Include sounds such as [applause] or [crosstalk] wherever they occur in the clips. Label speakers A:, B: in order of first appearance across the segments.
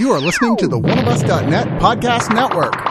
A: You are listening to the oneofus.net podcast network.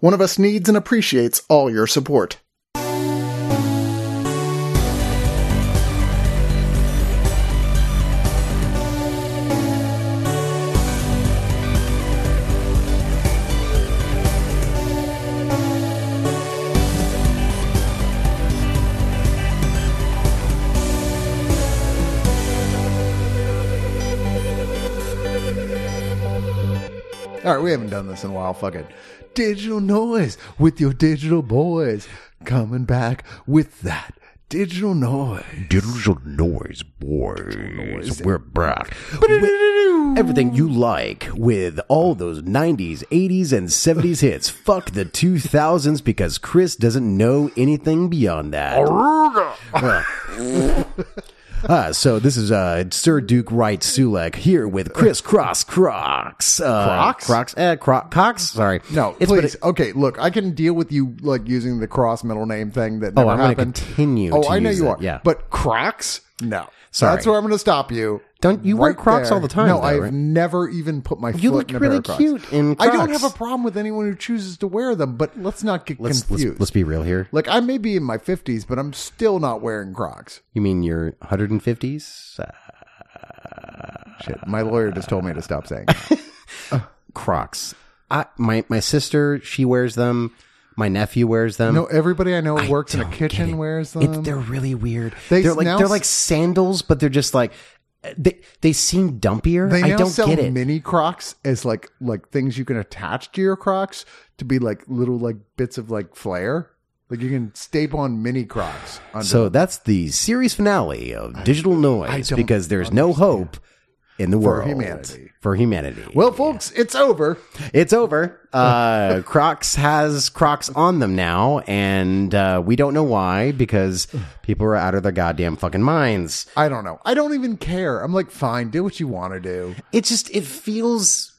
A: One of us needs and appreciates all your support. All right, we haven't done this in a while. Fuck it. Digital noise with your digital boys coming back with that digital noise.
B: Digital noise, boys. We're back.
C: Everything you like with all those 90s, 80s, and 70s hits. Fuck the 2000s because Chris doesn't know anything beyond that. Uh, so this is uh, Sir Duke Wright Sulek here with Chris Cross Crocs. Uh,
A: Crocs?
C: Crocs? Eh, Cro- Cox? Sorry.
A: No,
C: It's been
A: please. okay, look, I can deal with you like using the cross middle name thing that
C: Oh,
A: never
C: I'm gonna
A: happened.
C: continue
A: Oh,
C: to
A: I know
C: use
A: you
C: it,
A: are.
C: yeah.
A: but Crocs? No,
C: Sorry.
A: That's where I'm going to stop you.
C: Don't- you wear Crocs all the time,
A: No,
C: though,
A: I've
C: right?
A: never even put my
C: You
A: foot
C: look
A: in a
C: really
A: pair of Crocs.
C: cute in
A: I don't
C: Crocs.
A: have a problem with anyone who chooses to wear them, but let's not get
C: let's, let's,
A: confused.
C: let's be real here.
A: like I may be in my 50s, but I'm still not wearing Crocs.
C: You mean you're 150s? Uh,
A: Shit, my lawyer just told me to stop saying.
C: [laughs]
A: that.
C: Crocs. I, my, my sister, she wears them. My nephew wears them.
A: no, everybody I know who
C: I
A: works in a
C: don't get
A: kitchen
C: it.
A: wears them.
C: It- they're really weird.
A: They
C: They are like
A: now
C: they're
A: s-
C: like sandals, but they're just like they they seem dumpier.
A: They
C: I
A: now
C: don't
A: sell
C: get it.
A: mini Crocs as like like things you can attach to your Crocs to be like little like bits of like flair. Like you can staple on mini Crocs. Under
C: so that's the series finale of Digital Noise
A: don't
C: because there's no hope in the world
A: humanity.
C: For humanity.
A: well, folks, it's over.
C: it's over.
A: [laughs]
C: Uh, Crocs has Crocs on them now, and uh, we don't know why because people are out of their goddamn fucking minds.
A: I don't know. I don't even care. I'm like, fine, do what you want to do.
C: it just it feels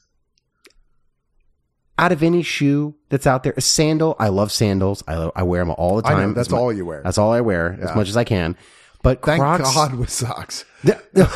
C: out of any shoe that's out there a sandal i love sandals i, lo- I wear them all the
A: I know,
C: time
A: that's
C: As mu-
A: all you wear.
C: that's all i wear as much as i can but
A: Thank
C: crocs
A: God with socks.
C: [laughs] but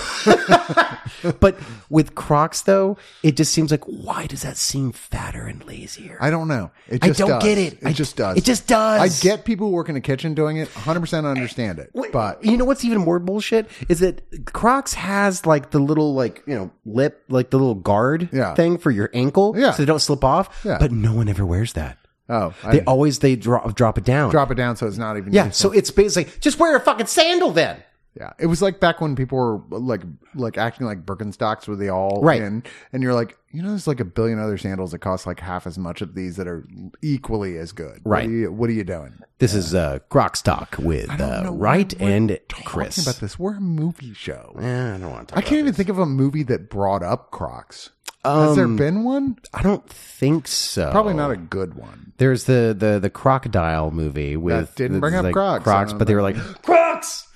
C: with crocs though it just seems like why does that seem fatter and lazier
A: I don't know. It
C: I
A: just
C: don't
A: does.
C: get it.
A: It
C: I-
A: just does.
C: it just does.
A: I get people who work in a kitchen doing it. 100 percent understand it.
C: Wait,
A: But
C: you know what's even more bullshit is that Crocs has like the little like you know lip like the little guard
A: Yeah.
C: thing for your ankle
A: Yeah.
C: so they don't slip off.
A: Yeah.
C: But no one ever wears that.
A: oh, I
C: They always they drop drop it down.
A: drop it down so it's not even.
C: yeah, so it's basically just wear a fucking sandal then.
A: Yeah, it was like back when people were like like acting like Birkenstocks were they all
C: Right.
A: in, and you're like, you know, there's like a billion other sandals that cost like half as much of these that are equally as good. What
C: Right.
A: are you, what are you doing?
C: This is uh, Crocs talk with uh,
A: know why
C: Wright
A: we're
C: and
A: Talking
C: Chris.
A: about this, we're a movie show.
C: Eh, I don't want to. Talk
A: I can't even think of a movie that brought up Crocs. Has there been one?
C: I don't think so.
A: Probably not a good one.
C: There's the the the crocodile movie with
A: didn't
C: the-
A: bring up
C: like,
A: Crocs. Uh, I don't
C: but they were like Crocs.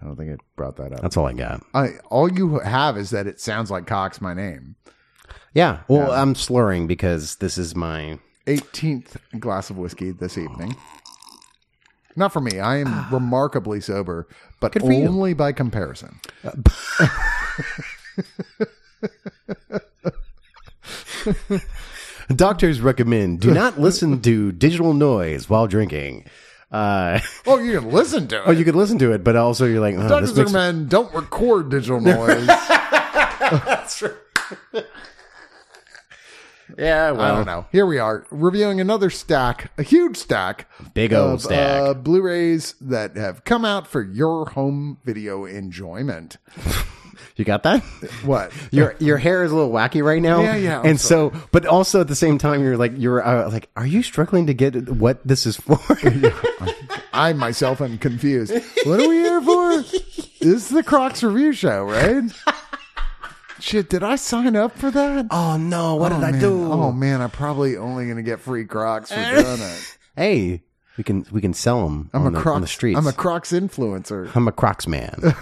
A: I don't think it brought that up.
C: That's all I got.
A: I, all you have is that it sounds like Cox, my name.
C: Yeah. Well, I'm slurring because this is my
A: 18th glass of whiskey this evening. Not for me. I am remarkably sober, but
C: Ah. Good for you.
A: only by comparison.
C: doctors recommend do
A: [laughs]
C: not listen to digital noise while drinking. Uh, [laughs]
A: Oh, you can listen to it.
C: oh, you could listen to it, but also you're like, oh,
A: Dr.
C: this makes
A: Zuckerman, don't record
C: [laughs]
A: digital noise.
C: yeah. Well,
A: I don't know. Here we are reviewing another stack, a huge stack,
C: Big old stack.
A: uh, Blu-rays that have come out for your home video enjoyment.
C: You got that?
A: What?
C: [laughs] Your your hair is a little wacky right now.
A: Yeah, yeah, I'm
C: And so, but also at the same time, you're like you're uh, like, are you struggling to get what this is
A: [laughs]
C: for?
A: I myself am confused. What are we here for? This is the Crocs review show, right? Shit, did I sign up for that?
C: Oh no, what
A: oh,
C: did I
A: man.
C: do?
A: Oh man, I'm probably only gonna get free
C: [laughs]
A: Crocs for doing it.
C: Hey, we can we can sell them
A: I'm
C: on,
A: a
C: the,
A: Crocs.
C: on the streets.
A: I'm a Crocs influencer.
C: I'm a
A: [laughs]
C: Crocs man.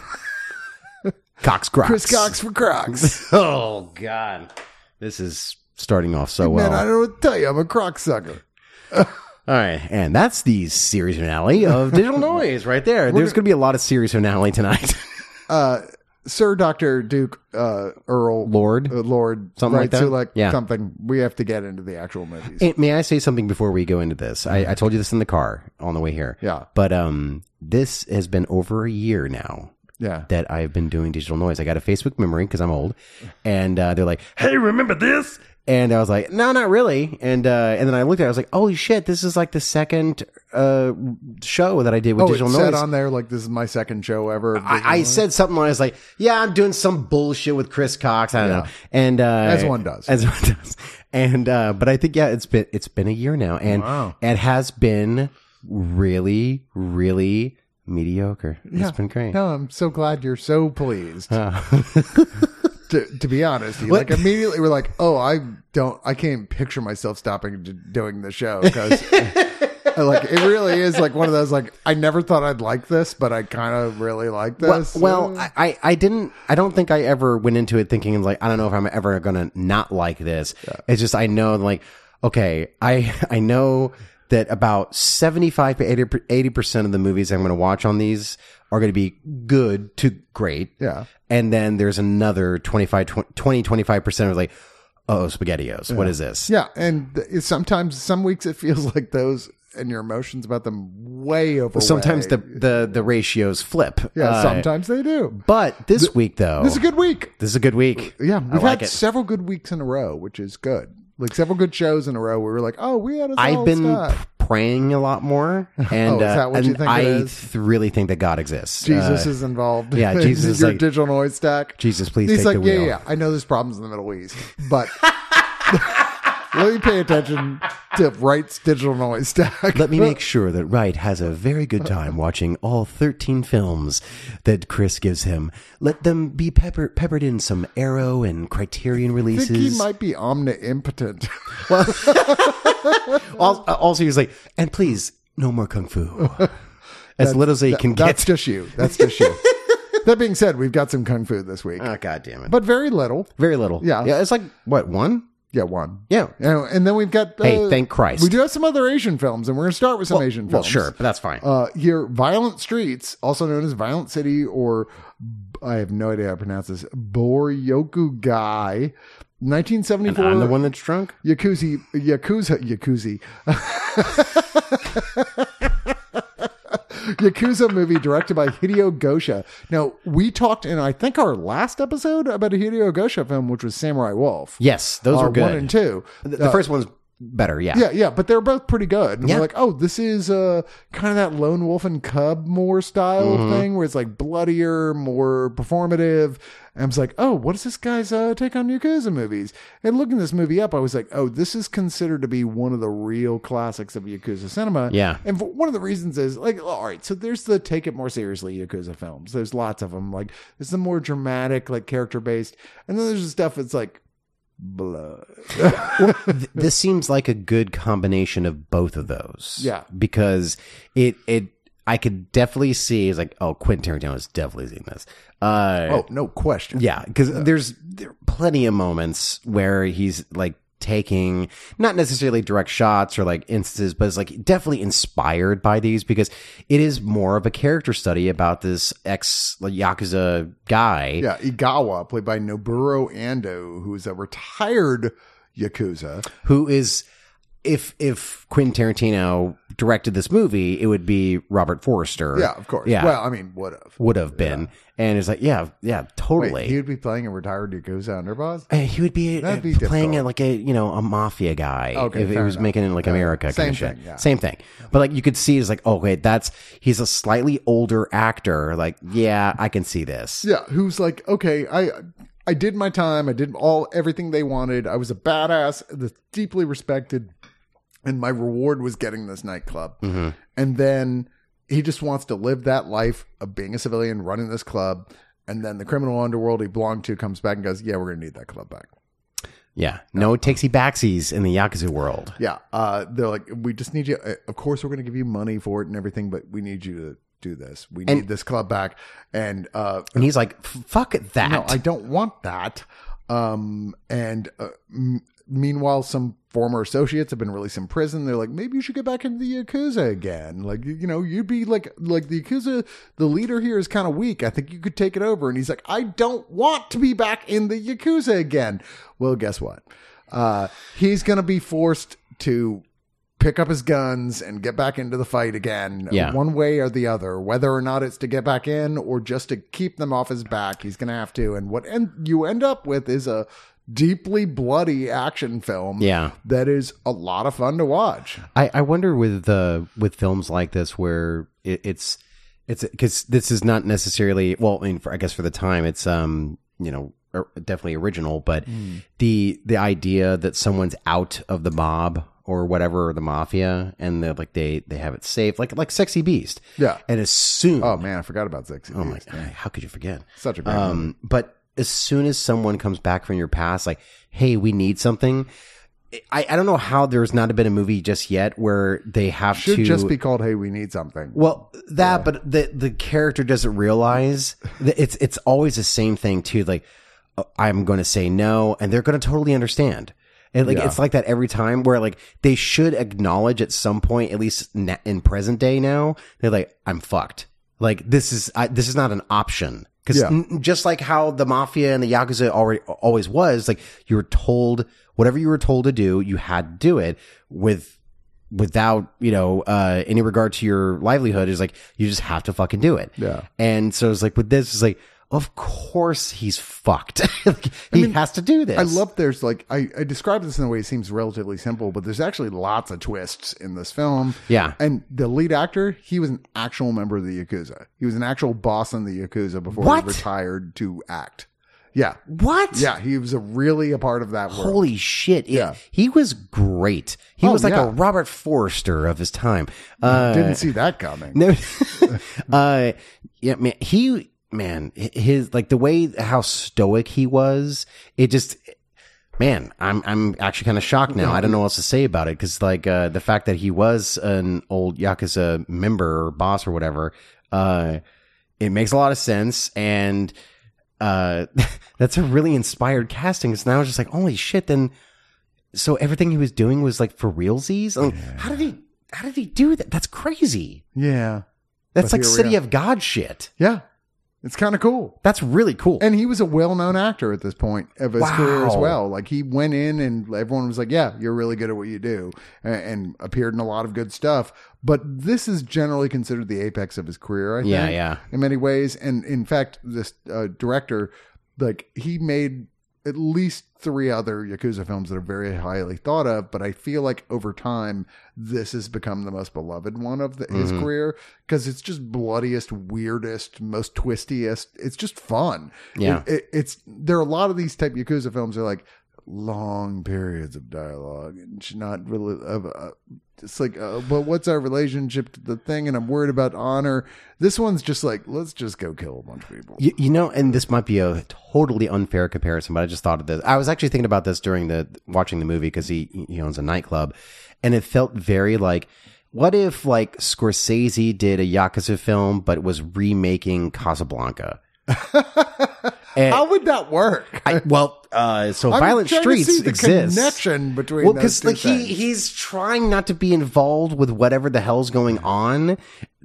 C: Cox Crocs.
A: Chris Cox for
C: [laughs]
A: Crocs.
C: Oh God, this is starting off so well.
A: man, I don't know what to tell you. I'm a Croc sucker.
C: All right, and that's the series
A: [laughs]
C: finale of Digital Noise right there. There's going to be a lot of series finale tonight. [laughs]
A: Uh, Sir Doctor Duke uh, Earl
C: Lord.
A: uh, Lord
C: Something like
A: writes
C: that?
A: you, like
C: Yeah.
A: something. We have to get into the actual movies.
C: And may I say something before we go into this? I, I told you this in the car on the way here.
A: Yeah.
C: But um, this has been over a year now
A: yeah,
C: that I've been doing digital noise. I got a Facebook memory because I'm old, and uh, they're like, "Hey, remember this?" And I was like, "No, not really." And uh, and then I looked at, it, I was like, "Holy shit, this is like the second uh, show that I did with
A: oh, it
C: digital
A: said
C: noise."
A: on there like this is my second show ever. of Digital
C: I, I
A: Noise.
C: said something. I was like, "Yeah, I'm doing some bullshit with Chris Cox." I don't know, and uh,
A: As one does.
C: as one does. And uh, but I think yeah, it's been it's been a year now, and
A: Wow.
C: it has been really, really mediocre.
A: Yeah.
C: It's been great.
A: No, I'm so glad you're so pleased.
C: Uh,
A: [laughs] to, to be honest, you
C: What?
A: like immediately we're like, oh, I don't, I can't picture myself stopping d- doing the show
C: [laughs]
A: because like it really is like one of those like I never thought I'd like this, but I kind of really like
C: well,
A: this.
C: well
A: Uh,
C: I, I- I didn't. I don't think I ever went into it thinking like I don't know if I'm ever gonna not like this. It's just I know like okay, I [laughs] I know that about 75 to 80 percent of the movies I'm gonna watch on these are gonna be good to great.
A: Yeah.
C: and then there's another 25 20 25 percent of like oh spaghettios what is this
A: yeah, and th- sometimes some weeks it feels like those and your emotions about them way over.
C: sometimes the the the ratios flip
A: yeah,
C: Uh,
A: sometimes they do.
C: but this week though
A: This is a good week.
C: this is a good week
A: Yeah, we've
C: like
A: had
C: it.
A: several good weeks in a row, which is good. Like several good shows in a row where we're like, oh, we had a
C: I've
A: solid
C: been uh,
A: start.
C: p- praying a
A: [laughs]
C: lot more, and,
A: Oh, is that
C: uh,
A: what you
C: and
A: think it
C: I
A: is?
C: th- really think that God exists.
A: Jesus
C: Uh,
A: is involved. [laughs]
C: yeah,
A: in
C: Jesus is
A: your
C: like,
A: digital noise stack.
C: Jesus, please
A: He's
C: take
A: like,
C: the
A: yeah,
C: wheel.
A: yeah. I know there's problems in the Middle East, but [laughs] let me pay attention to Wright's digital noise stack.
C: Let me make sure that Wright has a very good
A: [laughs]
C: time watching all 13 films that Chris gives him. Let them be pepper- peppered in some Arrow and Criterion
A: I think he
C: releases.
A: might be
C: [laughs]
A: omnipotent.
C: Al- uh, also, he was like, and please, no more kung fu. As little as he
A: [laughs] [laughs]
C: can [laughs]
A: That's
C: get.
A: just you. That's just you. that being said, we've got some kung fu this week,
C: Oh, God damn it.
A: but very little.
C: very little.
A: Yeah.
C: Yeah, it's like, what, one?
A: Yeah, one.
C: Yeah.
A: And and then we've got. Uh,
C: Hey, thank Christ.
A: We do have some other Asian films, and we're going to start with some Asian
C: Well,
A: films.
C: sure, but that's fine.
A: uh, your violent streets, also known as Violent City, or I have no idea how to pronounce this, Boryoku Guy, 1974.
C: I'm the one that's drunk.
A: Yakuza, Yakuza, Yakuza. [laughs] Yakuza movie directed by Hideo Gosha. Now, we talked in, I think, our last episode about a Hideo Gosha film, which was Samurai Wolf.
C: Yes, those
A: Uh,
C: were good.
A: One and two. Uh,
C: The, the first one's better, yeah.
A: Yeah, yeah, but they're both pretty good. And
C: Yeah.
A: we're like, oh, this is uh, kind of that lone wolf and cub more style
C: Mm-hmm.
A: thing where it's like bloodier, more performative. And I was like, oh, what is this guy's uh, take on Yakuza movies? And looking this movie up, I was like, oh, this is considered to be one of the real classics of Yakuza cinema. [laughs]
C: Yeah.
A: And for- one of the reasons is like, all right, so there's the take it more seriously Yakuza films. There's lots of them. Like, there's the more dramatic, like character based. And then there's the stuff that's like, blood. [laughs]
C: Th- this seems like a good combination of both of those.
A: Yeah.
C: Because it it I could definitely see it's like, oh Quentin Tarantino is definitely seeing this. Uh
A: Oh, no question.
C: Yeah, because there's there are plenty of moments where he's like taking not necessarily direct shots or like instances, but it's like definitely inspired by these because it is more of a character study about this ex like, yakuza guy.
A: Yeah, Igawa, played by Noburo Ando, who is a retired yakuza.
C: who is if if Quentin Tarantino directed this movie, it would be Robert Forrester.
A: Yeah, of course.
C: Yeah.
A: Well, I mean, would have.
C: would have been. And it's like, yeah, yeah,
A: Wait,
C: totally.
A: he'd be playing a retired yakuza underboss.
C: Uh, he would be, uh,
A: That'd be
C: playing
A: difficult.
C: a, like a you know a mafia guy
A: Okay,
C: if it
A: fair
C: was
A: enough.
C: making it like America
A: Same
C: kind of shit.
A: thing, yeah.
C: Same thing, but like you could see it's like oh wait that's he's a slightly older actor like yeah I can see this
A: Yeah, who's like, okay, I I did my time. I did all everything they wanted. I was a badass, the deeply respected, and my reward was getting this nightclub.
C: Mm-hmm.
A: And then he just wants to live that life of being a civilian, running this club. And then the criminal underworld he belonged to comes back and goes, "Yeah, we're gonna need that club back."
C: Yeah. No takesy backsies in the Yakuza world.
A: Yeah, uh, they're like, "We just need you. uh, Of course, we're gonna give you money for it and everything, but we need you to do this. We need this club back." And uh,
C: And he's like, "F- fuck that.
A: No, I don't want that. Um, and uh, m- meanwhile, some former associates have been released in prison. They're like, maybe you should get back into the yakuza again. Like, you, you know, you'd be like, like the yakuza, the leader here is kind of weak. I think you could take it over. And he's like, I don't want to be back in the yakuza again. Well, guess what? Uh, he's gonna be forced to pick up his guns and get back into the fight again
C: Yeah.
A: one way or the other whether or not it's to get back in or just to keep them off his back he's gonna have to and what end, you end up with is a deeply bloody action film
C: Yeah.
A: that is a lot of fun to watch
C: I, I wonder with the with films like this where it, it's it's because this is not necessarily well. I mean, for, I guess for the time, it's um you know or- definitely original, but the the idea that someone's out of the mob or whatever or the mafia and they're like they they have it safe like like sexy beast
A: Yeah.
C: and as soon
A: oh man i forgot about six
C: oh my how could you forget
A: such a great movie.
C: um, but as soon as someone comes back from your past, like, hey, we need something. I, I don't know how there's not been a movie just yet where they have
A: should
C: to
A: just be called hey we need something
C: well that, but the the character doesn't realize that it's it's always the same thing too. Like uh, I'm going to say no, and they're going to totally understand. And like
A: Yeah.
C: it's like that every time where like they should acknowledge at some point, at least na- in present day now, they're like I'm fucked. Like this is I, this is not an option. Because
A: Yeah.
C: just like how the mafia and the yakuza already always was, like you were told whatever you were told to do, you had to do it with without you know uh any regard to your livelihood is like you just have to fucking do it
A: Yeah.
C: and so it's like with this it's like of course he's fucked [laughs] like, he has to do this
A: I love there's like I, I described this in a way it seems relatively simple, but there's actually lots of twists in this film.
C: Yeah.
A: And the lead actor, he was an actual member of the Yakuza. He was an actual boss in the Yakuza before
C: What?
A: he retired to act. Yeah.
C: what
A: Yeah. He was a really a part of that world.
C: holy shit yeah
A: Yeah.
C: he was great he
A: Oh,
C: was like
A: yeah.
C: a robert forrester of his time uh
A: Didn't see that coming.
C: No, [laughs] uh, yeah, man, he, man, hi- his like the way how stoic he was. It just, man, I'm I'm actually kind of shocked now. I don't know what else to say about it because like uh, the fact that he was an old yakuza member or boss or whatever, uh, it makes a lot of sense and. Uh, [laughs] that's a really inspired casting. It's now just like, holy shit! Then, so everything he was doing was like for realsies. Like, How did he? How did he do that? That's crazy.
A: Yeah.
C: That's
A: But
C: like
A: here we
C: City
A: are.
C: of God shit.
A: Yeah. It's kind of cool.
C: That's really cool.
A: And he was a well-known actor at this point of his
C: Wow.
A: career as well. Like he went in and everyone was like, "Yeah, you're really good at what you do," and, and appeared in a lot of good stuff. But this is generally considered the apex of his career. I
C: Yeah,
A: think,
C: yeah.
A: in many ways. And in fact, this uh, director, like he made at least three other yakuza films that are very highly thought of. But I feel like over time, this has become the most beloved one of the, his
C: Mm-hmm.
A: career because it's just bloodiest, weirdest, most twistiest. It's just fun
C: Yeah.
A: it, it- it's there are a lot of these type yakuza films are like long periods of dialogue and it's not really of uh, it's like uh, but what's our relationship to the thing and i'm worried about honor this one's just like let's just go kill a bunch of people
C: you, you know, and this might be a totally unfair comparison, but I just thought of this. I was actually thinking about this during the watching the movie because he he owns a nightclub, and it felt very like, what if like Scorsese did a yakuza film but was remaking Casablanca? And-
A: how would that work
C: I, well, uh, so
A: I'm
C: violent
A: trying to
C: streets
A: see the
C: exists.
A: connection between
C: well,
A: those
C: because
A: two
C: like he
A: things.
C: he's trying not to be involved with whatever the hell's going on,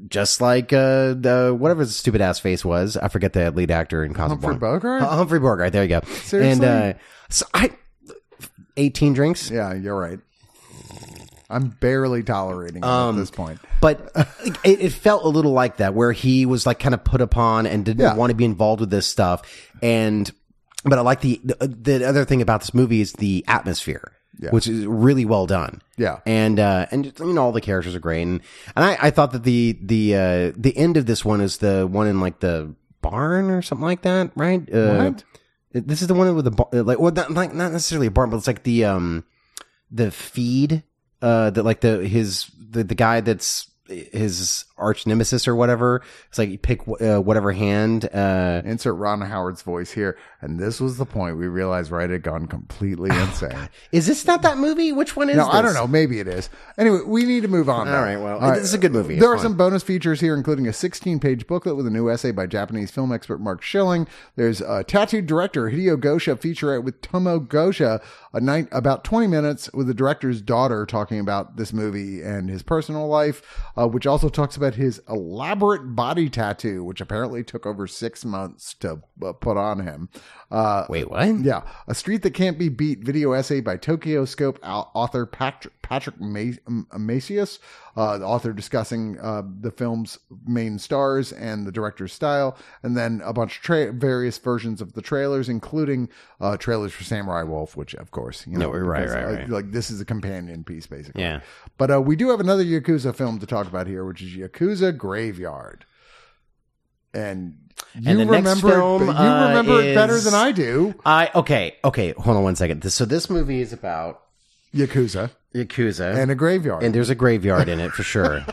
C: just like uh, the whatever the stupid ass face was. I forget the lead actor in Casablanca.
A: Humphrey Bogart?
C: Hu- Humphrey Bogart. There you go.
A: Seriously?
C: And uh, so I, eighteen drinks.
A: yeah you're right i'm barely tolerating it
C: Um,
A: at this point
C: but like, it, it felt a little like that where he was like kind of put upon and didn't
A: Yeah.
C: want to be involved with this stuff and but i like the, the the other thing about this movie is the atmosphere
A: Yeah.
C: which is really well done
A: Yeah.
C: and uh and just, you know all the characters are great and, and i i thought that the the uh the end of this one is the one in like the barn or something like that right uh
A: What?
C: this is the one with the bar- like well not, like not necessarily a barn but it's like the um the feed uh that like the his the, the guy that's his arch nemesis or whatever. It's like you pick uh, whatever hand. Uh,
A: Insert Ron Howard's voice here. And this was the point we realized Wright had gone completely insane.
C: is this not that movie? Which one is?
A: No, I
C: this?
A: don't know. Maybe it is. Anyway, we need to move on.
C: All
A: though.
C: right, well, this is a good movie. It's
A: There are
C: fine.
A: some bonus features here, including a 16-page booklet with a new essay by Japanese film expert Mark Schilling. There's a tattooed director Hideo Gosha featurette with Tomo Gosha, a night about 20 minutes with the director's daughter talking about this movie and his personal life, uh, which also talks about his elaborate body tattoo, which apparently took over six months to uh, put on him. Uh,
C: Wait, what?
A: yeah, a street that can't be beat. Video essay by Tokyo Scope au- author Patrick, Patrick Ma- M- Macias, uh, the author discussing uh, the film's main stars and the director's style, and then a bunch of tra- various versions of the trailers, including uh, trailers for Samurai Wolf, which of course you know,
C: No, right,
A: because,
C: right,
A: uh,
C: right.
A: like this is a companion piece basically.
C: Yeah.
A: But uh, we do have another Yakuza film to talk about here, which is Yakuza Graveyard, and. You
C: the next
A: remember
C: film,
A: it, you
C: uh,
A: remember it better
C: is-
A: than I do.
C: I okay, okay. Hold on one second. This, so this movie is about
A: Yakuza
C: yakuza, and,
A: and a graveyard.
C: there's a graveyard in it
A: [laughs]
C: for sure.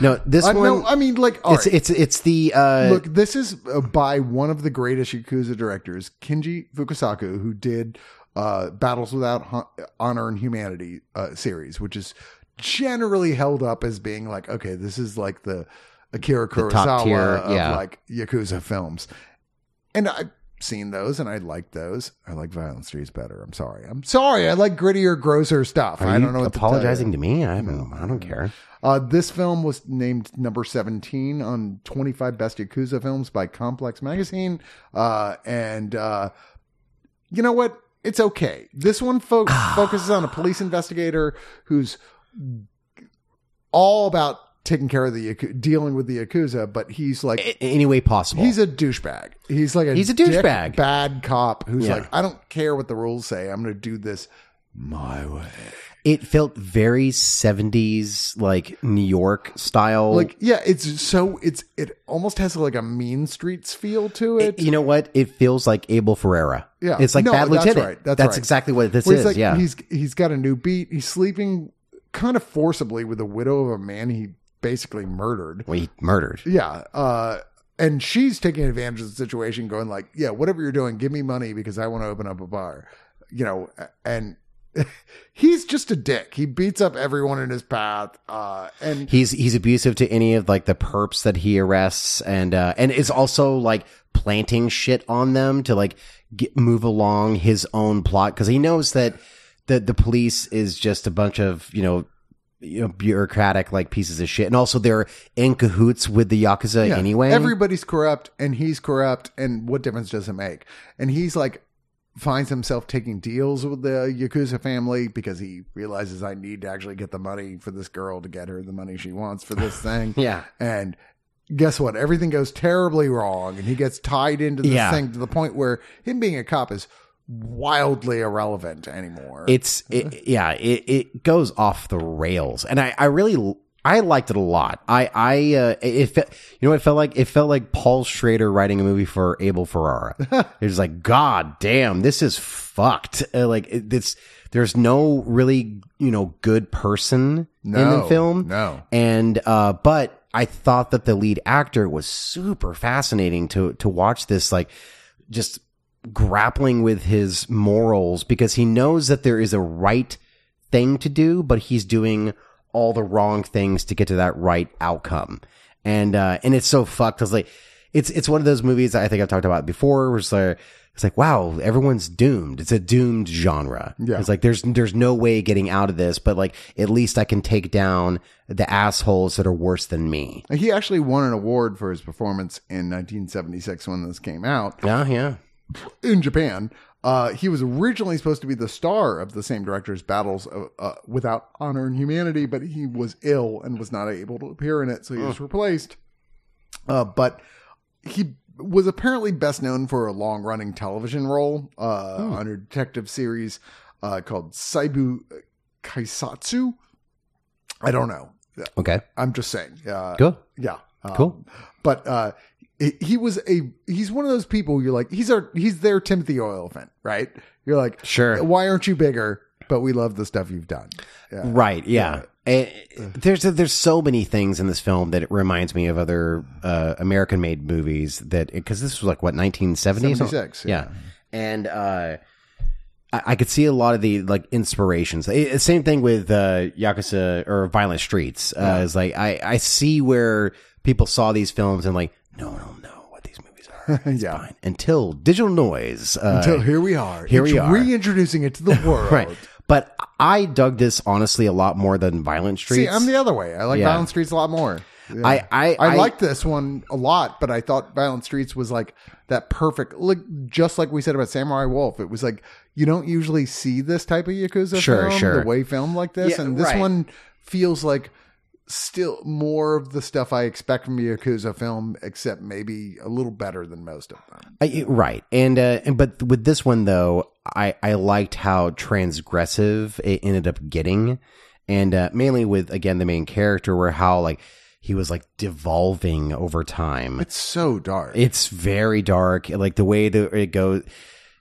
C: no, this
A: I,
C: one.
A: Uh, no, I mean, like, all
C: it's
A: right.
C: it's it's the uh,
A: look, this is uh, by one of the greatest Yakuza directors, Kinji Fukasaku, who did uh, Battles Without Hon- Honor and Humanity uh, series, which is generally held up as being like, okay, this is like the Akira
C: The top
A: Kurosawa
C: tier,
A: of
C: yeah.
A: like Yakuza films, and I've seen those and I like those. I like Violent Streets better. I'm sorry. I'm sorry. I like grittier, grosser stuff.
C: Are
A: I
C: you
A: don't know. What to tell you.
C: apologizing to, me. I don't, I don't care.
A: Uh, this film was named number 17 on 25 Best Yakuza Films by Complex Magazine. Uh, and uh, you know what? It's okay. This one fo-
C: Ah.
A: focuses on a police investigator who's all about taking care of the Yaku- dealing with the Yakuza, but he's like,
C: A- any way possible.
A: he's a douchebag. He's like a
C: He's a
A: dick,
C: douchebag.
A: bad cop who's
C: Yeah.
A: like, I don't care what the rules say. I'm going to do this my way.
C: it felt very 70s like New York style.
A: like yeah it's so it's it almost has like a mean streets feel to it,
C: you know what? It feels like Abel Ferreira.
A: Yeah.
C: It's like
A: No,
C: Bad
A: that's
C: Lieutenant.
A: right. That's right.
C: exactly what this
A: Where
C: is.
A: he's like
C: yeah.
A: he's he's got a new beat he's sleeping kind of forcibly with the widow of a man he basically murdered
C: Well, he murdered.
A: yeah uh and she's taking advantage of the situation going like yeah whatever you're doing give me money because i want to open up a bar you know and [laughs] he's just a dick he beats up everyone in his path uh and
C: He's he's abusive to any of like the perps that he arrests and uh and is also like planting shit on them to like get, move along his own plot cuz he knows that the the police is just a bunch of, you know, you know, bureaucratic like pieces of shit, and also they're in cahoots with the yakuza
A: Yeah.
C: anyway.
A: Everybody's corrupt and he's corrupt and what difference does it make? And he's like finds himself taking deals with the Yakuza family because he realizes I need to actually get the money for this girl to get her the money she wants for this thing.
C: [laughs] yeah,
A: And guess what? Everything goes terribly wrong and he gets tied into this
C: Yeah.
A: thing to the point where him being a cop is wildly irrelevant anymore.
C: it's
A: [laughs]
C: it, yeah it, it goes off the rails and i i really i liked it a lot i i uh, it, it fe- you know what it felt like it felt like paul schrader writing a movie for abel ferrara
A: [laughs]
C: it was like god damn this is fucked Uh, like it, it's there's no really you know good person in the
A: No,
C: film
A: no.
C: and uh but i thought that the lead actor was super fascinating to to watch this like just grappling with his morals because he knows that there is a right thing to do but he's doing all the wrong things to get to that right outcome and uh and it's so fucked it's like it's it's one of those movies that i think i've talked about before where it's like it's like wow everyone's doomed it's a doomed genre
A: Yeah.
C: it's like there's there's no way getting out of this but like at least i can take down the assholes that are worse than me
A: he actually won an award for his performance in 1976 when this came out.
C: yeah yeah
A: in Japan. Uh, he was originally supposed to be the star of the same director's Battles of, uh, Without Honor and Humanity, but he was ill and was not able to appear in it, so he was replaced. Uh, but he was apparently best known for a long running television role uh, on a detective series uh, called Saibu Kaisatsu. I don't know.
C: okay
A: I'm just saying. Uh,
C: good
A: yeah. Um,
C: Cool.
A: But uh, he, he was a he's one of those people you're like he's our he's their Timothy Olyphant, right? You're like
C: Sure.
A: Why aren't you bigger? but we love the stuff you've done. Yeah.
C: Right. Yeah. And there's there's so many things in this film that it reminds me of other uh, American made movies that because this was like what 1970
A: 76,
C: yeah. and uh, I, I could see a lot of the like inspirations. It- it's same thing with uh, Yakuza or Violent Streets. Uh, It's like I I see where people saw these films and like no one will know what these movies
A: [laughs]
C: are. It's
A: Yeah.
C: fine until digital noise. Uh,
A: So here we are.
C: Here we
A: It's
C: are.
A: Reintroducing it to
C: [laughs]
A: the world.
C: right. But I dug this honestly a lot more than Violent Streets.
A: See, I'm the other way. I like
C: Yeah.
A: Violent Streets a lot more. Yeah.
C: I- I-
A: I
C: I-
A: liked this one a lot, but I thought Violent Streets was like that perfect, like just like we said about Samurai Wolf. It was like you don't usually see this type of yakuza
C: Sure,
A: film,
C: sure.
A: the way film like this,
C: Yeah,
A: and this
C: right.
A: one feels like still more of the stuff I expect from a yakuza film, except maybe a little better than most of them.
C: I, right, and uh, and but with this one though, I I liked how transgressive it ended up getting, and uh, mainly with again the main character, where how like he was like devolving over time.
A: It's so dark.
C: It's very dark, like the way that it goes.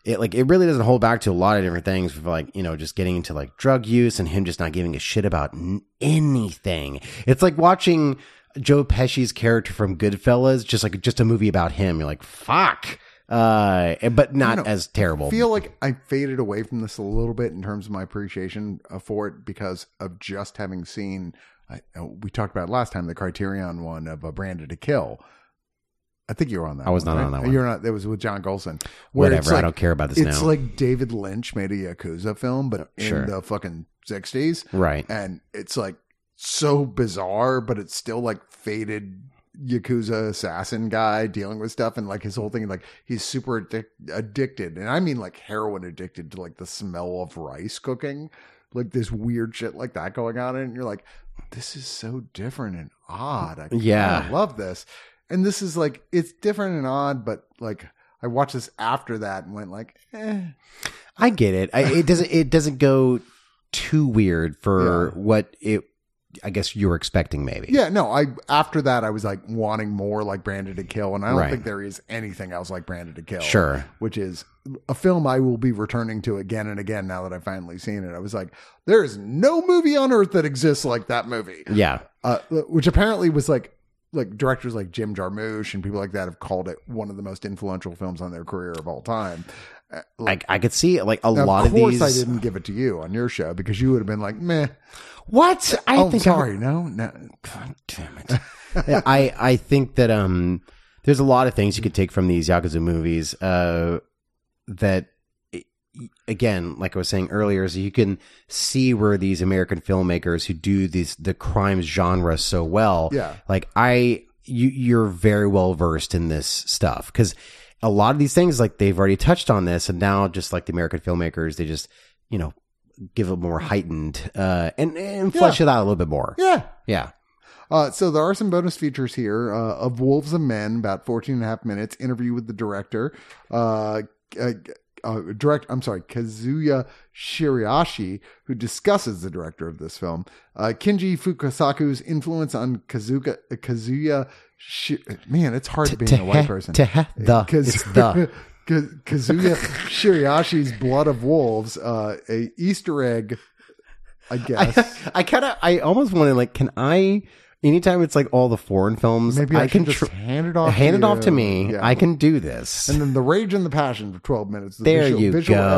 C: It like it really doesn't hold back to a lot of different things, for like you know, just getting into like drug use and him just not giving a shit about n- anything. It's like watching Joe Pesci's character from Goodfellas, just like just a movie about him. You're like, fuck, uh, and- but not as terrible.
A: I feel like I faded away from this a little bit in terms of my appreciation uh, for it because of just having seen. I, uh, we talked about it last time the Criterion one of uh, Branded to Kill. I think you were on that.
C: I was
A: one,
C: not
A: right? Uh,
C: on that one.
A: You're not. That was with John Golson. where it's
C: Whatever, I
A: like-
C: don't care about this
A: It's
C: now.
A: like David Lynch made a yakuza film, but in
C: Sure.
A: the fucking sixties,
C: right,
A: and it's like so bizarre, but it's still like faded yakuza assassin guy dealing with stuff and like his whole thing like he's super addic- addicted and i mean like heroin addicted to like the smell of rice cooking like this weird shit like that going on and you're like this is so different and odd i
C: Yeah.
A: kinda love this and this is like it's different and odd but like i watched this after that and went like eh.
C: I get it. I, it doesn't. It doesn't go too weird for what it. I guess you were expecting, maybe.
A: Yeah, no, I after that I was like wanting more like Branded to Kill, and I don't
C: Right.
A: think there is anything else like Branded to Kill.
C: Sure.
A: Which is a film I will be returning to again and again now that I've finally seen it. I was like, there is no movie on earth that exists like that movie.
C: Yeah.
A: Uh, which apparently was like like directors like Jim Jarmusch and people like that have called it one of the most influential films on their career of all time. Uh,
C: I,
A: Like,
C: I could see like a
A: of
C: lot of
A: course
C: these.
A: I didn't give it to you on your show because you would have been like, meh.
C: What? I
A: oh,
C: think
A: sorry. No, no.
C: God damn it. Yeah, [laughs] I I think that um there's a lot of things you could take from these yakuza movies uh that again like I was saying earlier is you can see where these American filmmakers who do these the crime genre so well
A: [laughs] Yeah.
C: like I you you're very well versed in this stuff cuz a lot of these things like they've already touched on this and now just like the American filmmakers they just you know give it more heightened uh and and flesh it out a little bit more
A: Yeah.
C: yeah.
A: Uh, so there are some bonus features here uh, of Wolves of Men, about 14 and a half minutes, interview with the director. Uh, uh, uh, direct, I'm sorry, Kazuya Shiriashi, who discusses the director of this film. Uh, Kinji Fukasaku's influence on Kazuka, uh, Kazuya. Shi- Man, it's hard being a white person. Uh,
C: the
A: [laughs] Kaz-
C: it's the
A: Kaz- Kazuya Shiriashi's Blood of Wolves, uh, a Easter egg, I
C: [laughs]
A: guess.
C: I kind of I almost wanted like can I anytime it's like all the foreign films
A: Maybe I,
C: can
A: can just
C: tr-
A: hand it off.
C: hand it off to
A: you.
C: me
A: Yeah.
C: I can do this
A: And then The Rage and the Passion for 12 minutes. The
C: There
A: visual,
C: you
A: visual
C: go.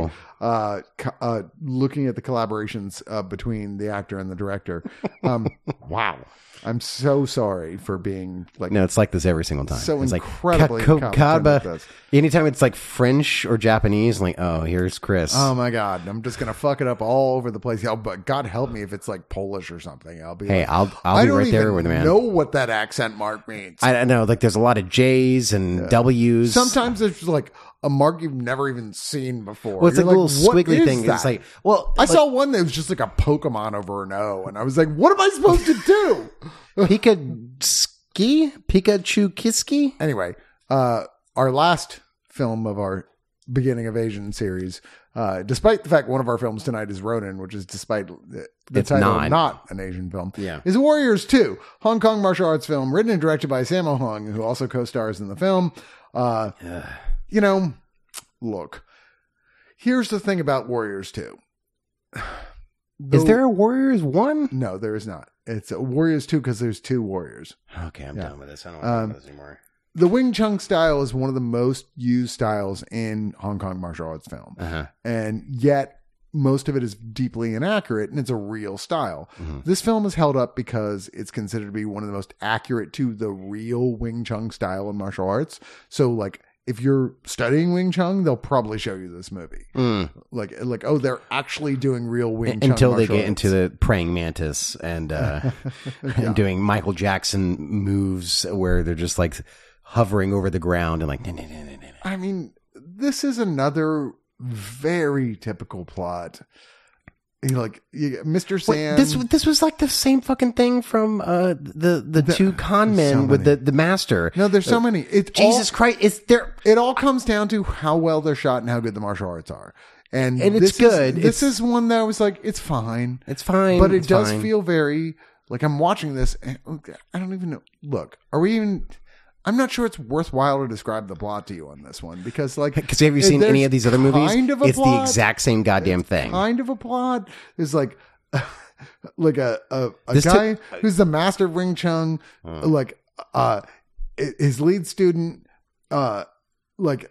A: essay uh, co- uh, looking at the collaborations uh, between the actor and the director.
C: [laughs]
A: Um, wow. I'm so sorry for being like
C: no it's like this every single time
A: So
C: it's like
A: incredibly
C: "Kako-
A: competent at
C: kaba."
A: this.
C: anytime it's like French or Japanese like oh here's Chris
A: Oh my god! I'm just gonna fuck it up all over the place. Oh, but God help me if it's like Polish or something. I'll be
C: hey
A: like,
C: I'll
A: I
C: I'll be
A: don't
C: right there
A: even
C: with the man
A: Know what that accent mark means?
C: I don't know like there's a lot of J's and W's
A: Sometimes it's like a mark you've never even seen before.
C: well, it's
A: You're
C: like a little
A: "What
C: squiggly
A: is
C: thing
A: that?"
C: it's like well
A: I
C: [laughs]
A: saw one that was just like a Pokemon over an O, and I was like, "What am I supposed to do?"
C: Pika Ski Pikachu Kiski
A: [laughs] anyway, uh, our last film of our beginning of Asian series, uh, despite the fact one of our films tonight is Ronin, which is despite the, the
C: It's
A: title
C: not.
A: an Asian film,
C: Yeah.
A: is Warriors 2, Hong Kong martial arts film written and directed by Sammo Hung, who also co stars in the film. Uh, [sighs] you know, look, here's the thing about Warriors 2.
C: Is
A: though-
C: there a Warriors one?
A: No, there is not. It's uh, Warriors two because there's two Warriors.
C: Okay, I'm
A: Yeah.
C: done with this. I don't want to
A: Um,
C: talk about this anymore.
A: The Wing Chun style is one of the most used styles in Hong Kong martial arts film,
C: Uh huh.
A: and yet most of it is deeply inaccurate, and it's a real style.
C: Mhm.
A: This film is held up because it's considered to be one of the most accurate to the real Wing Chun style in martial arts. So, like, if you're studying Wing Chun, they'll probably show you this movie.
C: Hmm.
A: Like, like, oh, they're actually doing real Wing Chun
C: Until they
A: martial
C: get
A: arts.
C: into the praying mantis
A: [laughs]
C: and uh, [laughs]
A: Yeah.
C: and doing Michael Jackson moves where they're just like hovering over the ground and like. "Nah, nah, nah, nah, nah, nah."
A: I mean, this is another very typical plot. You know, like you, Mr.
C: Wait,
A: Sam.
C: this this was like the same fucking thing from uh, the the two con
A: there's
C: men
A: so
C: with the,
A: many.
C: the master.
A: no, there's so many. It's
C: Uh, Jesus
A: all,
C: Christ! It's there.
A: it all comes down to how well they're shot and how good the martial arts are. And,
C: And it's
A: this is-
C: good.
A: this
C: It's-
A: is one that I was like, it's fine,
C: It's fine,
A: but it
C: it's
A: does
C: fine. [laughs]
A: feel very like I'm watching this. And I don't even know. Look, are we even? I'm not sure it's worthwhile to describe the plot to you on this one because, like,
C: Because have you seen any
A: there's
C: of these other movies?
A: Kind of a
C: it's the
A: plot.
C: exact same goddamn thing.
A: kind of a plot is like [laughs] like a a, a
C: This
A: guy who's the master of Ring Chung, like uh i- his lead student uh like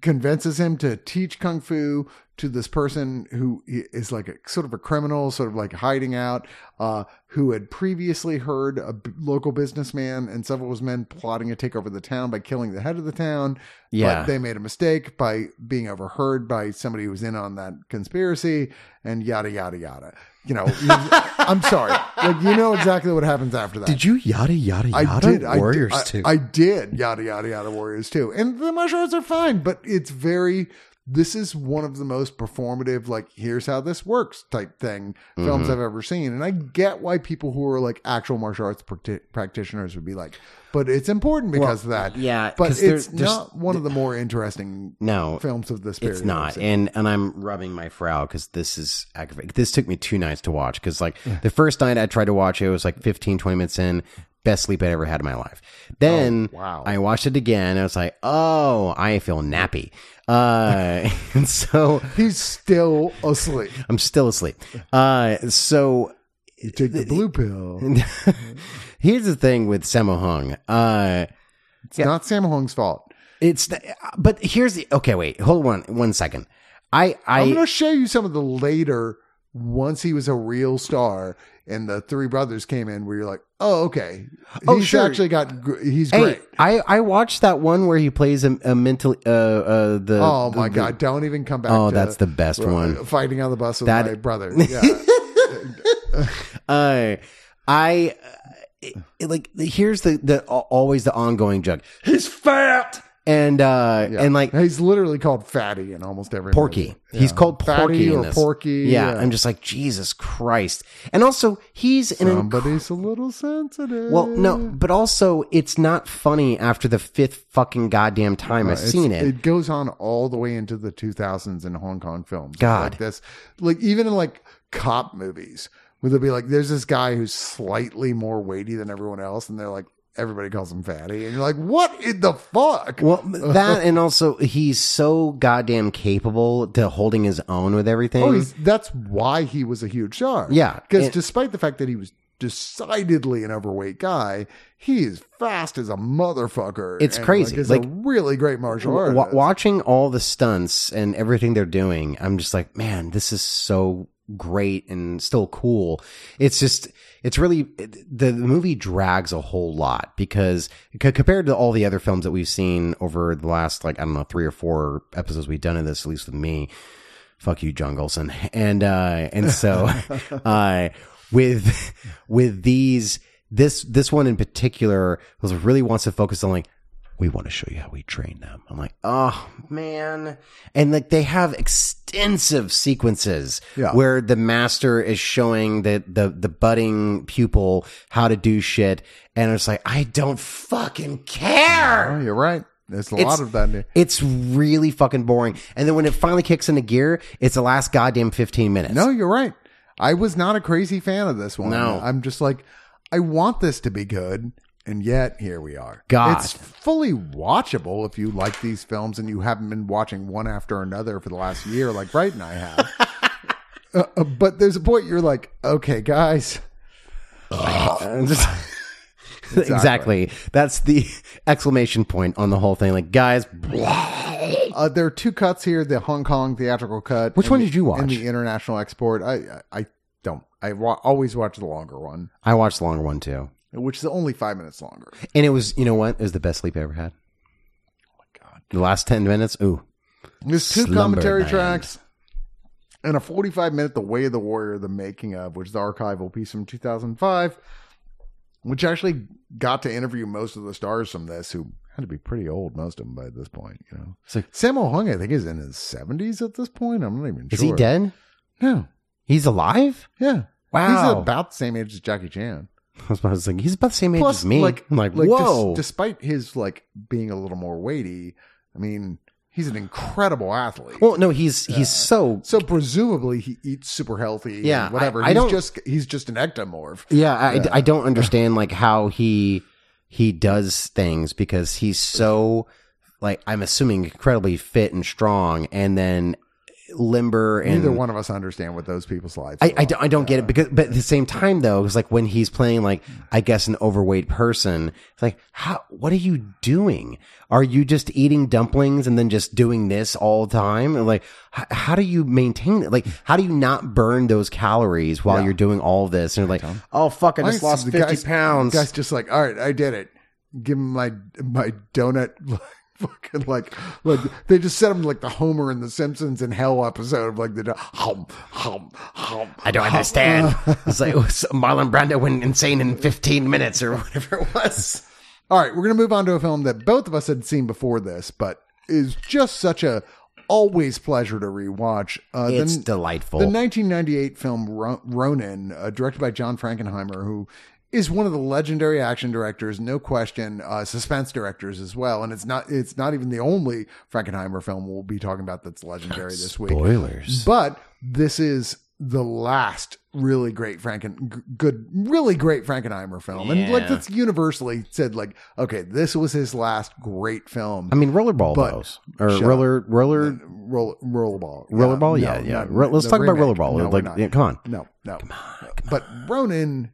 A: convinces him to teach kung fu to this person who i- is like a sort of a criminal sort of like hiding out uh who had previously heard a b- local businessman and several of his men plotting to take over the town by killing the head of the town
C: Yeah.
A: but they made a mistake by being overheard by somebody who was in on that conspiracy and yada yada yada. You know, you- I'm sorry. Like you know exactly what happens after that.
C: you yada yada
A: I did. I did- I,
C: too?
A: I did yada yada yada Warriors too. And the martial arts are fine, but it's very. This is one of the most performative, like here's how this works type thing films I've ever seen. And I get why people who are like actual martial arts practi- practitioners would be like, but it's important because of that.
C: yeah,
A: but
C: 'cause they're
A: it's
C: just-
A: not one of the more interesting
C: no,
A: films of this period.
C: it's not. And and I'm rubbing my frown because this is aggravating. This took me two nights to watch because like the first night I tried to watch it, it was like 15, 20 minutes in. Best sleep I ever had in my life. Then
A: Oh, wow.
C: I watched it again. I was like, oh, I feel nappy. Uh, [laughs] and so
A: He's still asleep.
C: I'm still asleep. Uh, so
A: You take the blue pill.
C: [laughs] here's the thing with Sammo Hung. Uh,
A: It's not Sam Hong's fault.
C: It's the, but here's the okay. Wait, hold on one second. I
A: I'm
C: I
A: going to show you some of the later once he was a real star and the three brothers came in where you're like, "Oh, okay.
C: Oh,
A: he's
C: sure.
A: actually got gr- he's
C: hey,
A: great."
C: I I watched that one where he plays a, a mental uh uh the
A: oh
C: the-
A: my
C: the-
A: god, don't even come back
C: oh
A: to
C: that's the best
A: uh,
C: one.
A: Fighting on the bus with
C: That-
A: my brother.
C: [laughs]
A: Yeah.
C: Uh, I. It, it, like here's the the al- always the ongoing joke. He's fat and uh
A: Yeah.
C: and like
A: he's literally called Fatty in almost every
C: Porky.
A: movie.
C: He's called
A: Fatty
C: Porky in
A: or
C: this.
A: Porky.
C: Yeah, I'm just like Jesus Christ. And also he's an incredible
A: Somebody's Um, a little sensitive.
C: Well, no, but also it's not funny after the fifth fucking goddamn time I've
A: Uh, It's-
C: seen it.
A: It goes on all the way into the 2000s in Hong Kong films.
C: God.
A: like this, like even in like cop movies, where they'll be like, "There's this guy who's slightly more weighty than everyone else," and they're like, everybody calls him fatty, and you're like, "What in the fuck?"
C: Well,
A: [laughs]
C: that and also he's so goddamn capable to holding his own with everything.
A: oh, he's, that's why he was a huge star.
C: Yeah,
A: because
C: and-
A: despite the fact that he was decidedly an overweight guy, he is fast as a motherfucker.
C: It's
A: and,
C: crazy.
A: Like, is
C: Like,
A: a really great martial
C: Wa-
A: artist.
C: watching all the stunts and everything they're doing, I'm just like, man, this is so great and still cool. It's just, it's really the, the movie drags a whole lot because c- compared to all the other films that we've seen over the last like I don't know three or four episodes we've done of this, at least with me. Fuck you, John Golson, [laughs] and uh, and so uh, with with these this this one in particular was really wants to focus on like we want to show you how we train them. I'm like, oh man. And like they have extensive sequences
A: Yeah.
C: where the master is showing the, the, the budding pupil how to do shit. And it's like, I don't fucking
A: Oh,
C: care.
A: you're right. There's a
C: It's-
A: lot of that. in there.
C: It's really fucking boring. And then when it finally kicks into gear, it's the last goddamn 15 minutes.
A: No, you're right. I was not a crazy fan of this one.
C: No.
A: I'm just like, I want this to be good, and yet here we are.
C: God.
A: It's fully watchable if you like these
C: [laughs]
A: films and you haven't been watching one after another for the last year, like Bright and I have. Uh, uh, but there's a point you're like, okay, guys,
C: And just- Oh, [laughs] exactly. That's the [laughs] exclamation point on the whole thing. Like, guys,
A: uh, there are two cuts here: the Hong Kong theatrical cut.
C: Which
A: and
C: one
A: the-
C: did you
A: And
C: watch?
A: the international export. I I, I don't. I wa- always watch the longer one,
C: I watched the longer one too.
A: which is only five minutes longer.
C: And it was, you know what? It was the best sleep I ever had. Oh
A: God.
C: The last 10 minutes, ooh.
A: There's two
C: Slumber
A: commentary
C: Land.
A: tracks and a 45 minute The Way of the Warrior, The Making of, which is the archival piece from 2005, which actually got to interview most of the stars from this who had to be pretty old, most of them by this point, you know.
C: It's like-
A: Sammo Hung, I think, is in his 70s at this point. I'm not even
C: Is
A: sure.
C: he dead?
A: No.
C: He's alive? [laughs]
A: Yeah. He's
C: Wow.
A: about the same age as Jackie Chan.
C: I was about to say, he's about the same age
A: Plus,
C: as me.
A: like,
C: I'm like,
A: like dis-
C: whoa.
A: despite his like being a little more weighty, I mean, he's an incredible athlete.
C: well, no, he's he's so
A: So presumably he eats super healthy. and
C: Yeah, I-
A: whatever.
C: I
A: he's
C: don't-
A: just he's just an ectomorph.
C: Yeah, I, I don't understand like how he he does things because he's so like I'm assuming incredibly fit and strong, and then limber and
A: Neither one of us understand what those people's lives.
C: I,
A: are
C: I
A: like.
C: don't, I don't get it because, but at the same time though, it's like when he's playing like, I guess an overweight person, it's like, how, what are you doing? Are you just eating dumplings and then just doing this all the time? And like, h- how do you maintain it? Like, how do you not burn those calories while you're doing all this? And you're like, oh fuck, I just
A: Why is
C: lost
A: the
C: 50
A: guy's-
C: pounds.
A: Guy's just like, all right, I did it. Give him my my donut. [laughs] like, Fucking like, like they just set him like the Homer in the Simpsons in Hell episode of like the do- hum hum hum. [laughs]
C: I don't understand. it's like so Marlon Brando went insane in 15 minutes or [laughs] whatever it was.
A: All right, we're going to move on to a film that both of us had seen before this, but is just such a always pleasure to rewatch. Uh, the-
C: It's delightful.
A: The 1998 film Ro- Ronin, uh, directed by John Frankenheimer, who is one of the legendary action directors, no question, uh, suspense directors as well. And it's not it's not even the only Frankenheimer film we'll be talking about that's legendary this week.
C: Spoilers.
A: But this is the last really great Franken, g- good, really great Frankenheimer film, and like
C: Yeah.
A: that's universally said. Like, okay, this was his last great film.
C: I mean, rollerball
A: But-
C: those or
A: Shut
C: roller roller
A: Roll, rollerball,
C: Rollerball? Yeah, yeah. Ro- let's
A: the
C: talk about
A: remake.
C: Rollerball.
A: No, we're
C: Like,
A: not.
C: yeah, come on.
A: no, no. but Ronin,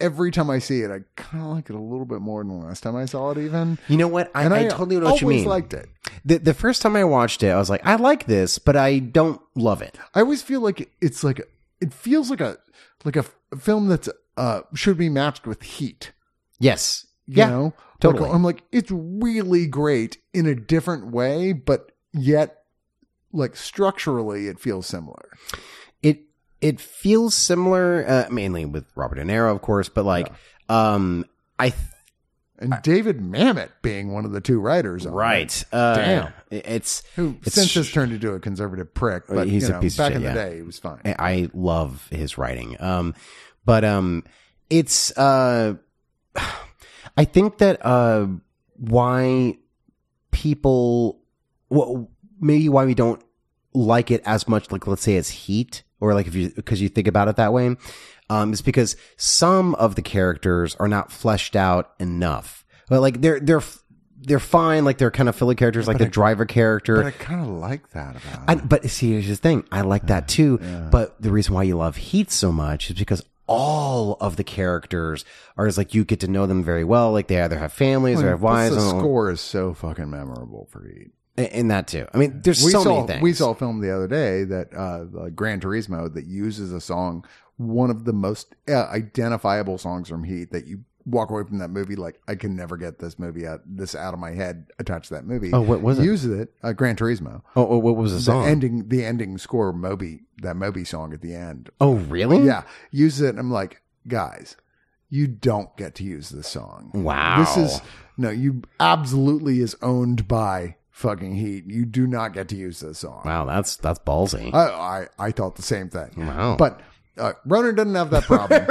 A: every time I see it, I kind of like it a little bit more than the last time I saw it. Even
C: You know what? I,
A: and
C: I, totally know what you
A: always
C: mean.
A: Liked it.
C: the, the first time I watched it, I was like, I like this, but I don't love it.
A: I always feel like it's like it feels like a like a f- film that's uh should be matched with Heat.
C: Yes.
A: You
C: yeah.
A: know? Like,
C: totally.
A: I'm like it's really great in a different way, but yet like structurally it feels similar.
C: It it feels similar, uh, mainly with Robert De Niro, of course, but like, um, I th-
A: And David Mamet being one of the two writers, on it,
C: right. Uh,
A: Damn.
C: it- It's
A: who
C: It's
A: since has
C: sh-
A: turned into a conservative prick,
C: Uh,
A: but
C: he's
A: you
C: a
A: know,
C: piece of
A: back
C: shit,
A: in the
C: yeah.
A: day he was fine.
C: I- I love his writing. Um, but um, it's uh, [sighs] I think that uh, why people, well, maybe why we don't like it as much, like let's say as Heat, or like if you because you think about it that way, um, is because some of the characters are not fleshed out enough. But like they're they're they're fine, like they're kind of filler characters, like the driver character.
A: But I kind of like that about
C: I,
A: it.
C: but see, here's the thing. I like that too. But the reason why you love Heat so much is because all of the characters are just like you get to know them very well. Like they either have families or have wives.
A: the
C: and-
A: score Oh, is so fucking memorable for Heat.
C: and, and that too. I mean, there's
A: we
C: so
A: saw
C: many things.
A: we saw a film the other day that uh, uh Gran Turismo that uses a song, one of the most uh, identifiable songs from Heat that you walk away from that movie like I can never get this movie out this out of my head attached to that movie.
C: Oh, what was it?
A: Uses it uh, Gran Turismo.
C: Oh, oh, what was the
A: The
C: song?
A: ending the ending score Moby that Moby song at the end.
C: oh, really?
A: Yeah, uses it and I'm like, guys, you don't get to use this song.
C: Wow.
A: This is no, you absolutely is owned by fucking Heat. You do not get to use this song.
C: Wow, that's that's ballsy.
A: I, I, I thought the same thing.
C: Wow.
A: Uh, But uh, Ronan doesn't have that
C: [laughs]
A: problem.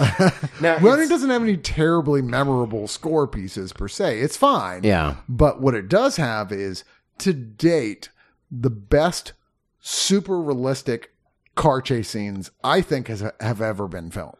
C: Now,
A: Ronan
C: it's-
A: doesn't have any terribly memorable score pieces per se. It's fine.
C: yeah.
A: But what it does have is, to date, the best super realistic car chase scenes I think has, have ever been filmed.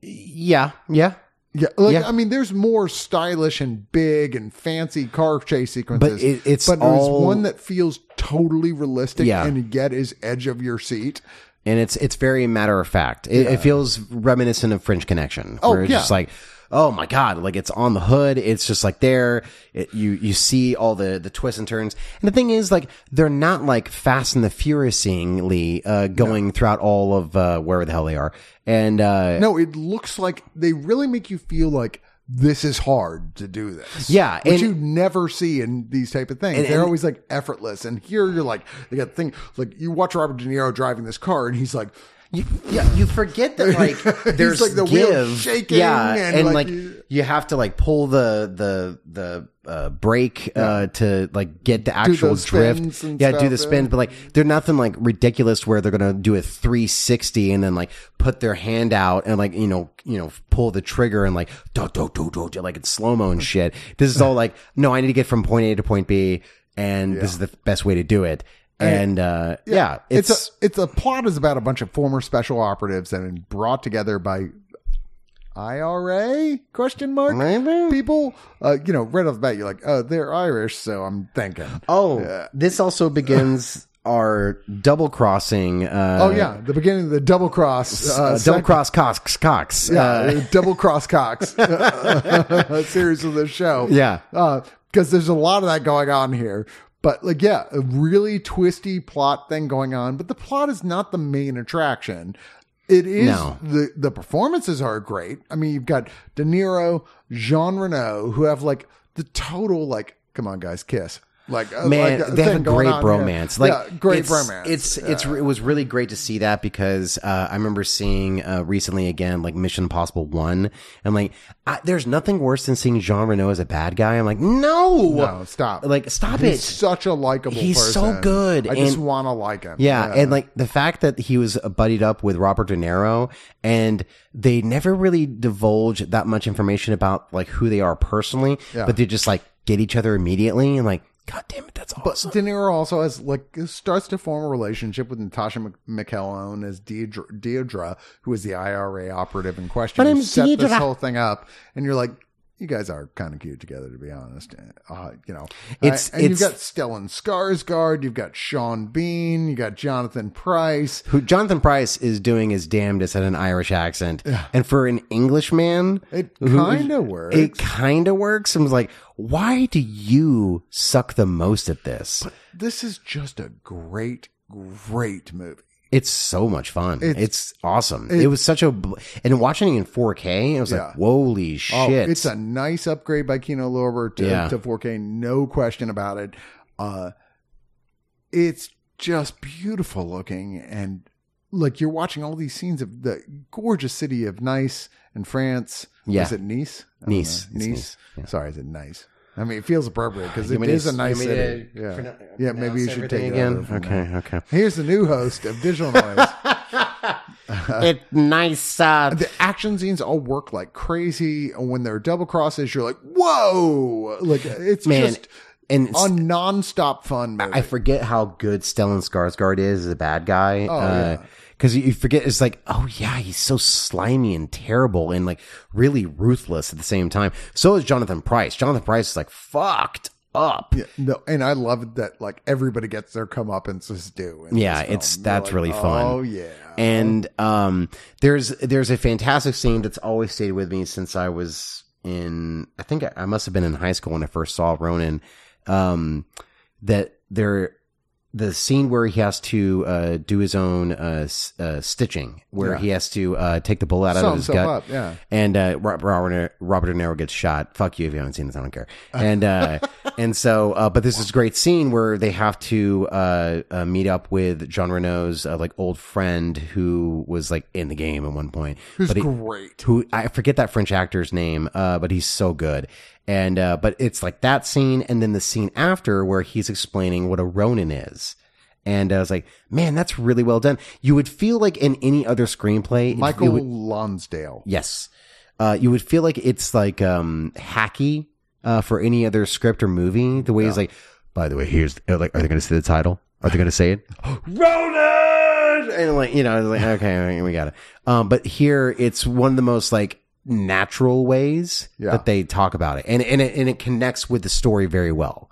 C: Yeah. Yeah.
A: Yeah, like,
C: Yeah.
A: I mean, there's more stylish and big and fancy car chase sequences,
C: But it- it's
A: but
C: all-
A: one that feels totally realistic
C: Yeah.
A: and yet is edge of your seat.
C: and it's it's very matter of fact. It, it feels reminiscent of French Connection.
A: Oh,
C: where it's
A: yeah.
C: just like oh my god, like it's on the hood. It's just like there. It, you you see all the the twists and turns. And the thing is, like they're not like Fast and the Furiously uh, going throughout all of uh, wherever the hell they are. And uh,
A: No, it looks like they really make you feel like this is hard to do this.
C: Yeah,
A: which
C: and-
A: you never see in these type of things. They're always like effortless, and here you're like they got thing like you watch Robert De Niro driving this car, and he's like,
C: You, yeah, you forget that like
A: [laughs] He's
C: there's
A: like the
C: give,
A: wheel shaking
C: yeah,
A: and,
C: and,
A: like,
C: like,
A: you-
C: you, have to like pull the the the uh, brake uh, to like get the actual
A: those
C: drift.
A: spins and
C: Yeah, do
A: stuff, yeah.
C: the spin, but like they're nothing like ridiculous where they're gonna do a 360 and then like put their hand out and like you know you know pull the trigger and like do do do do do, like it's slow mo
A: [laughs]
C: and shit. This is all like no, I need to get from point A to point B, and this is the best way to do it. And uh, yeah,
A: it's,
C: it's,
A: a it's a plot is about a bunch of former special operatives that have been brought together by IRA question mark
C: Maybe?
A: people. Uh, you know, right off the bat, you're like, oh, they're Irish, so I'm thinking.
C: Oh, this also
A: [laughs]
C: begins our double crossing. Uh,
A: Oh yeah, the beginning of the double cross, uh,
C: uh, double cross Cox Cox.
A: Yeah,
C: Uh,
A: uh, [laughs] double cross Cox [laughs] series of the show.
C: Yeah.
A: because Uh, there's a lot of that going on here. But like, yeah, a really twisty plot thing going on. But the plot is not the main attraction. It is
C: No.
A: the the performances are great. I mean, you've got De Niro, Jean Reno, who have like the total like, come on guys, kiss. Like uh,
C: man,
A: like, uh,
C: they have a
A: thing going
C: great
A: on here.
C: bromance. Like
A: yeah, great
C: it's,
A: bromance.
C: It's it's it was really great to see that because uh, I remember seeing uh, recently again like Mission Impossible One and like I, there's nothing worse than seeing Jean Reno as a bad guy. I'm like, no,
A: no stop.
C: like stop
A: he's
C: it.
A: such a likable.
C: He's so
A: person.
C: good,
A: I just
C: and-
A: want to like him.
C: Yeah, and like the fact that he was buddied up with Robert De Niro, and they never really divulge that much information about like who they are personally, but they just like get each other immediately, and like, god damn it, that's awesome.
A: De Niro also has like starts to form a relationship with Natasha Mc- McElhone as Deidre, Deidre, who is the IRA operative in question.
C: My
A: who
C: name's
A: set this
C: Deidre.
A: whole thing up, and you're like, you guys are kind of cute together, to be honest. Uh, you know,
C: It's-
A: and you've
C: it's-
A: got Stellan Skarsgård, you've got Sean Bean, you got Jonathan Price.
C: who Jonathan Price is doing his damnedest at an Irish accent, and for an Englishman,
A: It
C: who-
A: kinda works.
C: It kind of works. I was like, why do you suck the most at this?
A: This is just a great, great movie.
C: It's so much fun. It's, awesome. It,
A: it-
C: was such a bl- and watching it in 4K, I was
A: Yeah.
C: like, "Holy shit!"
A: Oh, it's a nice upgrade by Kino Lorber to,
C: Yeah.
A: to 4K, no question about it. Uh, it's just beautiful looking, and like you're watching all these scenes of the gorgeous city of Nice in France.
C: Yeah.
A: is it Nice? I don't
C: Nice.
A: know.
C: It's
A: Nice.
C: Nice. Yeah.
A: Sorry, is it Nice? I mean, it feels
C: [sighs]
A: appropriate because it
C: want me
A: is
C: to-
A: a nice
C: you uh, want me to
A: city. Yeah,
C: pronoun-
A: yeah. Maybe you
C: pronounce
A: should
C: everything
A: take it over
C: again.
A: from
C: Okay,
A: there.
C: okay.
A: Here's the new host of
C: [laughs]
A: Digital Noise.
C: It's
A: [laughs]
C: nice. Uh,
A: the action scenes all work like crazy. And when there are double crosses, you're like, whoa! Like it's
C: man,
A: just
C: and
A: a
C: s-
A: nonstop fun movie.
C: I forget how good Stellan Skarsgård is as a bad guy.
A: Oh,
C: uh, Because you forget, it's like, oh yeah, he's so slimy and terrible and like really ruthless at the same time. So is Jonathan Price. Jonathan Price is like fucked up. Yeah,
A: no, and I love that like everybody gets their comeuppance due. in this film.
C: it's
A: You're
C: that's
A: like,
C: really fun.
A: Oh yeah,
C: And um, there's there's a fantastic scene that's always stayed with me since I was in. I think I, I must have been in high school when I first saw Ronin. Um, that there, the scene where he has to uh, do his own uh, s- uh, stitching, where he has to uh, take the bullet out
A: Sew
C: of his
A: himself
C: gut,
A: up, yeah.
C: and uh, Ro- Robert Robert De Niro gets shot. Fuck you if you haven't seen this. I don't care. And
A: [laughs]
C: uh, and so, uh, but this is a great scene where they have to uh, uh, meet up with John Renault's uh, like old friend who was like in the game at one point.
A: who's
C: but he-
A: great.
C: who I forget that French actor's name, uh, but he's so good. And uh, but it's like that scene, and then the scene after where he's explaining what a Ronin is. And I was like, man, that's really well done. You would feel like in any other screenplay, it-
A: Michael
C: it would-
A: Lonsdale.
C: Yes. Uh, you would feel like it's like um, hacky uh, for any other script or movie. The way it's like, by the way, here's uh, like, are they going to say the title? Are they going to say it? [gasps] Ronan! And like, you know, [laughs] like, okay, we got it. Um, but here, it's one of the most like natural ways
A: Yeah.
C: that they talk about it, and and it, and it connects with the story very well.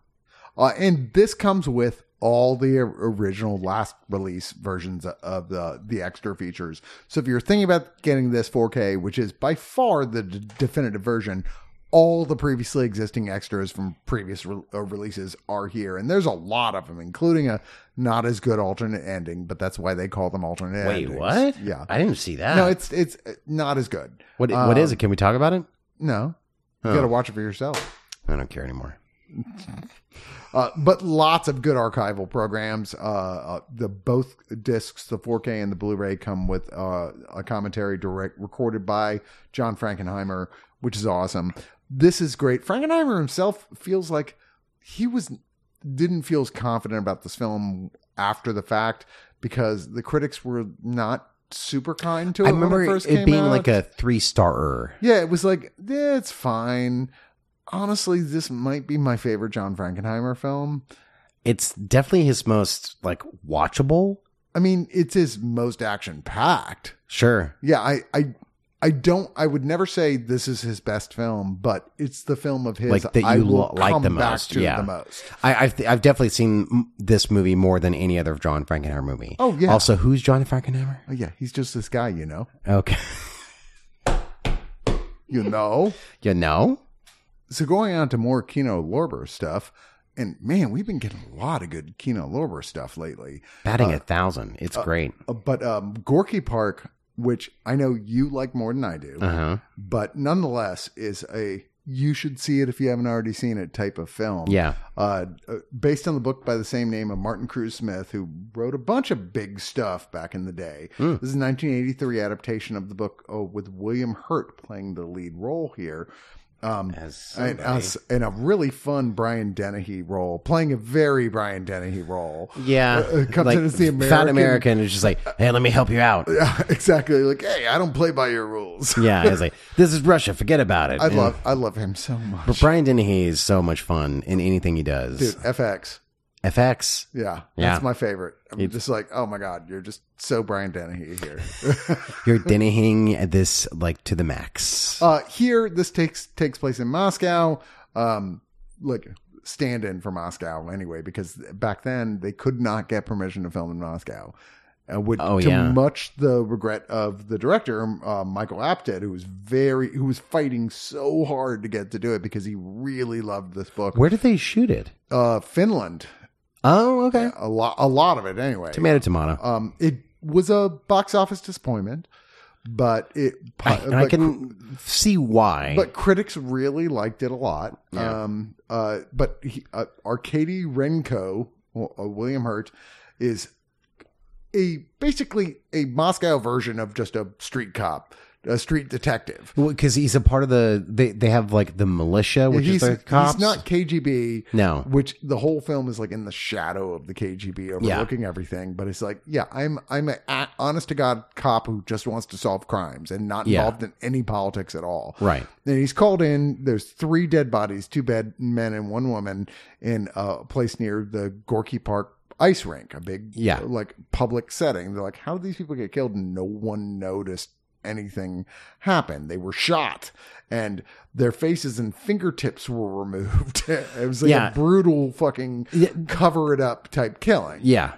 A: Uh, and this comes with all the or- original last release versions of the the extra features. So if you're thinking about getting this 4K, which is by far the d- definitive version, all the previously existing extras from previous re- uh, releases are here, and there's a lot of them, including a not as good alternate ending, but that's why they call them alternate.
C: Wait,
A: endings.
C: what?
A: Yeah.
C: I didn't see that.
A: No, it's it's uh, not as good.
C: what, what is it? Can we talk about it?
A: No, you
C: Oh.
A: got to watch it for yourself.
C: I don't care anymore.
A: Uh, but lots of good archival programs. Uh, uh, the both discs, the 4K and the Blu-ray, come with uh, a commentary direct recorded by John Frankenheimer, which is awesome. This is great. Frankenheimer himself feels like he was didn't feel as confident about this film after the fact because the critics were not super kind to it.
C: I
A: when
C: remember
A: it, first
C: it
A: came
C: being
A: out.
C: like a three starer.
A: Yeah, it was like, yeah, it's fine. Honestly, this might be my favorite John Frankenheimer film.
C: It's definitely his most like watchable.
A: I mean, it's his most action packed.
C: Sure.
A: Yeah, I, I, I don't. I would never say this is his best film, but it's the film of his
C: Like, that
A: I
C: you
A: will
C: lo- like
A: come
C: the
A: back
C: most,
A: to
C: yeah.
A: the most.
C: I, I've, I've definitely seen m- this movie more than any other John Frankenheimer movie.
A: Oh, yeah.
C: Also, who's John Frankenheimer?
A: Oh, yeah, he's just this guy, you know.
C: Okay.
A: You know.
C: [laughs] you know?
A: so going on to more Kino Lorber stuff, and man, we've been getting a lot of good Kino Lorber stuff lately.
C: Batting a thousand. It's great.
A: Uh, But um, Gorky Park, which I know you like more than I do,
C: Uh huh.
A: but nonetheless is a you should see it if you haven't already seen it type of film.
C: Yeah.
A: uh, uh, based on the book by the same name of Martin Cruz Smith, who wrote a bunch of big stuff back in the day.
C: Hmm.
A: This is a 1983 adaptation of the book oh, with William Hurt playing the lead role here. Um,
C: As
A: and, us- and a really fun Brian Dennehy role, playing a very Brian Dennehy role. [laughs]
C: Yeah.
A: Uh, it comes in as the American-
C: Fat American is just like, hey, let me help you out.
A: exactly. Like, hey, I don't play by your rules. [laughs]
C: yeah. It's like, this is Russia. Forget about it.
A: I
C: And-
A: love, I love him so much.
C: But Brian Dennehy is so much fun in anything he does.
A: Dude, FX.
C: FX.
A: Yeah,
C: Yeah.
A: that's my favorite. I'm
C: It's-
A: just like, oh my god, you're just so Brian Dennehy here.
C: You're Dennehying this like to the max.
A: Uh, here, this takes takes place in Moscow. Um, like stand in for Moscow anyway, because back then they could not get permission to film in Moscow. Uh, which,
C: Oh,
A: to
C: yeah.
A: much the regret of the director, uh, Michael Apted, who was very, who was fighting so hard to get to do it because he really loved this book.
C: Where did they shoot it?
A: Uh, Finland,
C: Oh, okay.
A: a lot, a lot of it anyway.
C: Tomato, tomato.
A: Um, it was a box office disappointment, but it,
C: I, and I
A: but-
C: can see why.
A: but critics really liked it a lot.
C: Yeah.
A: Um, uh, but he, uh, Arcady Renko, w- uh, William Hurt, is a basically a Moscow version of just a street cop, a street detective.
C: because he's a part of the they they have like the militia, which
A: he's,
C: is their cops.
A: he's not KGB.
C: No.
A: Which the whole film is like in the shadow of the KGB overlooking everything, but it's like, yeah, I'm I'm a, a honest to god cop who just wants to solve crimes and not
C: Yeah.
A: involved in any politics at all.
C: Right.
A: Then he's called in. There's three dead bodies, two bed men and one woman, in a place near the Gorky Park ice rink, a big
C: Yeah.
A: like public setting. They're like, how did these people get killed? And no one noticed anything happen. They were shot, and their faces and fingertips were [laughs] removed. it was like
C: Yeah.
A: a brutal fucking cover it up type killing
C: Yeah.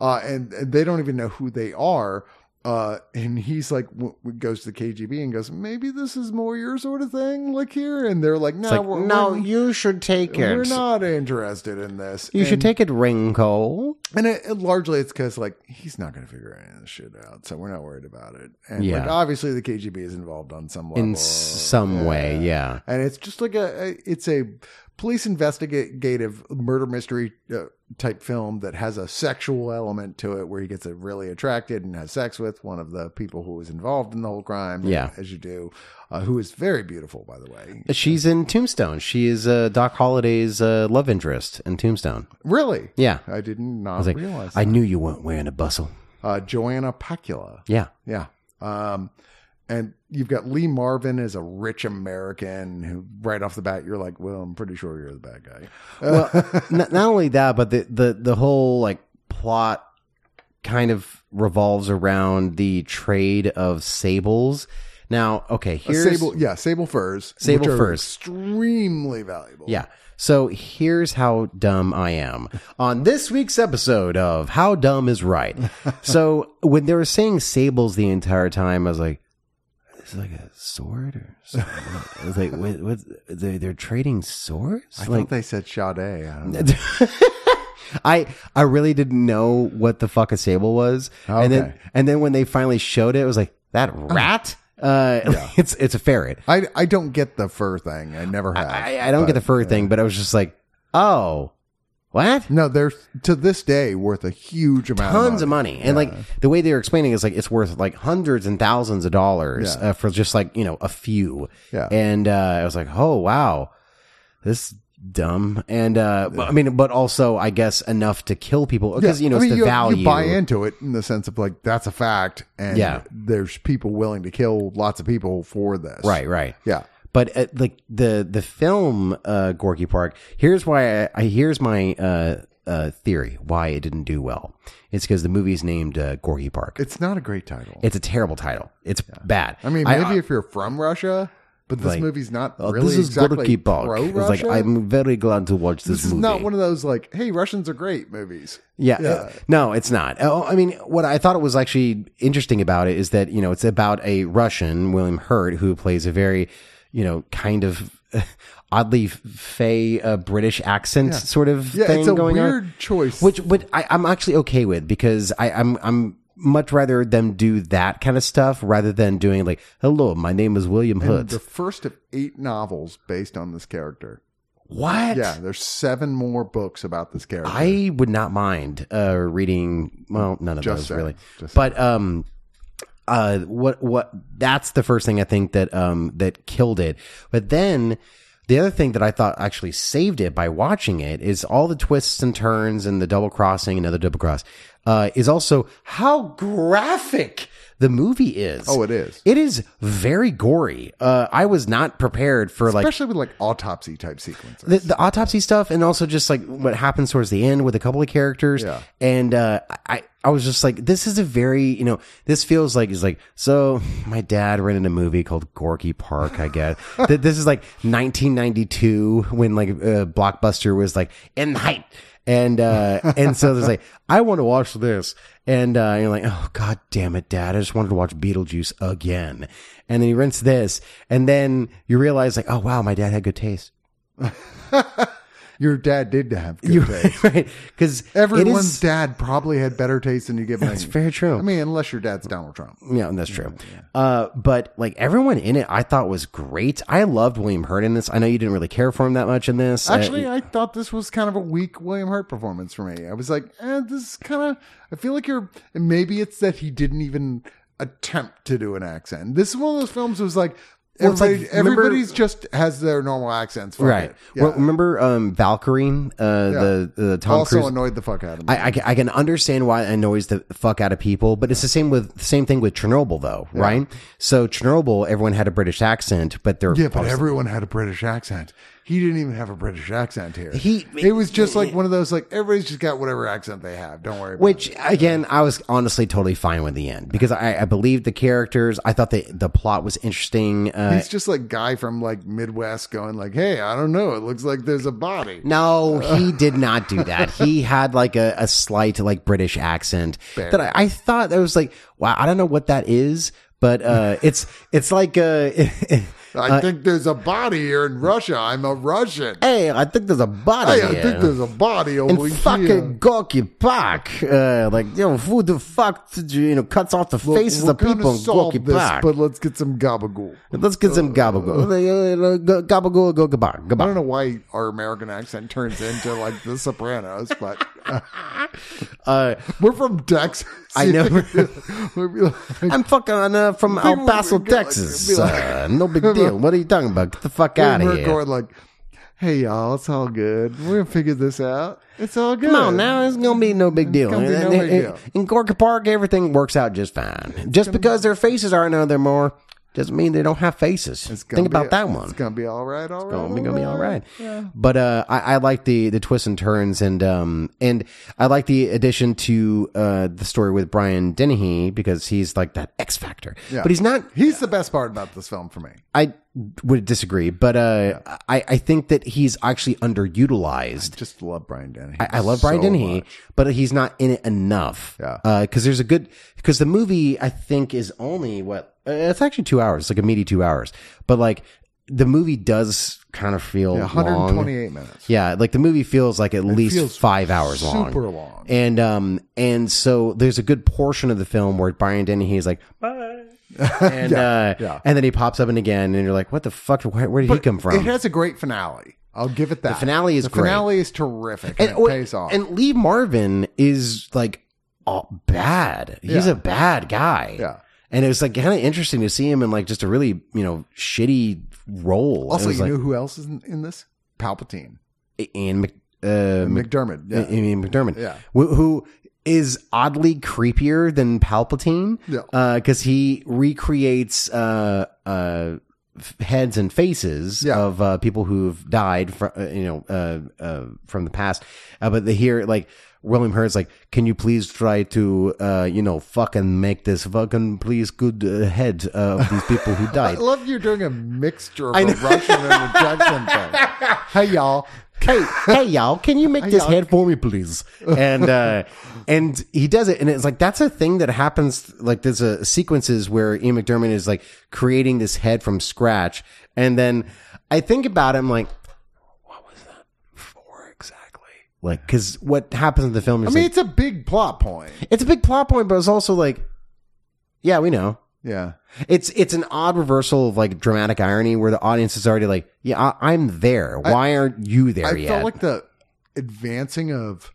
A: uh, and, and they don't even know who they are. Uh, and he's like, w- w- goes to the KGB and goes, maybe this is more your sort of thing, like here. And they're like, no,
C: It's like,
A: we're,
C: no,
A: we're,
C: you should take it.
A: we're not interested in this.
C: You should
A: And-
C: take it, Ringo.
A: and it, it largely it's because like he's not going to figure any of this shit out, so we're not worried about it. And like,
C: Yeah.
A: obviously the KGB is involved on some level,
C: In s- some way, yeah.
A: And it's just like a a- it's a police investigative murder mystery uh, type film that has a sexual element to it, where he gets uh, really attracted and has sex with one of the people who was involved in the whole crime.
C: Yeah.
A: as you do, uh, who is very beautiful, by the way.
C: She's in Tombstone. She is uh, Doc Holliday's uh, love interest in Tombstone.
A: Really,
C: Yeah. I
A: I did not
C: was like,
A: realize.
C: I
A: that.
C: knew you weren't wearing a bustle.
A: uh, Joanna Pacula.
C: Yeah.
A: Yeah. Um, and you've got Lee Marvin as a rich American who, right off the bat, you're like, well, I'm pretty sure you're the bad guy. [laughs]
C: well, not, not only that, but the, the the whole like plot kind of revolves around the trade of sables Now, okay,
A: A
C: here's
A: sable, yeah, sable furs.
C: Sable
A: which are
C: furs.
A: extremely valuable.
C: Yeah. So here's how dumb I am on this week's episode of How Dumb
A: [laughs]
C: is Right. so when they were saying sables the entire time, I was like, "It's like a sword or something." I was like, "What? what they, they're trading swords?"
A: I
C: like,
A: think they said Sade. I don't know.
C: [laughs] I I really didn't know what the fuck a sable was, and then
A: Okay. Uh-huh.
C: and then when they finally showed it, it was like that rat. Uh, [laughs] it's it's a ferret.
A: I I don't get the fur thing. I never have.
C: I, I don't get the fur thing, but I was just like, oh, what?
A: No, they're to this day worth a huge amount.
C: tons of money. And like the way they were explaining is like it's worth like hundreds and thousands of dollars
A: Yeah.
C: uh, for just like, you know, a few.
A: Yeah.
C: And uh, I was like, oh, wow, this is dumb. And uh, but- I mean, but also, I guess enough to kill people
A: Yeah,
C: because, you know,
A: I
C: it's
A: mean,
C: the value.
A: You buy into it in the sense of like that's a fact, and
C: Yeah.
A: there's people willing to kill lots of people for this.
C: Right, right.
A: Yeah.
C: But uh, like the the film uh, Gorky Park, here's why I, I here's my uh, uh, theory why it didn't do well. It's because the movie's named uh, Gorky Park.
A: It's not a great title.
C: It's a terrible title. It's bad.
A: I mean, maybe if you're from Russia, but this
C: uh, Like,
A: movie's not
C: Oh,
A: really
C: this is
A: exactly
C: Gorky Park.
A: pro
C: It's like
A: Russia.
C: I'm very glad to watch this,
A: this is
C: movie.
A: not one of those like, hey, Russians are great movies.
C: yeah, uh, no, it's not. Oh, I mean, what I thought was actually interesting about it is that you know it's about a Russian William Hurt who plays a very, you know, kind of [laughs] oddly fey uh, British accent sort of
A: Yeah,
C: thing
A: it's a
C: going on.
A: weird choice.
C: Which, but I, I'm actually okay with because I, I'm, I'm much rather them do that kind of stuff rather than doing like, "Hello, my name is William Hood."
A: the first of eight novels based on this character.
C: what?
A: Yeah, there's seven more books about this character.
C: I would not mind uh, reading. Well, none of
A: Just
C: those
A: saying.
C: really,
A: Just
C: but um, uh, what what? That's the first thing I think that um that killed it. But then the other thing that I thought actually saved it by watching it is all the twists and turns and the double crossing, another double cross, uh, is also how graphic the movie is.
A: Oh, it is.
C: It is very gory. Uh, I was not prepared for like
A: Especially with like autopsy type sequences.
C: the, the autopsy stuff and also just like what happens towards the end with a couple of characters
A: Yeah.
C: and uh i i was just like this is a very you know this feels like it's like so my dad rented a movie called gorky park i guess Th- this is like 1992 when like uh, blockbuster was like in the height and uh and so there's like i want to watch this and uh you're like oh god damn it dad i just wanted to watch beetlejuice again and then he rents this and then you realize like oh wow my dad had good taste
A: Your dad did have good
C: [laughs]
A: taste.
C: right because
A: Everyone's dad probably had better taste than you give.
C: That's very true.
A: I mean, unless your dad's Donald Trump.
C: yeah, that's true. Uh, but like everyone in it, I thought was great. I loved William Hurt in this. I know you didn't really care for him that much in this. Uh,
A: Actually, I thought this was kind of a weak William Hurt performance for me. I was like, eh, this is kind of. I feel like you're. And maybe it's that he didn't even attempt to do an accent. This is one of those films that was like.
C: Well, it's like,
A: Everybody,
C: remember-
A: everybody's just has their normal accents, fuck
C: right.
A: It. Yeah.
C: Well, remember um, Valkyrie, uh, the the Tom
A: also
C: Cruise.
A: annoyed the fuck out of me.
C: I, I, ca- I can understand why it annoys the fuck out of people, but it's the same with same thing with Chernobyl though, right? So Chernobyl, everyone had a British accent, but they're
A: yeah, but everyone had a British accent. He didn't even have a British accent here.
C: He-
A: it was just like one of those like everybody's just got whatever accent they have. Don't worry. About it.
C: Which again, I was honestly totally fine with the end because I, I believed the characters. I thought the the plot was interesting. Uh,
A: He's just like guy from like Midwest going like, "Hey, I don't know. It looks like there's a body."
C: No,
A: Uh.
C: he did not
A: [laughs]
C: do that. He had like a, a slight like British accent that I, I thought that was like, wow, I don't know what that is,
A: [laughs]
C: but uh, it's it's like uh, [laughs]
A: I think there's a body here in Russia. I'm a Russian.
C: hey, I think there's a body
A: Hey, I
C: here.
A: think there's a body over
C: and
A: here.
C: fucking Gorky Park, uh, like you know, who the fuck did you, you know cuts off the faces
A: We're
C: of people
A: gonna
C: in Gorky
A: solve this,
C: Park?
A: but uh, let's get some gabagool.
C: Let's get some gabagool, Uh, gabagool, go gabar,
A: I don't
C: gabar.
A: know why our American accent turns into like The Sopranos, but
C: [laughs] Uh,
A: [laughs] we're from Texas. [laughs]
C: I know.
A: We'd
C: [laughs]
A: be like,
C: I'm fucking uh, from El
A: People
C: Paso,
A: would go like-
C: Texas.
A: be like-
C: Uh,
A: [laughs]
C: no big deal. What are you talking about? Get the fuck out of
A: we're
C: here.
A: going like, "Hey y'all, it's all good. We're gonna figure this out. It's all good."
C: Come on now, it's gonna be no big deal.
A: gonna be no
C: In-
A: big
C: in-
A: deal.
C: In Gorka Park, everything works out just fine. Just because their faces aren't on there more, doesn't mean they don't have faces. Think
A: be-
C: about that one.
A: It's gonna be all right. All right.
C: Oh,
A: all
C: we're gonna be all right.
A: Yeah.
C: But uh, I, I like the the twists and turns, and um, and I like the addition to uh, the story with Brian Dennehy because he's like that X factor.
A: Yeah.
C: But he's not.
A: He's the best part about this film for me.
C: I would disagree, but uh, I I think that he's actually underutilized.
A: Just love Brian Denny.
C: I, I love Brian Dennehy, but he's not in it enough.
A: Yeah.
C: Because there's a good, because the movie, I think, is only what, uh, it's actually two hours. It's like a meaty two hours. But like, the movie does kind of feel
A: Yeah,
C: long.
A: 128 minutes.
C: Yeah, like the movie feels like at least
A: feels
C: five hours long.
A: super long.
C: And um and so there's a good portion of the film where Brian Dennehy is like bye.
A: [laughs]
C: And uh
A: yeah.
C: and then he pops up and again and you're like, what the fuck? Where, where did he come from?
A: It has a great finale. I'll give it that. The
C: finale is
A: the
C: great.
A: finale is terrific. And,
C: and,
A: it
C: or-
A: pays off.
C: and Lee Marvin is like uh, bad. He's
A: Yeah.
C: a bad guy.
A: Yeah.
C: And it was like kind of interesting to see him in like just a really you know shitty role. It
A: also,
C: was
A: you
C: like
A: know who else is in, in this? Palpatine,
C: Ian Mc, uh, Mc-
A: McDermott. Yeah.
C: Ian McDermott,
A: Yeah.
C: who, who is oddly creepier than Palpatine,
A: Yeah.
C: because Uh, he recreates uh, uh, f- heads and faces
A: Yeah.
C: of uh, people who've died, from uh, you know, uh, uh, from the past. Uh, but they hear like. William Hurt's like, can you please try to, uh, you know, fucking make this fucking please good uh, head of these people who
A: I
C: died?
A: love you're doing a mixture of a Russian and a Jackson thing.
C: [laughs]
A: Hey y'all,
C: hey, hey, y'all, can you make this head for me, please? And uh, and he does it, and it's like that's a thing that happens. Like there's a sequences where Ian McDermott is like creating this head from scratch, and then I think about it, I'm like, what was that for exactly? Like, because what happens in the film
A: I
C: is
A: mean
C: like,
A: it's a big plot
C: [laughs]
A: point.
C: it's a big plot point, but it's also like, yeah, we know.
A: Yeah,
C: It's it's an odd reversal of like dramatic irony where the audience is already like, yeah, I, I'm there. Why aren't you there
A: I
C: yet?
A: felt like the advancing of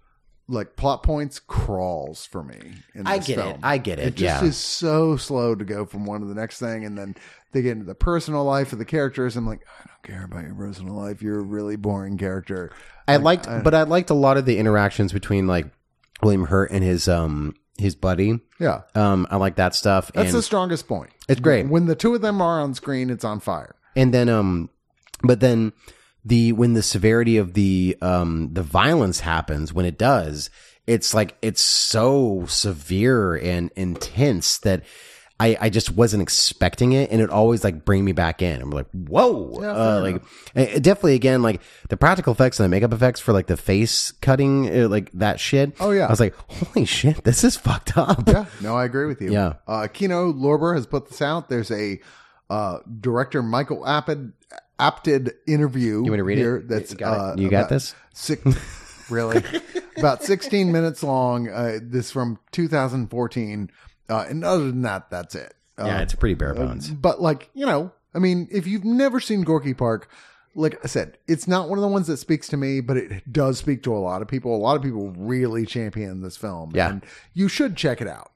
A: like plot points crawls for me. In
C: I
A: this
C: get it.
A: film.
C: I get it.
A: It
C: yeah.
A: just is so slow to go from one to the next thing, and then they get into the personal life of the characters. I'm like, I don't care about your personal life. You're a really boring character.
C: I liked, but I liked a lot of the interactions between like William Hurt and his um his buddy.
A: Yeah,
C: Um, I like that stuff.
A: that's
C: and
A: the strongest point.
C: it's great.
A: When the two of them are on screen, it's on fire.
C: And then um, but then the when the severity of the um the violence happens when it does, it's like it's so severe and intense that. I, I just wasn't expecting it, and it always like bring me back in. I'm like, whoa, uh, like it- it definitely again like the practical effects and the makeup effects for like the face cutting, uh, like that shit.
A: Oh, yeah.
C: I was like, holy shit, this is fucked up.
A: Yeah, no, I agree with you.
C: Yeah.
A: uh, Kino Lorber has put this out. There's a uh, director Michael Apted apted interview.
C: You want to read
A: here
C: it?
A: That's
C: you got,
A: uh,
C: it? You got
A: about-
C: this?
A: Six,
C: [laughs]
A: really? About 16 minutes long. Uh, this from 2014. Uh, and other than that, that's it. Uh,
C: yeah, it's pretty bare bones.
A: but like, you know, I mean, if you've never seen Gorky Park, like I said, it's not one of the ones that speaks to me, but it does speak to a lot of people. A lot of people really champion this film.
C: Yeah.
A: And you should check it out.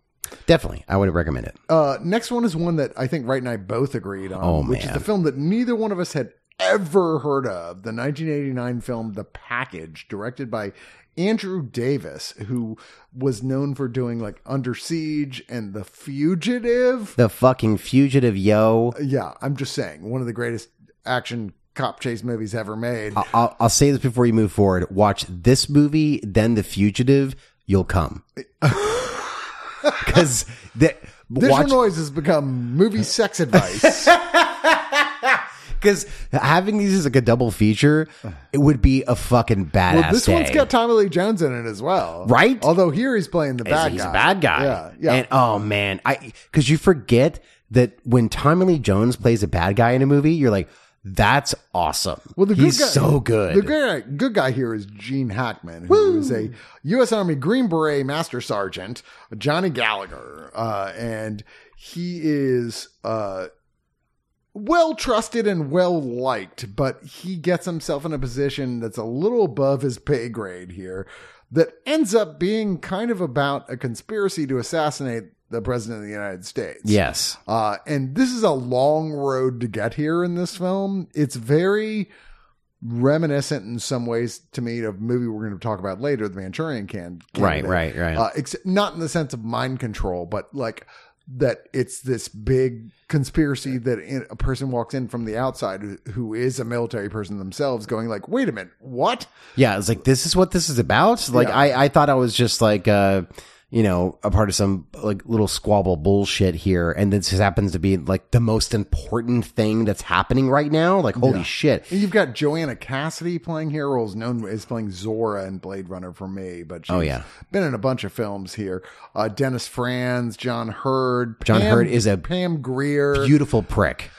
C: definitely, I would recommend it.
A: Uh, next one is one that I think Wright and I both agreed on,
C: Oh,
A: which is
C: man.
A: the film that neither one of us had ever heard of. The 1989 film The Package, directed by Andrew Davis, who was known for doing like Under Siege and The Fugitive.
C: The fucking fugitive, yo.
A: Yeah, I'm just saying, one of the greatest action cop chase movies ever made.
C: I- I'll, I'll say this before you move forward. Watch this movie, then The Fugitive.
A: [laughs]
C: You'll come. Because
A: Visual
C: watch
A: noise has become movie sex
C: [laughs]
A: advice.
C: because having these as like a double feature, it would be a fucking badass.
A: Well, this
C: day.
A: one's got Tommy Lee Jones in it as well,
C: Right?
A: Although here he's playing the bad
C: he's
A: guy.
C: a bad guy.
A: Yeah, yeah.
C: And oh man, I because you forget that when Tommy Lee Jones plays a bad guy in a movie, you're like, that's awesome.
A: Well, the good
C: he's
A: guy-
C: so good.
A: The good guy, good guy here is Gene Hackman, who is a U.S. Army Green Beret Master Sergeant, Johnny Gallagher, uh, and he is uh, well trusted and well liked, but he gets himself in a position that's a little above his pay grade here, that ends up being kind of about a conspiracy to assassinate the president of the United States.
C: yes.
A: Uh, and this is a long road to get here in this film. It's very reminiscent in some ways to me of a movie we're going to talk about later, The Manchurian Can.
C: Right,
A: Candidate.
C: right, right.
A: Uh, except not in the sense of mind control, but like that it's this big conspiracy that in- a person walks in from the outside who, who is a military person themselves going like wait a minute what
C: Yeah, it's like this is what this is about. Like I, I thought I was just like uh you know, a part of some like little squabble bullshit here, and this just happens to be like the most important thing that's happening right now. Like, holy shit!
A: And you've got Joanna Cassidy playing here roles known as playing Zora in Blade Runner for me, but she's
C: Oh, yeah.
A: been in a bunch of films here. Uh, Dennis Franz, John Hurd.
C: John Hurd is a
A: Pam Greer.
C: Beautiful prick.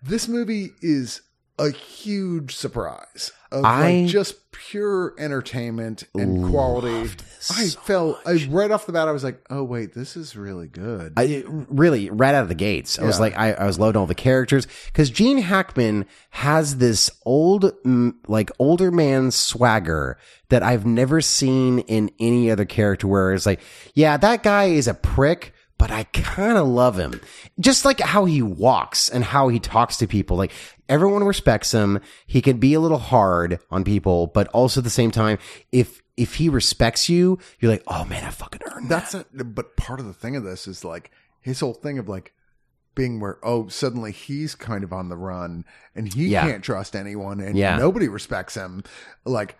A: this movie is a huge surprise. Of
C: I
A: like just pure entertainment and quality. I fell I, right off the bat. I was like, "Oh wait, this is really good."
C: I really right out of the gates. I was like, I, I was loading all the characters because Gene Hackman has this old, mm, like older man swagger that I've never seen in any other character. Where it's like, yeah, that guy is a prick. But I kind of love him. Just like how he walks and how he talks to people. Like everyone respects him. He can be a little hard on people, but also at the same time, if, if he respects you, you're like, oh man, I fucking earned that.
A: That's a, but part of the thing of this is like his whole thing of like being where oh suddenly he's kind of on the run and he
C: Yeah.
A: can't trust anyone and
C: Yeah.
A: nobody respects him. Like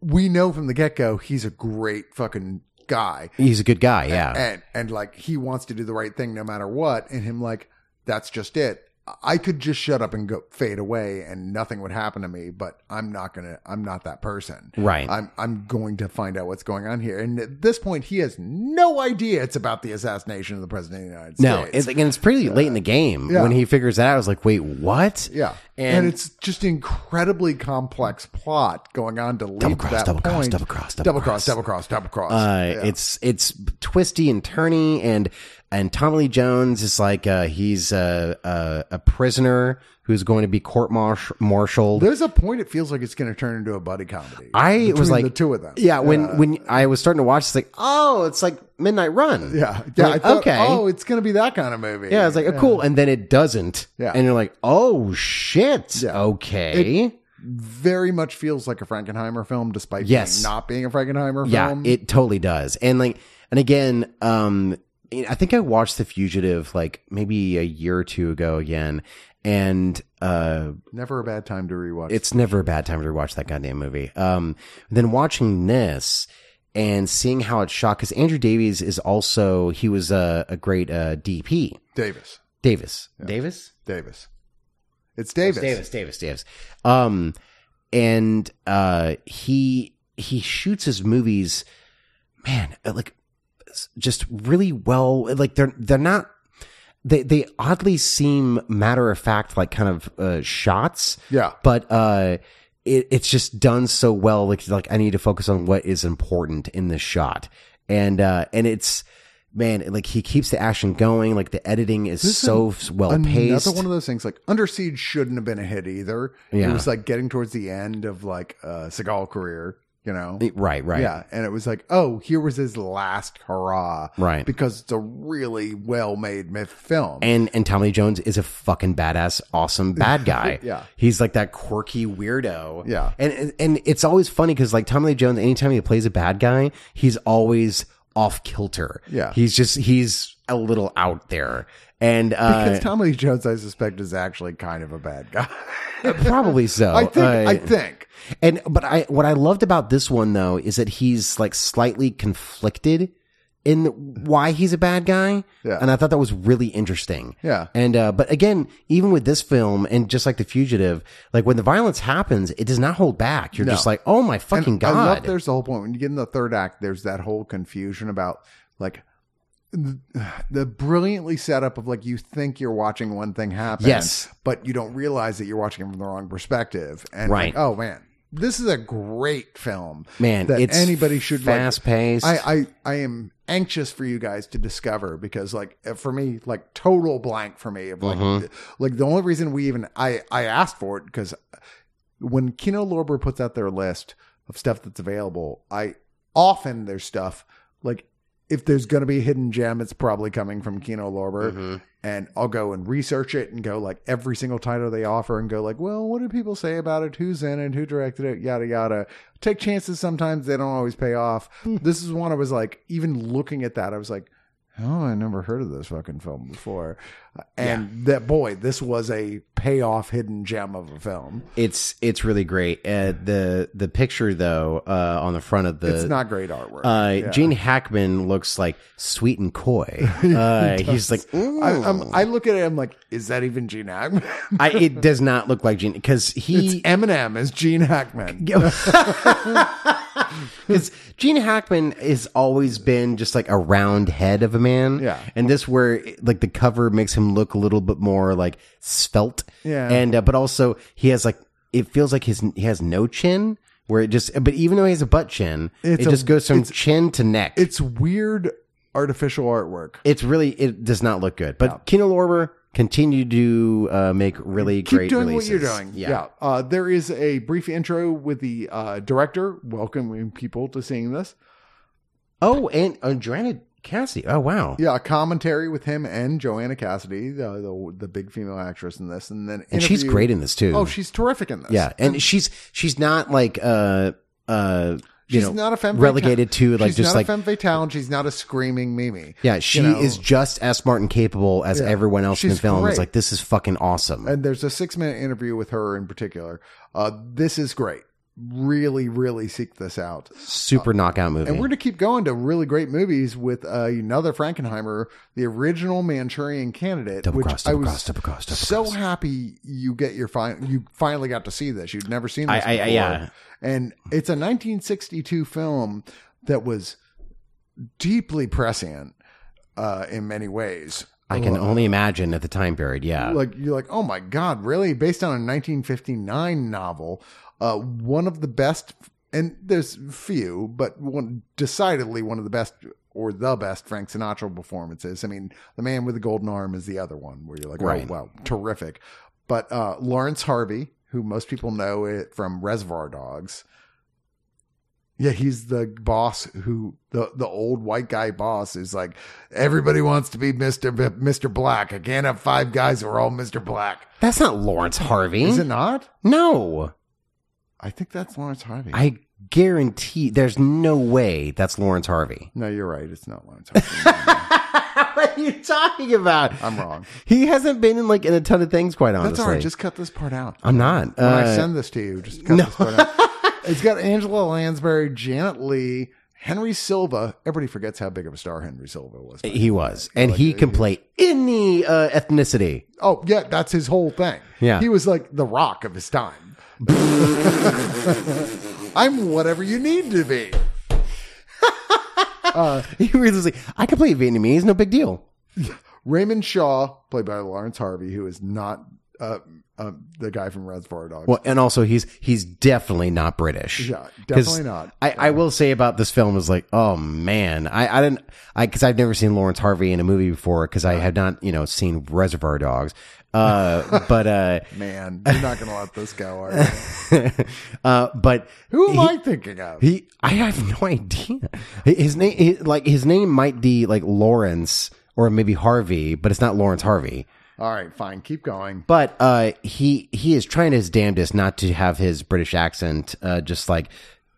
A: we know from the get go he's a great fucking guy
C: He's a good guy. Yeah.
A: and and like he wants to do the right thing no matter what and him like that's just it. I could just shut up and go fade away and nothing would happen to me, but I'm not going to I'm not that person.
C: Right.
A: I'm I'm going to find out what's going on here. And at this point, he has no idea it's about the assassination of the president of the United
C: No,
A: States.
C: it's, and it's pretty late in the game
A: yeah.
C: when he figures that out. I was like, wait, what?
A: yeah, and,
C: And-
A: it's just incredibly complex plot going on to lead
C: Double
A: to
C: cross,
A: that
C: double cross,
A: point.
C: double cross, double
A: double cross, double cross, double cross.
C: Uh,
A: Yeah.
C: It's it's twisty and turny, and and Tommy Lee Jones is like uh, he's a, a a prisoner who's going to be court martialed.
A: There's a point it feels like it's going to turn into a buddy comedy.
C: I was
A: between
C: like
A: the two of them.
C: Yeah, when when I was starting to watch, it's like oh, it's like Midnight Run.
A: yeah, yeah.
C: Like,
A: I thought,
C: okay.
A: Oh, it's going to be that kind of movie.
C: yeah, it's like oh, cool, and then it doesn't.
A: Yeah.
C: and you're like, oh shit.
A: Yeah.
C: Okay.
A: very much feels like a Frankenheimer film, despite
C: Yes.
A: being- not being a Frankenheimer
C: Yeah,
A: film.
C: it totally does. And like, and again, um, I think I watched The Fugitive like maybe a year or two ago again, and uh,
A: Never a bad time to rewatch.
C: it's never a bad time to watch that goddamn movie. Um, then watching this and seeing how it's shot because Andrew Davies is also he was a, a great uh, DP
A: Davis.
C: Davis Davis
A: Davis. It's Davis.
C: Davis, Davis, Davis. Um, and uh, he he shoots his movies, man, uh, like s- just really well. Like they're they're not they they oddly seem matter of fact, like kind of uh, shots,
A: Yeah.
C: but uh, it, it's just done so well. Like like I need to focus on what is important in this shot, and uh, and it's. Man, like he keeps the action going. Like the editing is
A: This is
C: so well paced.
A: Another one of those things like Under Siege shouldn't have been a hit either. It
C: Yeah.
A: was like getting towards the end of like uh Seagal career, you know?
C: Right, right.
A: Yeah. And it was like, oh, here was his last hurrah.
C: Right.
A: Because it's a really well made myth film.
C: and and Tommy Lee Jones is a fucking badass, awesome bad guy.
A: [laughs] Yeah.
C: he's like that quirky weirdo.
A: Yeah.
C: and and, and it's always funny because like Tommy Lee Jones, anytime he plays a bad guy, he's always off kilter.
A: Yeah.
C: he's just he's a little out there, and uh,
A: because Tommy Lee Jones, I suspect, is actually kind of a bad
C: [laughs]
A: guy.
C: probably
A: [laughs]
C: so.
A: I think
C: Uh,
A: I think.
C: And but I what I loved about this one though is that he's like slightly conflicted in why he's a bad guy.
A: Yeah.
C: And I thought that was really interesting.
A: Yeah.
C: And uh but again, even with this film and just like The Fugitive, like when the violence happens, it does not hold back. You're
A: No.
C: just like, "Oh my
A: And
C: fucking
A: I love
C: god."
A: there's the whole point when you get in the third act. There's that whole confusion about like the, the brilliantly setup of like you think you're watching one thing happen,
C: Yes.
A: but you don't realize that you're watching it from the wrong perspective. And
C: Right.
A: like, oh man, this is a great film,
C: Man,
A: That
C: it's
A: anybody should like-
C: fast-paced.
A: I, I I am anxious for you guys to discover because like eh, for me like total blank for me of like like the only reason we even I I asked for it because when Kino Lorber puts out their list of stuff that's available, I often there's stuff like if there's going to be a hidden gem, it's probably coming from Kino Lorber,
C: Mm-hmm.
A: and I'll go and research it and go like every single title they offer and go like, well, what did people say about it? Who's in it? Who directed it? Yada yada. Take
C: Hmm.
A: chances. Sometimes they don't always pay off. this is one I was like, even looking at that, I was like, oh, I never heard of this fucking film before. And that boy, this was a payoff hidden gem of a film.
C: It's it's really great. Uh, the the picture though uh, on the front of the
A: it's not great artwork.
C: uh, Gene Hackman looks like sweet
A: [laughs]
C: and coy. Uh, he's like
A: I, I'm, I look at it, I'm like, is that even Gene Hackman? [laughs]
C: I, it does not look like Gene because
A: it's
C: he
A: Eminem as Gene Hackman.
C: [laughs] because Gene Hackman has always been just like a round head of a man.
A: Yeah.
C: and this where like the cover makes him look a little bit more like svelte.
A: Yeah.
C: and uh, but also he has like it feels like his he has no chin. Where it just, but even though he has a butt chin,
A: It's
C: it
A: a-
C: just goes from chin to neck.
A: It's weird artificial artwork.
C: it's really it does not look good. But Kino Lorber continue to uh, make really
A: Keep
C: great
A: doing
C: releases.
A: what you're doing. Yeah. Uh, there is a brief intro with the uh, director welcoming people to seeing this.
C: Oh, and Andrena Cassie. Oh wow.
A: Yeah, a commentary with him and Joanna Cassidy, the the, the big female actress in this, and then
C: And she's
A: interview-
C: great in this too.
A: Oh, she's terrific in this.
C: yeah, and she's she's not like uh uh you
A: she's
C: know
A: not a femme
C: relegated to like
A: she's
C: just
A: not a
C: like
A: femme fatale. and She's not a screaming Mimi.
C: yeah she
A: know.
C: is just as Martin capable as everyone else in the
A: She's
C: film.
A: great.
C: It's like this is fucking awesome.
A: and there's a six minute interview with her in particular. Uh, this is great. Really, really seek this out.
C: Super knockout movie.
A: uh, And we're to keep going to really great movies with uh, another Frankenheimer, the original Manchurian Candidate,
C: double
A: which
C: cross,
A: I
C: double
A: was
C: cross, double cross, double
A: so
C: cross.
A: happy you get your fin- you finally got to see this. You'd never seen this
C: I- I- I-
A: before.
C: yeah.
A: And it's a 1962 film that was deeply prescient uh, in many ways.
C: I can only imagine at the time period. Yeah.
A: like you're like, oh my god, really? Based on a 1959 novel, uh, one of the best, and there's few, but one decidedly one of the best or the best Frank Sinatra performances. I mean, The Man with the Golden Arm is the other one where you're like,
C: Right.
A: oh wow, terrific. But uh, Lawrence Harvey, who most people know it from Reservoir Dogs. Yeah, he's the boss who the the old white guy boss is like everybody wants to be Mister Mister Black. I can't have five guys who are all Mister Black.
C: That's not Lawrence Harvey.
A: Is it not?
C: No.
A: I think that's Lawrence Harvey.
C: I guarantee there's no way that's Lawrence
A: [laughs]
C: Harvey.
A: no, you're right. It's not Lawrence Harvey.
C: what are you talking about?
A: I'm wrong.
C: He hasn't been in like in a ton of things, quite [laughs] honestly.
A: Um, That's all right. Just cut this part out.
C: I'm not.
A: when I
C: Uh,
A: send this to you, just cut this
C: [laughs]
A: part out. It's got Angela Lansbury, Janet Lee, Henry Silva. Everybody forgets how big of a star Henry Silva was.
C: he was, and he can play any uh, ethnicity. [laughs]
A: Oh yeah, that's his whole thing.
C: Yeah.
A: he was like the rock of his time. [laughs] I'm whatever you need to be.
C: He was like, I can play Vietnamese, no big deal.
A: Raymond Shaw, played by Lawrence Harvey, who is not uh, uh, the guy from Reservoir Dogs.
C: Well, and also he's he's definitely not British.
A: Yeah,
C: 'Cause
A: definitely not.
C: I, I will say about this film is like, oh man, I, I didn't, I because I've never seen Lawrence Harvey in a movie before because I have not, you know, seen Reservoir Dogs.
A: [laughs]
C: Uh, but uh,
A: Man, you're not going to let this go, are
C: [laughs]
A: you?
C: uh, but
A: Who am
C: he-
A: I thinking of?
C: He, I have no idea. His name, he- like his name, might be like Lawrence or maybe Harvey, but it's not Lawrence Harvey.
A: All right, fine, keep going.
C: But uh, he he is trying his damnedest not to have his British accent uh, just like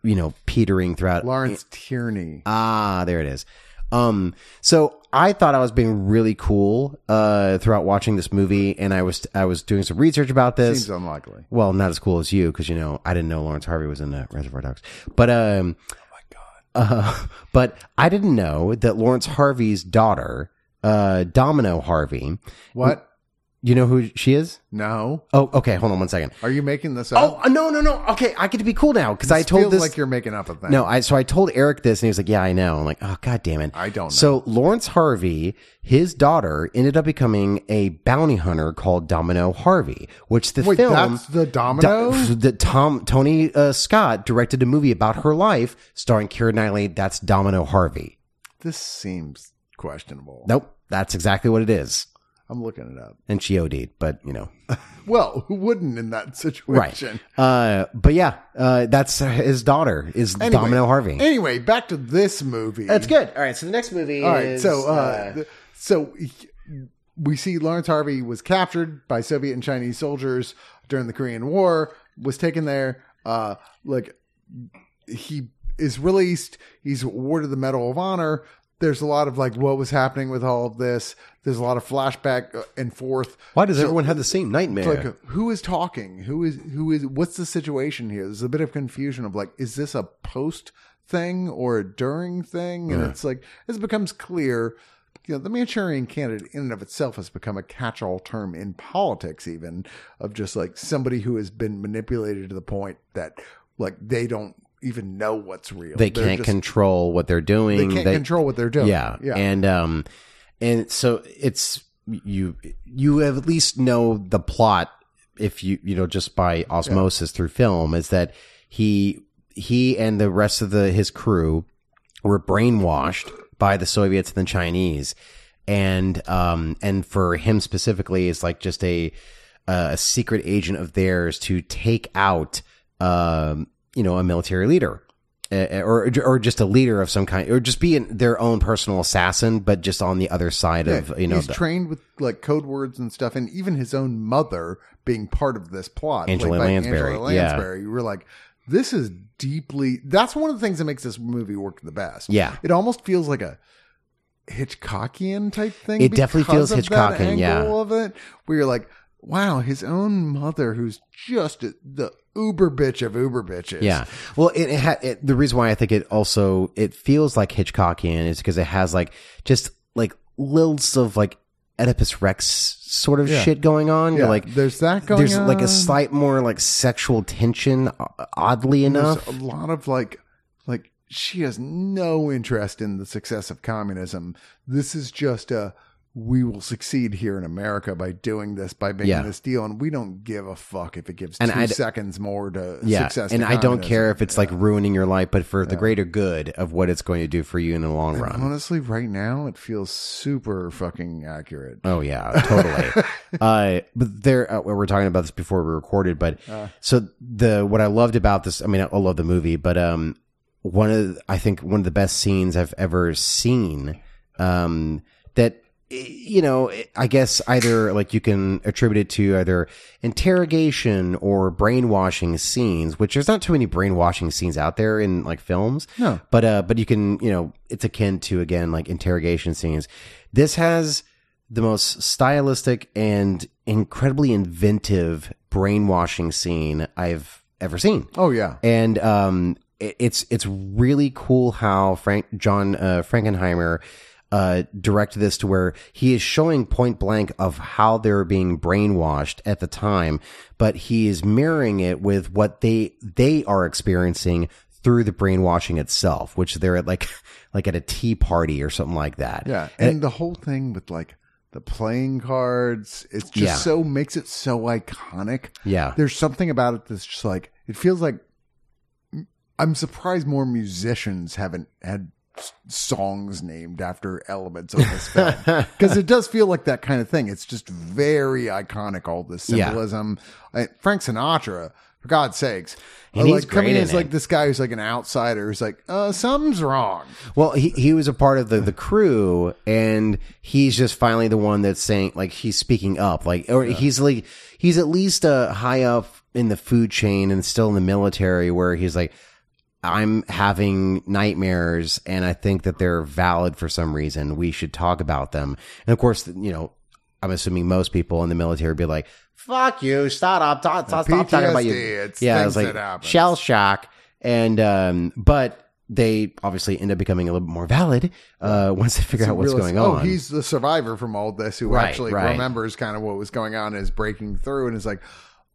C: you know petering throughout.
A: Lawrence Tierney.
C: Ah, there it is. Um, so I thought I was being really cool uh, throughout watching this movie, and I was I was doing some research about this.
A: Seems unlikely.
C: Well, not as cool as you because you know I didn't know Lawrence Harvey was in uh, Reservoir Dogs, but um, oh my god, uh, [laughs] but I didn't know that Lawrence Harvey's daughter, uh, Domino Harvey,
A: What?
C: you know who she is?
A: No.
C: Oh, okay, hold on one second.
A: Are you making this
C: Oh
A: up?
C: no no no, okay, I get to be cool now because I told
A: feels
C: this.
A: like you're making up a thing.
C: no, I so I told Eric this, and he was like, "Yeah, I know." I'm like, "Oh god damn it,
A: I don't know.
C: So Lawrence Harvey, his daughter, ended up becoming a bounty hunter called Domino Harvey, which the
A: Wait,
C: film
A: that's the domino?
C: [laughs] Do- that Tom Tony uh, Scott directed a movie about her life starring Keira Knightley. That's Domino Harvey.
A: this seems questionable.
C: Nope, that's exactly what it is.
A: I'm looking it up.
C: And she OD'd, but you know,
A: Well, who wouldn't in that
C: right?
A: situation?
C: Uh, but yeah, uh, that's his daughter is
A: Anyway-
C: Domino Harvey.
A: Anyway, back to this movie.
C: that's good. All right, Mm. so the next movie.
A: All right,
C: is,
A: so uh,
C: uh,
A: th- so he- we see Lawrence Harvey was captured by Soviet and Chinese soldiers during the Korean War. Was taken there. Uh, like he is released. He's awarded the Medal of Honor. There's a lot of like what was happening with all of this. There's a lot of flashback uh, and forth.
C: Why does everyone have the same nightmare?
A: It's like who is talking? Who is who is what's the situation here? There's a bit of confusion of like, is this a post thing or a during thing? And it's like as it becomes clear, you know, the Manchurian candidate in and of itself has become a catch all term in politics, even of just like somebody who has been manipulated to the point that like they don't even know what's real.
C: they
A: They're
C: can't
A: just-
C: control what they're doing.
A: they can't control what they're doing.
C: Yeah.
A: Yeah.
C: And um and so it's you you at least know the plot if you you know just by osmosis through film is that he he and the rest of the his crew were brainwashed by the Soviets and the Chinese and um and for him specifically it's like just a a secret agent of theirs to take out um you know a military leader uh, or or just a leader of some kind, or just be an, their own personal assassin, but just on the other side of you know
A: he's
C: the,
A: trained with like code words and stuff, and even his own mother being part of this plot.
C: Angela
A: played by
C: Lansbury,
A: Angela
C: yeah.
A: Lansbury. You were like, this is deeply. That's one of the things that makes this movie work the best.
C: Yeah.
A: it almost feels like a Hitchcockian type thing.
C: It definitely
A: because
C: feels
A: of that
C: Hitchcockian, yeah.
A: angle of it where you're like, wow, his own mother, who's just a, the uber bitch of uber bitches.
C: yeah. Well, it, it, ha- it the reason why I think it also it feels like Hitchcockian is because it has like just like lilts of like Oedipus Rex sort of shit going on.
A: yeah.
C: You're like
A: there's that going.
C: there's like a
A: on.
C: slight more like sexual tension, o- oddly enough.
A: There's a lot of like, like she has no interest in the success of communism. This is just a we will succeed here in America by doing this by making
C: Yeah.
A: this deal, and we don't give a fuck if it gives
C: And
A: 2
C: I'd-
A: seconds more to
C: yeah,
A: success.
C: and
A: to
C: I don't
A: communism.
C: care if it's like ruining your life, but for the greater good of what it's going to do for you in the long run.
A: Honestly, right now it feels super fucking accurate.
C: Oh yeah, totally. uh, but there, uh, we were talking about this before we recorded, but so the what I loved about this, I mean, I, I love the movie, but um, one of the- I think one of the best scenes I've ever seen, um, that eh, you know, eh, I guess either like you can attribute it to either interrogation or brainwashing scenes, which there's not too many brainwashing scenes out there in like films.
A: No.
C: but uh, but you can you know, it's akin to again like interrogation scenes. This has the most stylistic and incredibly inventive brainwashing scene I've ever seen.
A: Oh yeah,
C: And um, it- it's it's really cool how Frank John uh, Frankenheimer uh, directed this to where he is showing point blank of how they're being brainwashed at the time, but he is mirroring it with what they they are experiencing through the brainwashing itself, which they're at like [laughs] like at a tea party or something like that.
A: yeah, and the whole thing with like the playing cards, it's just
C: Yeah.
A: so makes it so iconic.
C: yeah.
A: there's something about it that's just like it feels like I'm surprised more musicians haven't had s- songs named after elements of this film
C: [laughs]
A: because it does feel like that kind of thing. It's just very iconic. All this
C: Yeah.
A: symbolism. I- Frank Sinatra, for God's sakes,
C: And
A: uh,
C: he's
A: like coming in
C: great in
A: as like
C: it.
A: this guy who's like an outsider who's like, uh, something's wrong.
C: Well, he, he was a part of the, the crew, and he's just finally the one that's saying, like, he's speaking up. Like, or he's like, he's at least uh, high up in the food chain and still in the military where he's like, I'm having nightmares, and I think that they're valid for some reason. We should talk about them. And of course, you know, I'm assuming most people in the military would be like, fuck you, stop, up, stop, stop, stop talking about you.
A: PTSD, it's
C: yeah, it's
A: things
C: like
A: that happen.
C: shell shock. And, um, but they obviously end up becoming a little bit more valid, uh, [laughs] once they figure out what's
A: realize,
C: going
A: oh,
C: on.
A: he's the survivor from all this who
C: Right,
A: actually
C: right.
A: remembers kind of what was going on and is breaking through and is like,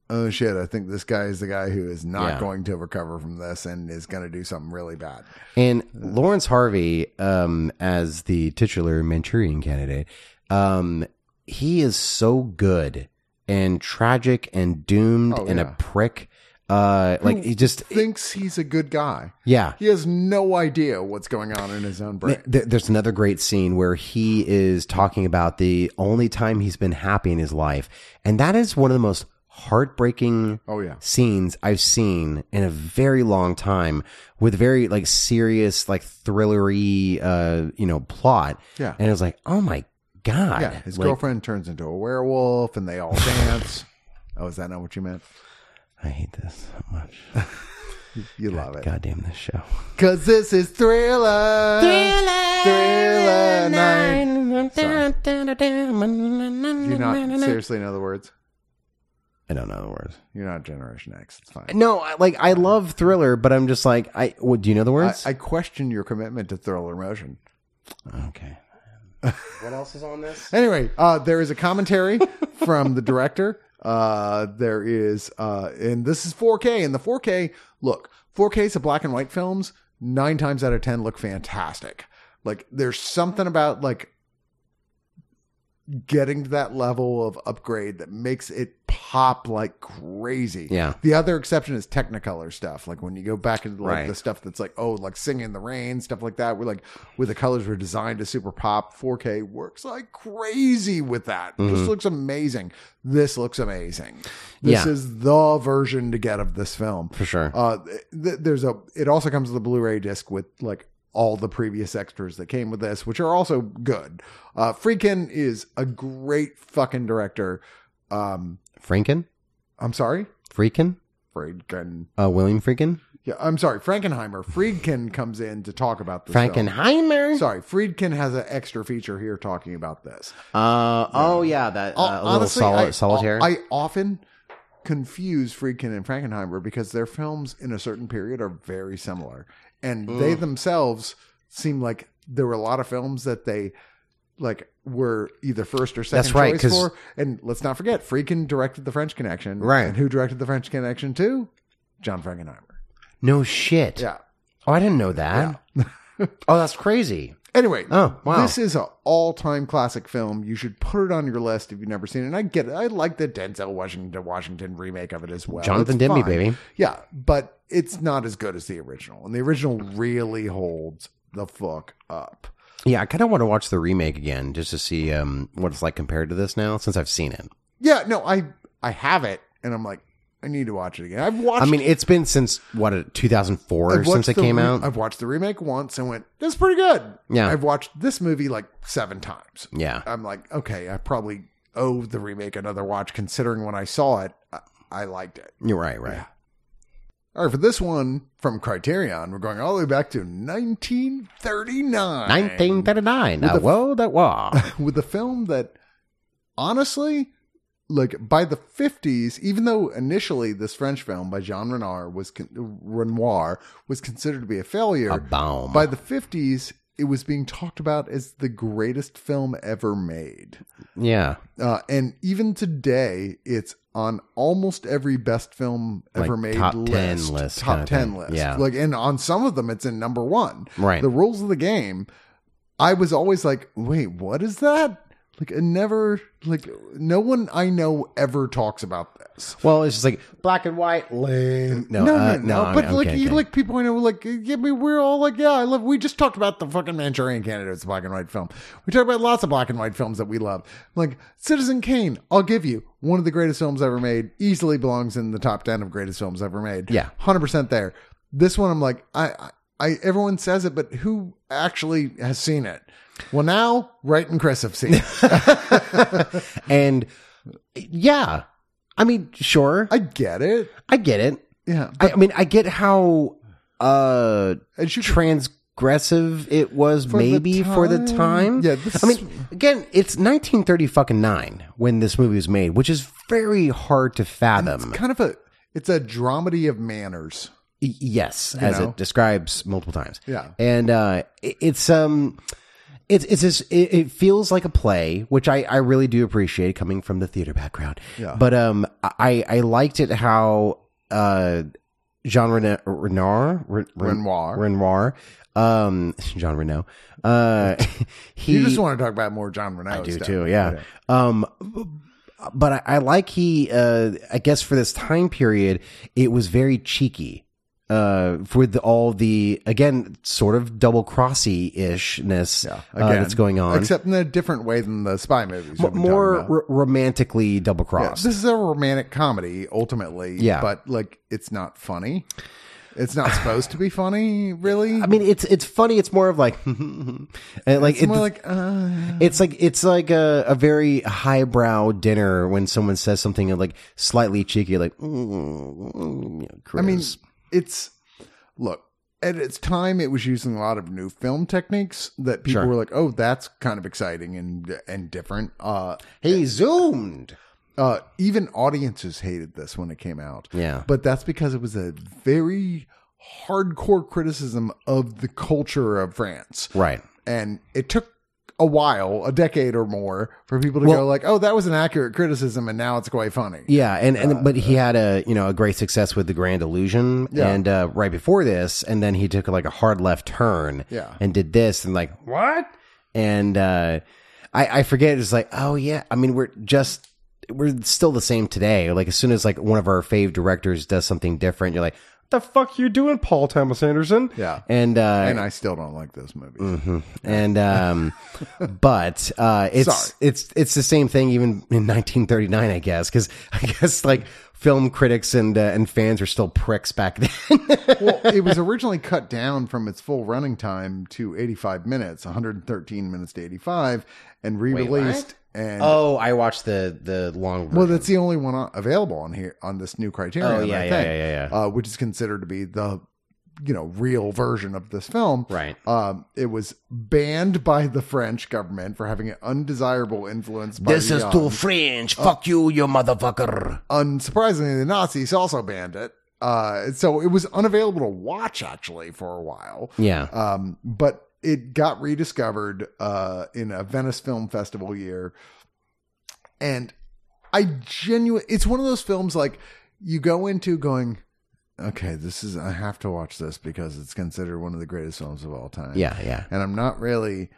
A: oh shit, I think this guy is the guy who is not
C: Yeah.
A: going to recover from this and is going to do something really bad.
C: And Lawrence Harvey, um, as the titular Manchurian candidate, um, he is so good and tragic and doomed
A: Oh,
C: and
A: yeah.
C: a prick. Uh, like he just,
A: Thinks he's a good guy.
C: yeah.
A: He has no idea what's going on in his own brain.
C: There, there's another great scene where he is talking about the only time he's been happy in his life, and that is one of the most heartbreaking
A: Oh, yeah.
C: scenes I've seen in a very long time, with very like serious, like thrillery, uh, you know, plot.
A: Yeah.
C: and it was like, oh my god,
A: Yeah, his
C: Like,
A: girlfriend turns into a werewolf and they all dance. Oh, is that not what you meant? [laughs]
C: I hate this so much.
A: You love it.
C: God damn this show.
A: Because this is Thriller. Thriller night. Do you not seriously know the words?
C: I don't know the words.
A: You're not Generation X. It's fine.
C: No, I, like I love Thriller, but I'm just like I. What, do you know the
A: I,
C: words?
A: I question your commitment to Thriller Motion. [laughs]
C: okay. what else is on this?
A: Anyway, uh, there is a commentary [laughs] from the director. Uh, there is, uh, and this is 4K. And the 4K, look, 4Ks of black and white films, nine times out of 10 look fantastic. Like, there's something about, like, getting to that level of upgrade that makes it pop like crazy.
C: Yeah.
A: The other exception is Technicolor stuff. Like when you go back into like
C: Right.
A: the stuff that's like, oh, like Singing in the Rain, stuff like that, where like where the colors were designed to super pop, 4K works like crazy with that. This looks amazing. This looks amazing. This
C: Mm-hmm. Yeah.
A: is the version to get of this film.
C: For sure.
A: Uh, th- th- there's a. It also comes with a Blu-ray disc with like all the previous extras that came with this, which are also good. Uh, Freakin is a great fucking director. Um,
C: Franken,
A: I'm sorry,
C: Freakin,
A: Friedkin.
C: uh, William Freakin,
A: Yeah, I'm sorry, Frankenheimer. Friedkin comes in to talk about this. film.
C: Frankenheimer.
A: Sorry, Friedkin has an extra feature here talking about this.
C: Uh, oh yeah, that uh, a little
A: Honestly,
C: soli-
A: I- oh,
C: solitaire.
A: I often confuse Friedkin and Frankenheimer because their films in a certain period are very similar, and they themselves seem like there were a lot of films that they like were either first or second
C: That's right,
A: choice
C: 'cause-
A: for. And let's not forget, Friedkin directed The French Connection,
C: Right.
A: And who directed The French Connection too? John Frankenheimer.
C: no shit.
A: Yeah.
C: Oh, I didn't know that. [laughs] oh, that's crazy.
A: Anyway,
C: Oh, wow.
A: this is an all-time classic film. You should put it on your list if you've never seen it. And I get it. I like the Denzel Washington Washington remake of it as well.
C: Jonathan
A: It's
C: Demme,
A: fine.
C: baby.
A: Yeah, but it's not as good as the original, and the original really holds the fuck up.
C: Yeah, I kind of want to watch the remake again just to see um, what it's like compared to this now since I've seen it.
A: Yeah, no, I I have it, and I'm like, I need to watch it again. I've watched.
C: I mean, it's been since what uh, 2004 or
A: I've watched
C: since it
A: the
C: came
A: re-
C: out.
A: I've watched the remake once and went, "That's pretty good."
C: Yeah.
A: I've watched this movie like seven times.
C: yeah,
A: I'm like, okay, I probably owe the remake another watch considering when I saw it, I, I liked it.
C: you're right, right.
A: All right, for this one from Criterion, we're going all the way back to 1939.
C: 1939. Uh, whoa, that was.
A: With a film that, honestly, like by the 50s, even though initially this French film by Jean Renoir was, con- Renoir was considered to be a failure,
C: a bomb.
A: by the 50s, it was being talked about as the greatest film ever made.
C: yeah,
A: Uh, and even today, it's on almost every best film
C: Like
A: ever made
C: top 10
A: list,
C: list
A: top
C: kinda
A: ten
C: thing.
A: list.
C: Yeah.
A: like and on some of them, it's in number one.
C: Right.
A: The rules of the game. I was always like, wait, what is that? Like, I never like no one I know ever talks about this.
C: Well, it's just like black and white. Lame. No,
A: no,
C: uh,
A: no, no,
C: I'm-
A: But
C: I'm
A: like,
C: kidding,
A: you
C: kidding.
A: like people I know, like, yeah, we, we're all like, yeah, I love. We just talked about the fucking Manchurian Candidate. It's a black and white film. We talked about lots of black and white films that we love, like Citizen Kane. I'll give you one of the greatest films ever made. Easily belongs in the top ten of greatest films ever made.
C: Yeah.
A: hundred percent there. This one, I'm like, I, I, I, everyone says it, but who actually has seen it? Well, now Wright and Chris have seen it.
C: [laughs] and yeah, I mean, sure, I,
A: I get it.
C: get it.
A: Yeah,
C: I, I mean, I get how uh
A: and you
C: transgressive it was,
A: the
C: maybe for the
A: time.
C: time.
A: Yeah, this
C: I mean, again, it's 1930 fucking nine when this movie was made, which is very hard to fathom.
A: kind of a, it's a dramedy of manners.
C: Y- yes, as
A: know?
C: it describes multiple times.
A: Yeah.
C: and uh, it- it's um, it's it's just, it, it feels like a play, which I I really do appreciate coming from the theater background.
A: Yeah.
C: but um, I I liked it how uh, Jean Reno- Renoir Ren- Ren-
A: Renoir.
C: Renoir um [laughs] Jean Reno uh [laughs] he
A: you just want to talk about more John Renault.
C: I do
A: Oh, stuff.
C: too. Yeah. Um, b- but I, I like he. Uh, I guess for this time period, it was very cheeky. Uh, for the, all the again, sort of double crossy ishness uh,
A: again.
C: that's going on,
A: except in a different way than the spy movies.
C: M-
A: we've been
C: more
A: talking about.
C: r- romantically double
A: Yeah,
C: crossed.
A: this is a romantic comedy ultimately.
C: Yeah.
A: but like it's not funny. It's not supposed to be funny, really.
C: I mean, it's it's funny. It's more of like, [laughs] and like
A: it's more like uh,
C: It's like it's like a, a very highbrow dinner when someone says something like slightly cheeky, like. Mm, mm, you know,
A: I mean,
C: Chris.
A: it's look, at its time, it was using a lot of new film techniques that people
C: Sure.
A: were like, "Oh, that's kind of exciting and and different." Uh,
C: He zoomed.
A: uh, even audiences hated this when it came out.
C: Yeah.
A: But that's because it was a very hardcore criticism of the culture of France.
C: Right.
A: And it took a while, a decade or more, for people to go like, "Oh, that was an accurate criticism, and now it's quite funny."
C: Yeah, and,
A: Uh,
C: and but he had a you know a great success with the Grand Illusion,
A: Yeah.
C: and uh, right before this, and then he took like a hard left turn,
A: Yeah.
C: and did this, and like what? And uh, I I forget it's like oh yeah, I mean we're just we're still the same today. Like as soon as like one of our fave directors does something different, you're like what the fuck you doing, Paul Thomas Anderson?
A: Yeah.
C: and uh,
A: And I still don't like those movies.
C: Mhm. And um, but uh, it's
A: Sorry.
C: it's it's the same thing even in 1939, I guess, because [laughs] I guess like film critics and uh, and fans were still pricks back then.
A: [laughs]
C: [laughs]
A: well, it was originally cut down from its full running time to 85 minutes, 113 minutes to 85, and re-released. and
C: oh, I watched the the long.
A: well,
C: Version.
A: that's the only one on, available on here on this new criterion.
C: Oh, yeah,
A: I
C: yeah,
A: think,
C: yeah, yeah,
A: Uh, which is considered to be the you know real version of this film.
C: Right.
A: Um, it was banned by the French government for having an undesirable influence. By the uh, young.
B: French. Fuck you, you motherfucker.
A: unsurprisingly, the Nazis also banned it. Uh, so it was unavailable to watch actually for a while.
C: Yeah.
A: Um, but it got rediscovered uh, in a Venice Film Festival year, and I genuine. It's one of those films like you go into going, okay, this is I have to watch this because it's considered one of the greatest films of all time.
C: yeah, yeah.
A: and I'm not really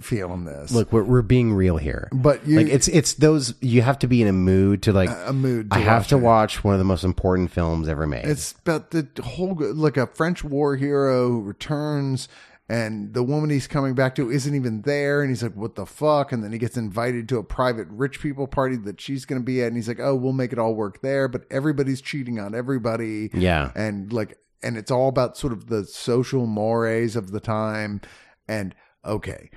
A: feeling this.
C: Look, we're we're being real here.
A: but you
C: like it's it's those you have to be in a mood to like.
A: a mood.
C: I have Uh, to
A: it.
C: watch one of the most important films ever made.
A: It's about the whole like a French war hero who returns, and the woman he's coming back to isn't even there, and he's like, "What the fuck?" And then he gets invited to a private rich people party that she's going to be at, and he's like, "Oh, we'll make it all work there," but everybody's cheating on everybody,
C: yeah,
A: and like, and it's all about sort of the social mores of the time, and okay.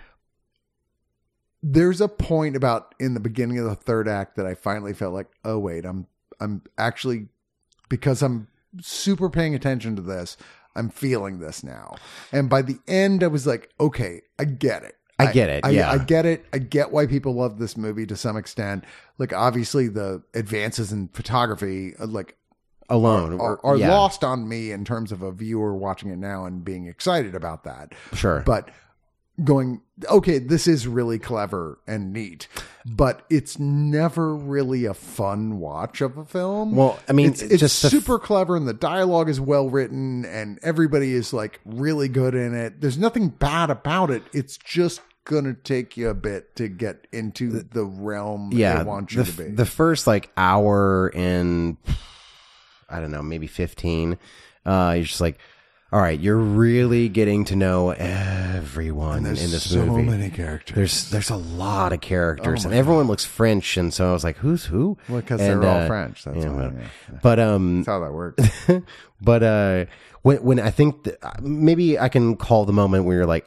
A: There's a point about in the beginning of the third act that I finally felt like, oh wait, I'm I'm actually because I'm super paying attention to this. I'm feeling this now. And by the end, I was like, okay, I get it.
C: I get it,
A: I,
C: yeah.
A: I get it. I get why people love this movie to some extent. Like, obviously, the advances in photography, uh, like,
C: alone
A: are, are
C: yeah,
A: lost on me in terms of a viewer watching it now and being excited about that.
C: Sure,
A: But going, okay, this is really clever and neat, but it's never really a fun watch of a film.
C: Well, I mean,
A: it's, it's
C: just the f-
A: super clever and the dialogue is well written and everybody is like really good in it. There's nothing bad about it. It's just gonna take you a bit to get into the, realm
C: yeah,
A: they want you
C: the,
A: to
C: f-
A: be.
C: the first like hour and I don't know, maybe fifteen. Uh, you're just like, all right, you're really getting to know everyone in
A: There's
C: this
A: so
C: movie.
A: many characters.
C: There's there's a lot of characters, and everyone looks French, and so I was like, who's who?
A: Well, 'cause
C: And, uh,
A: they're all French, that's
C: yeah,
A: why,
C: well,
A: yeah.
C: But um,
A: That's how that
C: [laughs]
A: works.
C: but uh, when when I think th- uh, maybe I can call the moment where you're like,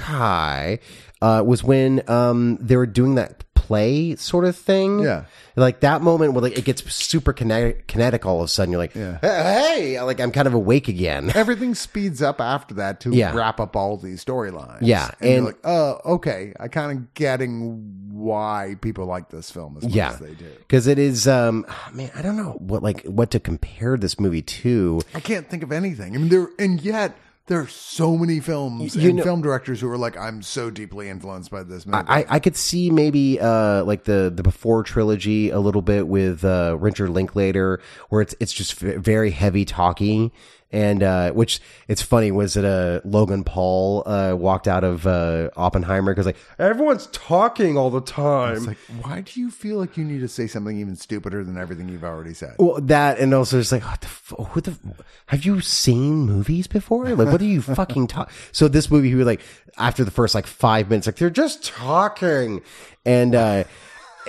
C: okay, uh, was when um they were doing that play sort of thing.
A: Yeah.
C: like that moment where like it gets super kinetic, kinetic all of a sudden. You're like, hey, hey," like I'm kind of awake again.
A: Everything speeds up after that to
C: Yeah.
A: wrap up all these storylines.
C: Yeah,
A: and, you're
C: and-
A: like, oh, okay, I kind of getting why people like this film as much
C: [laughs] yeah,
A: as they do.
C: because it is. Um, man, I don't know what like what to compare this movie to.
A: I can't think of anything. I mean, there and yet there are so many films
C: You
A: and
C: know-
A: film directors who are like, I'm so deeply influenced by this movie.
C: I, I could see maybe uh, like the the before trilogy a little bit with uh, Richard Linklater, where it's it's just v- very heavy talking, and uh, which it's funny was that uh, Logan Paul uh, walked out of uh, Oppenheimer because like everyone's talking all the time.
A: it's like, why do you feel like you need to say something even stupider than everything you've already said?
C: Well, that and also it's like, what the, f- who the, f- have you seen movies before? Like, what are you fucking talking? So this movie, he was like, after the first like five minutes, like they're just talking, and uh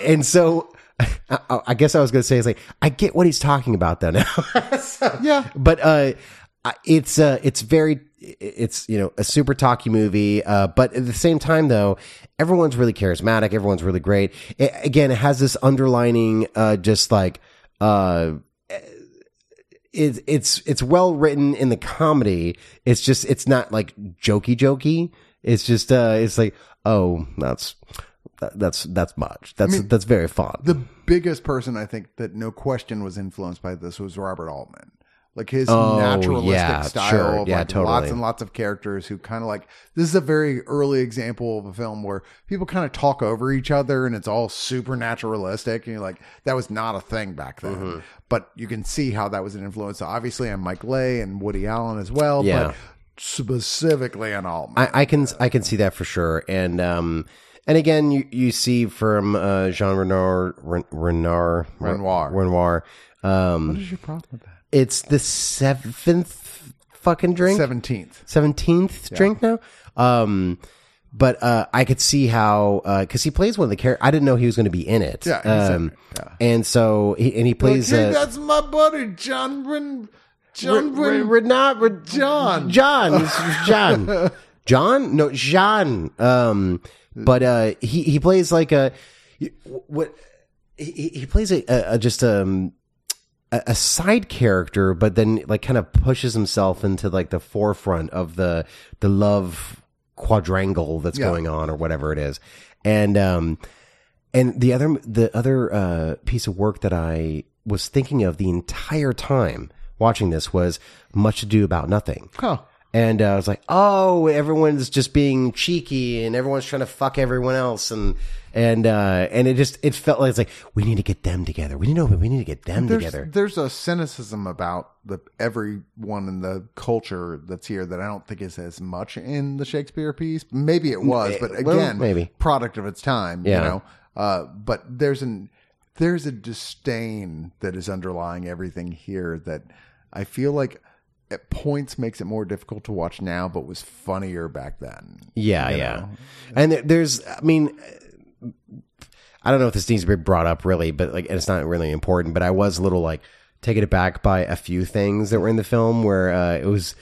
C: and so [laughs] I- I, I guess I was gonna say is like, I get what he's talking about though now. [laughs] So-
A: Yeah.
C: but uh, I- it's uh, it's very it's you know a super talky movie uh, but at the same time though everyone's really charismatic everyone's really great it, again it has this underlining uh, just like uh eh, it's it's it's well written in the comedy. It's just it's not like jokey jokey. It's just uh, it's like oh that's that- that's that's much. That's that's very fun.
A: the biggest person I think that no question was influenced by this was Robert Altman. Like his
C: Oh,
A: naturalistic
C: yeah,
A: style
C: sure.
A: of
C: Yeah,
A: like
C: totally.
A: lots and lots of characters who kind of like this is a very early example of a film where people kind of talk over each other and it's all super naturalistic and you're like that was not a thing back then. But you can see how that was an influence obviously on Mike Lay and Woody Allen as well,
C: Yeah.
A: but specifically on Altman.
C: I, I can I can see that for sure. And um and again, you, you see from uh, Jean Renoir Ren- Renoir
A: Renoir.
C: Renoir. Um,
A: What's your problem with that?
C: it's the seventh fucking drink.
A: 17th.
C: 17th drink now. Um, but uh, I could see how because he plays one of the characters. I didn't know he was going to be in it.
A: Yeah, he's in
C: um, and so he, and he plays
A: Okay,
C: uh,
A: that's my buddy, John Ren- John
C: Re- Re-
A: Ren-
C: Renat- Re-
A: John.
C: John, It's John, [laughs] John. No, John. Um, but uh, he he plays like a what he he he plays a, a, a just um. A a side character, but then like kind of pushes himself into like the forefront of the the love quadrangle that's going on or whatever it is, and um, and the other the other uh, piece of work that I was thinking of the entire time watching this was Much Ado About Nothing. And uh, I was like, oh, everyone's just being cheeky and everyone's trying to fuck everyone else and and uh, and it just it felt like it's like we need to get them together. We need to we need to get them
A: there's,
C: together.
A: There's a cynicism about the everyone in the culture that's here that I don't think is as much in the Shakespeare piece. Maybe it was, but again,
C: Mm, eh, well, maybe.
A: product of its time.
C: Yeah.
A: You know, uh, but there's an there's a disdain that is underlying everything here that I feel like at points makes it more difficult to watch now, but was funnier back then.
C: Yeah, yeah. And there- there's, I mean, I don't know if this needs to be brought up really, but like, it's not really important. But I was a little like taken aback by a few things that were in the film where uh, it was.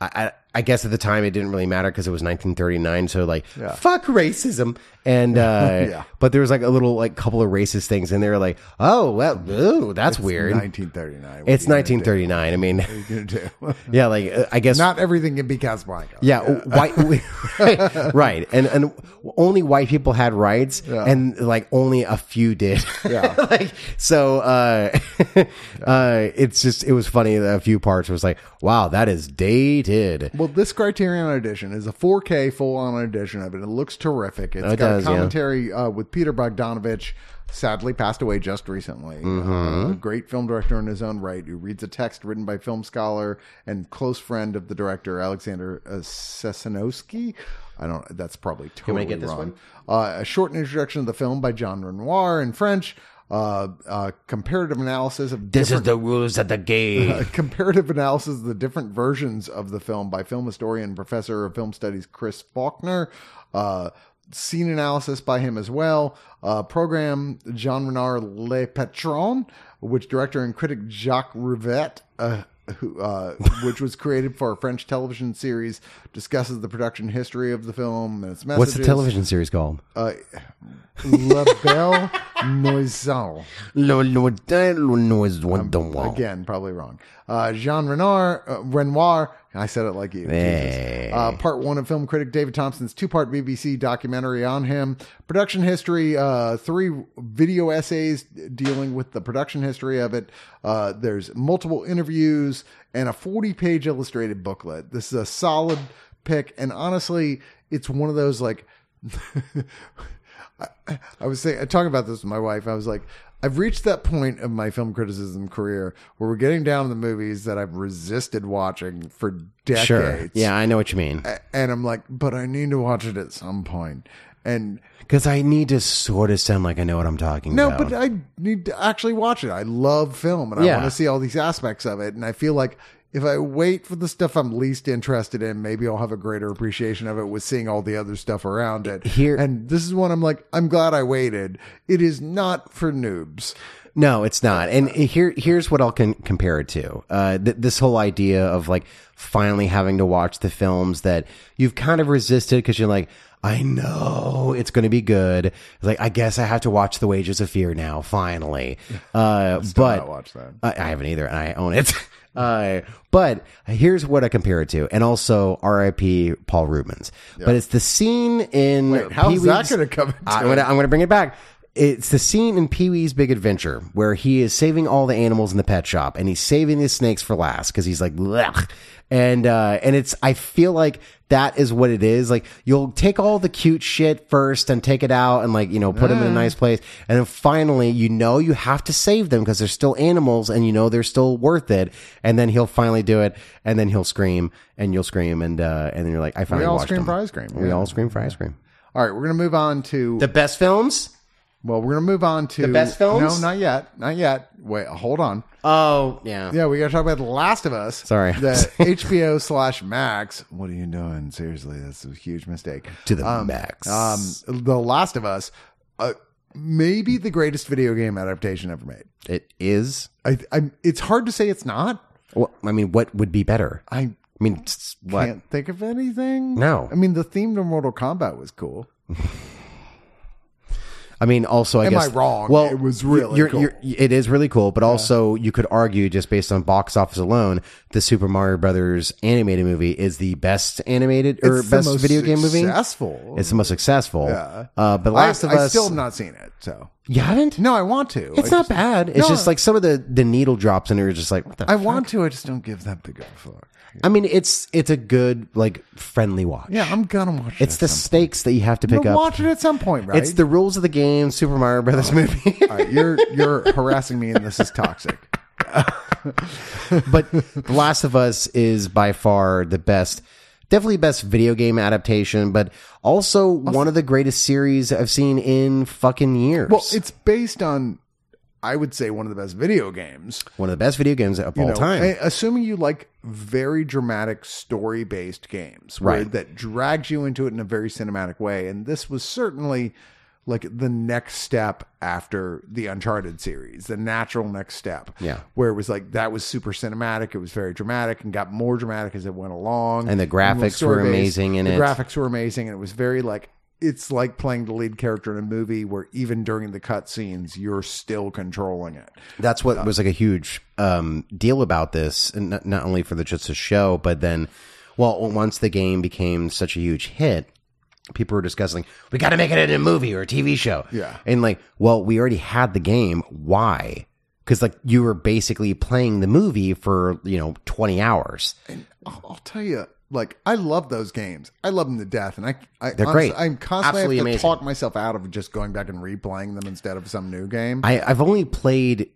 C: I, I, I guess at the time it didn't really matter because it was 1939, so like fuck racism and uh,
A: [laughs] Yeah.
C: but there was like a little like couple of racist things and they were like oh well ooh, that's weird
A: 1939. What
C: it's
A: are you gonna
C: 1939 I mean
A: do? [laughs] What are you gonna do?
C: [laughs] yeah like uh, I guess
A: Not everything can be Casablanca.
C: yeah, white [laughs] right, and and only white people had rights, and like only a few did. Yeah, [laughs] like so. Uh, [laughs] uh, it's just it was funny. that A few parts was like, wow, that is dated.
A: Well, this Criterion edition is a 4K full-on edition of it. It looks terrific. It's got
C: Oh, does,
A: a
C: yeah.
A: commentary uh, with Peter Bogdanovich, sadly passed away just recently.
C: Mm-hmm.
A: Uh, a great film director in his own right, who reads a text written by film scholar and close friend of the director Alexander uh, Sesinovsky. I don't. That's probably totally
C: get this
A: wrong.
C: one?
A: Uh, a short introduction of the film by John Renoir in French. Uh, uh, comparative analysis of
B: This is the rules of the game.
A: a [laughs] comparative analysis of the different versions of the film by film historian and professor of film studies Chris Faulkner. Uh, scene analysis by him as well. Uh, program Jean Renard Le Patron, which director and critic Jacques Rivette. Uh, who, uh, which was created for a French television series, discusses the production history of the film and its messages.
C: [laughs] What's the television series called?
A: Uh, La Belle Noiselle.
C: Um,
A: Again, probably wrong. Uh, Jean Renoir, uh, Renoir, I said it like you. Jesus. Uh, part one of film critic David Thompson's two part BBC documentary on him. Production history, uh, three video essays dealing with the production history of it. Uh, there's multiple interviews and a 40 page illustrated booklet. This is a solid pick. And honestly, it's one of those like, [laughs] I, I was saying, I talking about this with my wife. I was like, I've reached that point of my film criticism career where we're getting down to the movies that I've resisted watching for decades.
C: Sure. Yeah, I know what you mean.
A: A- And I'm like, but I need to watch it at some point. And
C: Because I need to sort of sound like I know what I'm talking
A: no,
C: about.
A: but I need to actually watch it. I love film and
C: Yeah.
A: I want to see all these aspects of it. And I feel like if I wait for the stuff I'm least interested in, maybe I'll have a greater appreciation of it with seeing all the other stuff around it.
C: Here-
A: and this is one I'm like, I'm glad I waited. It is not for noobs.
C: No, it's not. And here, here's what I'll con- compare it to. Uh, th- this whole idea of like finally having to watch the films that you've kind of resisted because you're like, I know it's going to be good. It's like, I guess I have to watch
A: [laughs]
C: The Wages of Fear now, finally. Uh, but
A: not watched that.
C: I, I haven't either, and I own it. [laughs] Uh, but here's what I compare it to, and also R.I.P. Paul Rubens. But it's the scene in
A: Wait, how's
C: Pee-wee's-
A: that going to come into
C: I'm
A: it?
C: gonna I'm gonna bring it back. It's the scene in Pee Wee's Big Adventure where he is saving all the animals in the pet shop and he's saving the snakes for last because he's like, Blech. and uh, and it's I feel like that is what it is. Like you'll take all the cute shit first and take it out and like you know put them in
A: Mm.
C: a nice place, and then finally you know you have to save them because they're still animals and you know they're still worth it. And then he'll finally do it, and then he'll scream and you'll scream and uh, and then you're like, I finally
A: all
C: watched
A: scream
C: him.
A: for ice cream,
C: We
A: yeah.
C: all scream for ice cream.
A: All right, we're going to move on to
C: The best films.
A: well, we're going to move on to the
C: best films?
A: No, not yet, not yet. Wait, hold on.
C: Oh yeah.
A: Yeah, we got to talk about The Last of Us.
C: [laughs] Sorry.
A: the HBO slash Max. What are you doing? Seriously, that's a huge mistake.
C: To the max.
A: Um, the Last of Us, uh, maybe the greatest video game adaptation ever made.
C: it is.
A: I, I'm, it's hard to say it's not.
C: Well, I mean, what would be better? I
A: I
C: mean, s- what?
A: can't think of anything.
C: No.
A: I mean the theme to Mortal Kombat was cool.
C: I mean, also, I
A: Am I
C: guess.
A: wrong?
C: Well,
A: It was really
C: you're-
A: cool.
C: you're- it is really cool, but also you could argue just based on box office alone, the Super Mario Brothers animated movie is the best animated or
A: It's the
C: best
A: most
C: video game movie.
A: Successful.
C: It's the most successful.
A: Yeah.
C: Uh, but
A: I-
C: Last of
A: I,
C: Us,
A: still have not seen it. So
C: you haven't.
A: no, I want to.
C: it's
A: I just-
C: not bad. It's
A: No.
C: just like some of the the needle drops, and you're just like, what the
A: I want to. I just don't give that big of a fuck.
C: I mean, it's it's a good like friendly watch.
A: Yeah, I'm gonna watch.
C: it's
A: it.
C: the stakes that you have to
A: I'm
C: pick
A: gonna
C: up. Uh,
A: watch it at some point, right?
C: It's the rules of the game, Super Mario Brothers [laughs] movie.
A: All right, you're you're [laughs] harassing me, and this is toxic.
C: but The Last of Us is by far the best, definitely best video game adaptation, but also one of the greatest series I've seen in fucking years.
A: Well, it's based on, I would say, one of the best video games
C: one of the best video games of
A: you
C: all
A: know,
C: time.
A: a- Assuming you like very dramatic story based games, where-
C: Right.
A: That drags you into it in a very cinematic way, and this was certainly like the next step after the Uncharted series, the natural next step.
C: Yeah.
A: where it was like that was super cinematic. It was very dramatic and got more dramatic as it went along.
C: And the
A: It went
C: graphics were
A: story-based.
C: amazing in
A: the
C: it.
A: Graphics were amazing, and it was very like. It's like playing the lead character in a movie where even during the cutscenes, you're still controlling it.
C: That's what was like a huge um, deal about this, and not, not only for the just a show, but then, well, once the game became such a huge hit, people were discussing we got to make it into a movie or a TV show.
A: Yeah.
C: and like, well, we already had the game. Why? Because like you were basically playing the movie for you know twenty hours.
A: I'll, I'll tell you, like I love those games. I love them to death, and I, I
C: They're
A: honestly-
C: great.
A: I'm constantly
C: Absolutely
A: have to
C: amazing.
A: talk myself out of just going back and replaying them instead of some new game.
C: I, I've only played.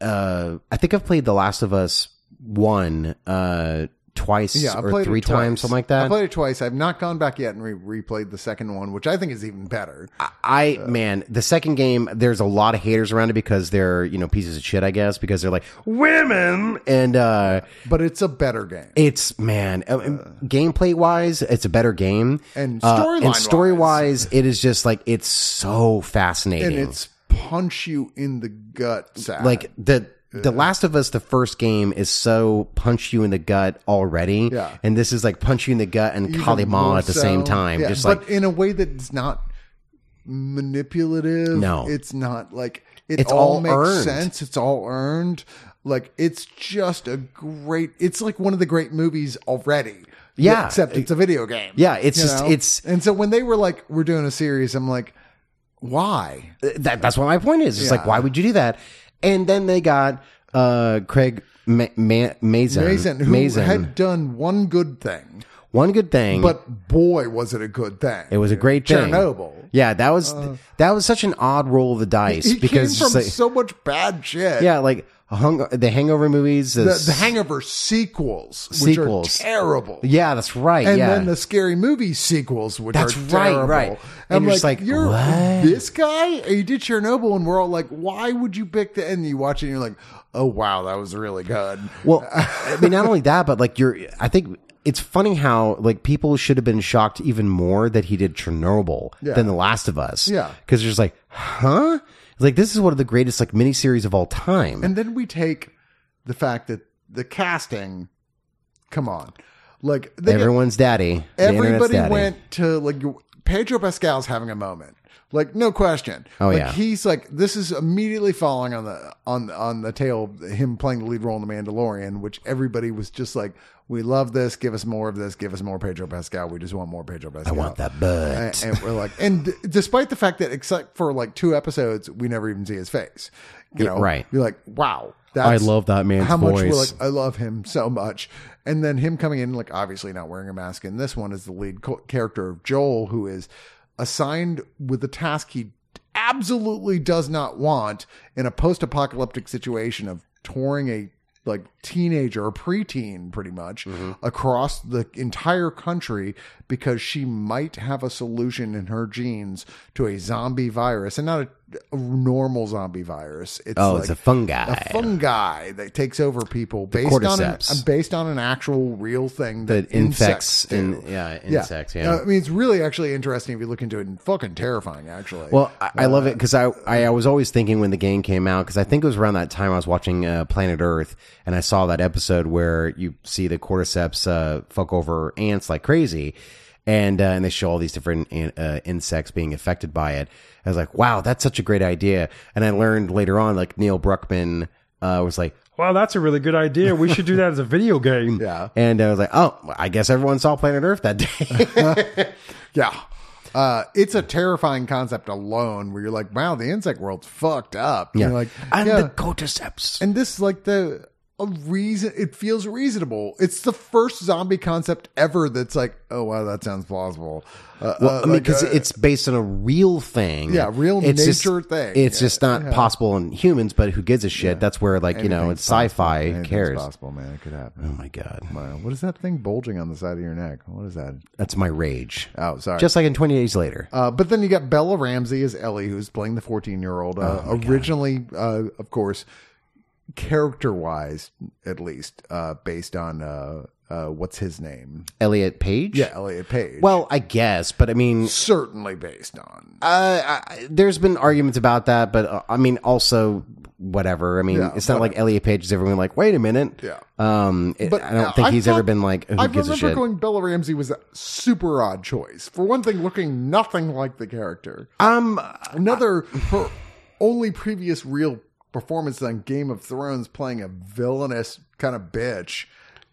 C: Uh, I think I've played The Last of Us one uh twice
A: yeah, I
C: or
A: played
C: three
A: it twice.
C: times, something like that.
A: I played it twice. I've not gone back yet and re- replayed the second one, which I think is even better.
C: I man, the second game, there's a lot of haters around it because they're you know pieces of shit, I guess, because they're like women, and uh,
A: But it's a better game.
C: it's man, uh, gameplay wise, it's a better game,
A: And
C: Uh, and
A: storyline-wise.
C: story wise, it is just like it's so fascinating,
A: and it's punch you in the gut. Sad.
C: like the. The Last of Us, the first game, is so punch you in the gut already,
A: Yeah.
C: and this is like punch you in the gut and
A: Even
C: Kalima
A: more
C: at the
A: so.
C: same time.
A: Yeah,
C: just
A: but
C: like
A: in a way that's not manipulative.
C: No.
A: it's not like it
C: It's
A: all,
C: all
A: makes
C: earned.
A: sense. It's all earned. Like it's just a great. It's like one of the great movies already.
C: Yeah.
A: except it's a video game.
C: Yeah, it's
A: you
C: just- it's-
A: and so when they were like, "We're doing a series," I'm like, "Why?"
C: that that's what my point is. It's like why would you do that? And then they got uh Craig Ma- Ma- Mazin,
A: Mason, who
C: Mazin.
A: had done one good thing,
C: one good thing,
A: but boy, was it a good thing!
C: it was a great thing.
A: Chernobyl. Uh.
C: Yeah, that was that was such an odd roll of the dice
A: He
C: because it's
A: came
C: just
A: from
C: like,
A: so much bad shit.
C: yeah, like hung, the Hangover movies,
A: the,
C: is-
A: the Hangover sequels,
C: Sequels.
A: which are terrible.
C: yeah, that's right,
A: And
C: yeah.
A: then the Scary Movie sequels, which
C: That's
A: are
C: right,
A: terrible.
C: right. And
A: I'm
C: you're just like,
A: you're
C: what?
A: this guy? You did Chernobyl, and we're all like, why would you pick that? And you watch it, and you're like, oh wow, that was really good. [laughs]
C: Well, I mean, not only that, but like you're, I think it's funny how like people should have been shocked even more that he did Chernobyl than The Last of Us.
A: Yeah.
C: Cause you're just like, huh? Like this is one of the greatest like miniseries of all time.
A: And then we take the fact that the casting, come on, like they get-
C: Everyone's daddy. The internet's
A: everybody
C: daddy.
A: went to like Pedro Pascal's having a moment. Like no question.
C: Oh,
A: like,
C: yeah.
A: He's like this is immediately following on the on on the tail of him playing the lead role in The Mandalorian, which everybody was just like, "We love this. Give us more of this. Give us more Pedro Pascal. We just want more Pedro Pascal." I
B: want that butt.
A: And, and we're like, and d- despite the fact that except for like two episodes, we never even see his face. You know,
C: right.
A: You're like, wow.
C: I love that man's
A: How much we're
C: voice.
A: like, I love him so much. And then him coming in, like obviously not wearing a mask. And this one is the lead co- character of Joel, who is assigned with a task he absolutely does not want in a post-apocalyptic situation of touring a like teenager or preteen pretty much
C: Mm-hmm.
A: across the entire country because she might have a solution in her genes to a zombie virus and not a, a normal zombie virus it's
C: Oh,
A: like
C: it's a fungi.
A: a fungi that takes over people based on an, uh,
C: cordyceps.
A: based on an actual real thing that,
C: that infects
A: do.
C: in, yeah, insects. Yeah.
A: Uh, I mean, it's really actually interesting if you look into it and fucking terrifying, actually.
C: Well, I, I love it
B: Uh,
C: because I, I I was always thinking when the game came out because I think it was around that time I was watching uh, Planet Earth and I saw that episode where you see the cordyceps uh, fuck over ants like crazy, and uh, and they show all these different an- uh, insects being affected by it. I was like, wow, that's such a great idea. And I learned later on, like Neil Bruckman uh, was like,
D: Wow, that's a really good idea. We should do that as a video
A: [laughs]
D: game. Yeah.
C: and I was like, oh, well, I guess everyone saw Planet Earth that day.
A: yeah. Uh, it's a terrifying concept alone where you're like, wow, the insect world's fucked up. Yeah. You're like,
B: I'm
A: yeah.
B: the cordyceps.
A: and this is like the a reason it feels reasonable. It's the first zombie concept ever that's like, oh wow, that sounds plausible. Uh,
C: Well,
A: uh,
C: I mean,
A: like,
C: because
A: uh,
C: it's based on a real thing.
A: Yeah, real
C: just-
A: nature thing.
C: It's
A: Yeah,
C: just not possible in humans, but who gives a shit? That's where, like, you know,
A: anything's
C: it's sci fi. Who
A: anything's
C: cares?
A: possible, man. It could happen.
C: Oh, my God.
A: Wow, Uh, what is that thing bulging on the side of your neck? What is that?
C: That's my rage.
A: Oh, sorry.
C: Just like in 20 Days Later.
A: Uh, but then you got Bella Ramsey as Ellie, who's playing the 14 year old. Uh,
C: Oh,
A: originally, uh, of course, character wise, at least, uh, based on uh, uh, what's his name?
C: Elliot Page?
A: Yeah, Elliot Page.
C: Well, I guess, but I mean,
A: certainly based on.
C: uh, I, there's been arguments about that, but uh, I mean, also, whatever. I mean,
A: Yeah,
C: it's not like Elliot Page is everyone like, wait a minute.
A: Yeah.
C: Um, it-
A: But
C: I don't think
A: I
C: he's ever
A: thought-
C: been like, who
A: I
C: gives
A: remember
C: a shit?
A: going Bella Ramsey was a super odd choice. For one thing, looking nothing like the character.
C: um,
A: Another, her only previous real performance on Game of Thrones playing a villainous kind of bitch.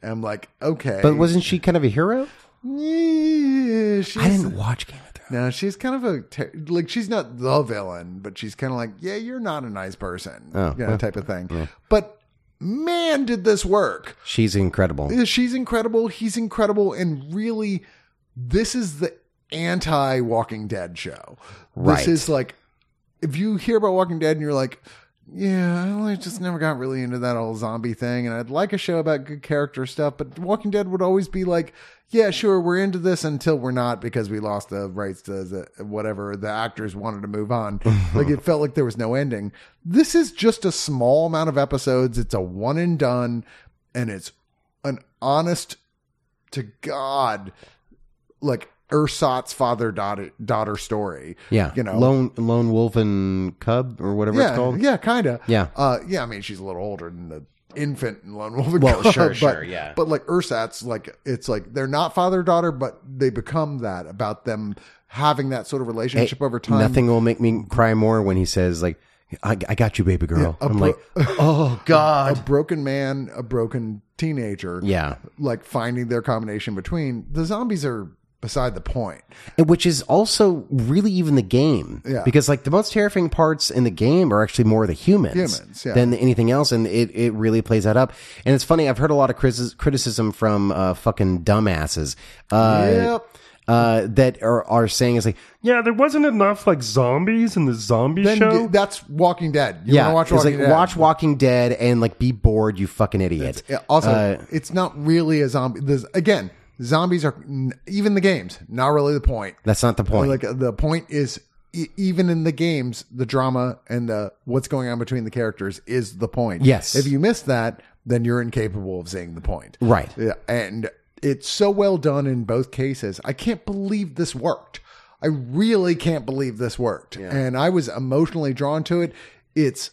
A: And I'm like, okay.
C: but wasn't she kind of a hero?
A: Yeah, she's,
C: I didn't watch Game of Thrones.
A: No, she's kind of a ter- like she's not the villain, but she's kind of like, yeah, you're not a nice person,
C: Oh,
A: you know,
C: well,
A: type of thing. But man, did this work!
C: She's incredible.
A: She's incredible. He's incredible, and really, this is the anti Walking Dead show. This
C: Right.
A: is like if you hear about Walking Dead and you're like. Yeah, I only- just never got really into that whole zombie thing, and I'd like a show about good character stuff, but Walking Dead would always be like, yeah, sure, we're into this until we're not because we lost the rights to the, whatever the actors wanted to move on. like it felt like there was no ending. This is just a small amount of episodes. It's a one and done, and it's an honest to God, like ersatz father daughter daughter story.
C: Yeah,
A: you know,
C: lone lone wolf and cub or whatever
A: yeah,
C: it's called.
A: yeah, kind of,
C: Yeah.
A: uh, yeah. I mean, she's a little older than the infant in Lone Wolf. and
C: Well,
A: Cub,
C: sure,
A: but,
C: sure, yeah.
A: But like ersatz, like it's like they're not father daughter, but they become that about them having that sort of relationship over time.
C: Nothing will make me cry more when he says like, "I, I got you, baby girl." I'm like,
A: [laughs] oh god, a broken man, a broken teenager,
C: yeah,
A: like finding their combination between the zombies are beside the point.
C: And which is also really even the game,
A: Yeah.
C: because like the most terrifying parts in the game are actually more the humans,
A: Humans, yeah.
C: than anything else, and it it really plays that up. And it's funny, I've heard a lot of critis- criticism from uh, fucking dumbasses. Uh,
A: Yep.
C: Uh, that are, are saying is like
D: there wasn't enough like zombies in the zombie
A: Then
D: show.
A: d- that's Walking Dead. You
C: yeah,
A: want to watch
C: it's
A: Walking
C: like
A: Dead?
C: watch Walking Dead and like be bored, you fucking idiot.
A: Yeah, also,
C: Uh,
A: it's not really a zombie. There's, again, zombies are n- even the games. Not really the point.
C: that's not the point.
A: Like the point is, e- even in the games, the drama and the what's going on between the characters is the point.
C: Yes.
A: If you miss that, then you're incapable of seeing the point.
C: Right.
A: Yeah, and it's so well done in both cases. I can't believe this worked. I really can't believe this worked. And I was emotionally drawn to it. It's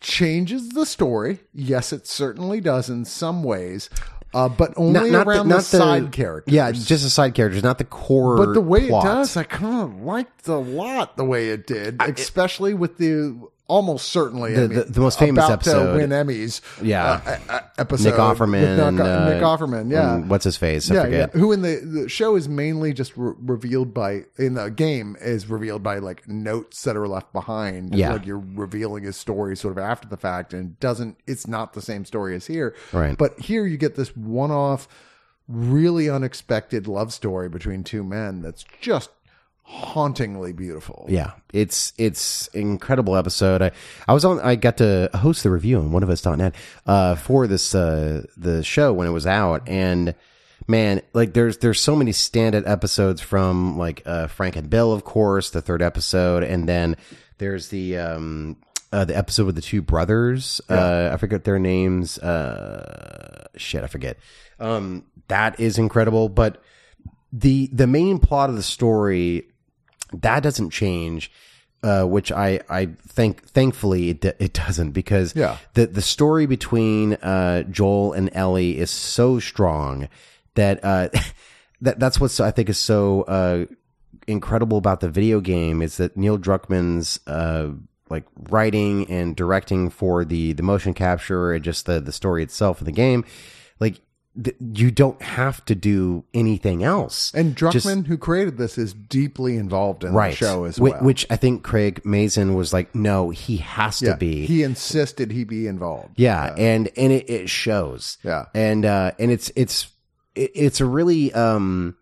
A: changes the story. Yes, it certainly does in some ways. uh, but only around the, side characters.
C: Yeah, just the side characters, not the core.
A: But the way
C: plot.
A: it does, I kind of liked a lot the way it did, especially with the almost certainly
C: The-
A: I mean,
C: the- the most famous
A: about
C: episode.
A: to win Emmys.
C: Yeah.
A: uh, uh, episode
C: Nick Offerman,
A: with Nick,
C: and, uh,
A: Nick Offerman, yeah.
C: and what's his face? I
A: yeah, yeah.
C: forget.
A: Who in the, the show is mainly just re- revealed by in the game is revealed by like notes that are left behind.
C: Yeah.
A: like you're revealing his story sort of after the fact, and doesn't it's not the same story as here.
C: Right.
A: But here you get this one-off, really unexpected love story between two men that's just hauntingly beautiful.
C: Yeah, it's it's incredible episode. I, I was on. I got to host the review on one of us net uh, for this uh, the show when it was out, and man, like there's there's so many standout episodes from like uh, Frank and Bill, of course, the third episode, and then there's the um, uh, the episode with the two brothers. Uh, I forget their names. Uh, shit, I forget. Um, that is incredible, but the the main plot of the story that doesn't change uh, which I, I think thankfully it, d- it doesn't because
A: Yeah.
C: the the story between uh, Joel and Ellie is so strong that uh, [laughs] that that's what I think is so uh, incredible about the video game is that Neil Druckmann's uh, like writing and directing for the the motion capture and just the the story itself of the game like th- you don't have to do anything else
A: And Druckman,
C: Just-
A: who created this, is deeply involved in
C: right
A: the show as
C: Wh-
A: well.
C: which, i think craig mazin was like no he has
A: yeah.
C: to be
A: He insisted he be involved.
C: yeah, and and it, it shows
A: Yeah.
C: and uh and it's it's it, it's a really um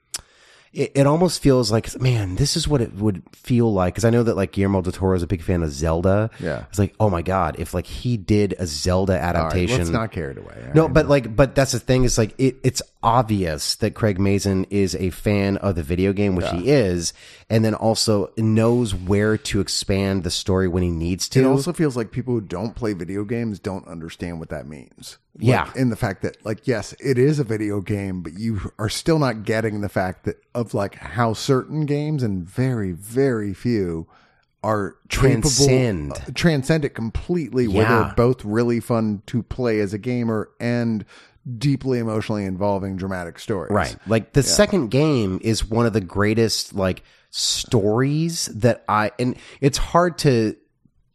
C: it, it almost feels like man this is what it would feel like because i know that like guillermo del toro is a big fan of zelda
A: Yeah.
C: it's like oh my god if like he did a zelda
A: All right,
C: adaptation
A: let's not carried away.
C: no, but like, but that's the thing is like, it, it's obvious that Craig Mazin is a fan of the video game, which he is, and then also knows where to expand the story when he needs to.
A: It also feels like people who don't play video games don't understand what that means. Like,
C: Yeah.
A: In the fact that, like, yes, it is a video game, but you are still not getting the fact that of like how certain games and very, very few are capable-
C: Transcend.
A: uh, transcend it completely, where
C: Yeah.
A: they're both really fun to play as a gamer and deeply emotionally involving dramatic stories.
C: Right. Like the second game is one of the greatest like stories that I and it's hard to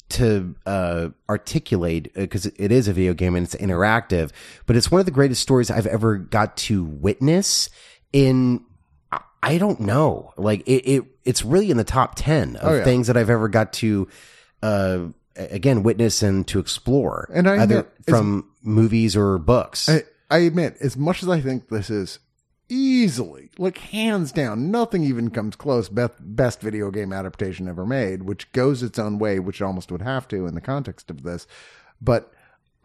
C: to uh articulate because it is a video game and it's interactive, but it's one of the greatest stories I've ever got to witness in I- I don't know. Like it, it it's really in the top 10 of
A: Oh, yeah.
C: things that I've ever got to uh a- again witness and to explore
A: And I
C: either
A: admit, it's-
C: from movies or books.
A: I, I admit, as much as I think this is easily, like hands down, nothing even comes close, best, best video game adaptation ever made, which goes its own way, which it almost would have to in the context of this. But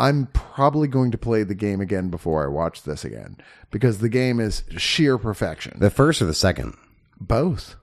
A: I'm probably going to play the game again before I watch this again because the game is sheer perfection.
C: the first or the second?
A: Both.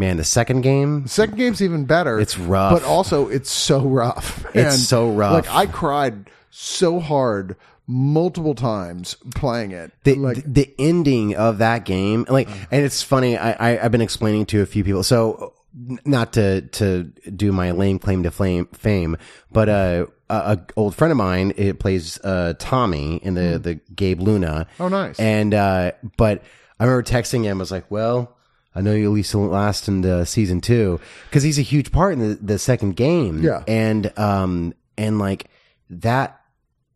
C: Man, the second game
A: Second game's even better.
C: It's rough.
A: but also it's so rough.
C: It's so rough.
A: Like I cried so hard multiple times playing it.
C: the,
A: like Uh-huh.
C: the the ending of that game like and it's funny I, I i've been explaining to a few people so n- not to to do my lame claim to flame fame but uh a, a old friend of mine it plays uh tommy in the the gabe luna
A: Hmm. Oh, nice.
C: and uh but i remember texting him i was like well I know you'll at least last in the season two because he's a huge part in the, the second game.
A: Yeah.
C: and um and like that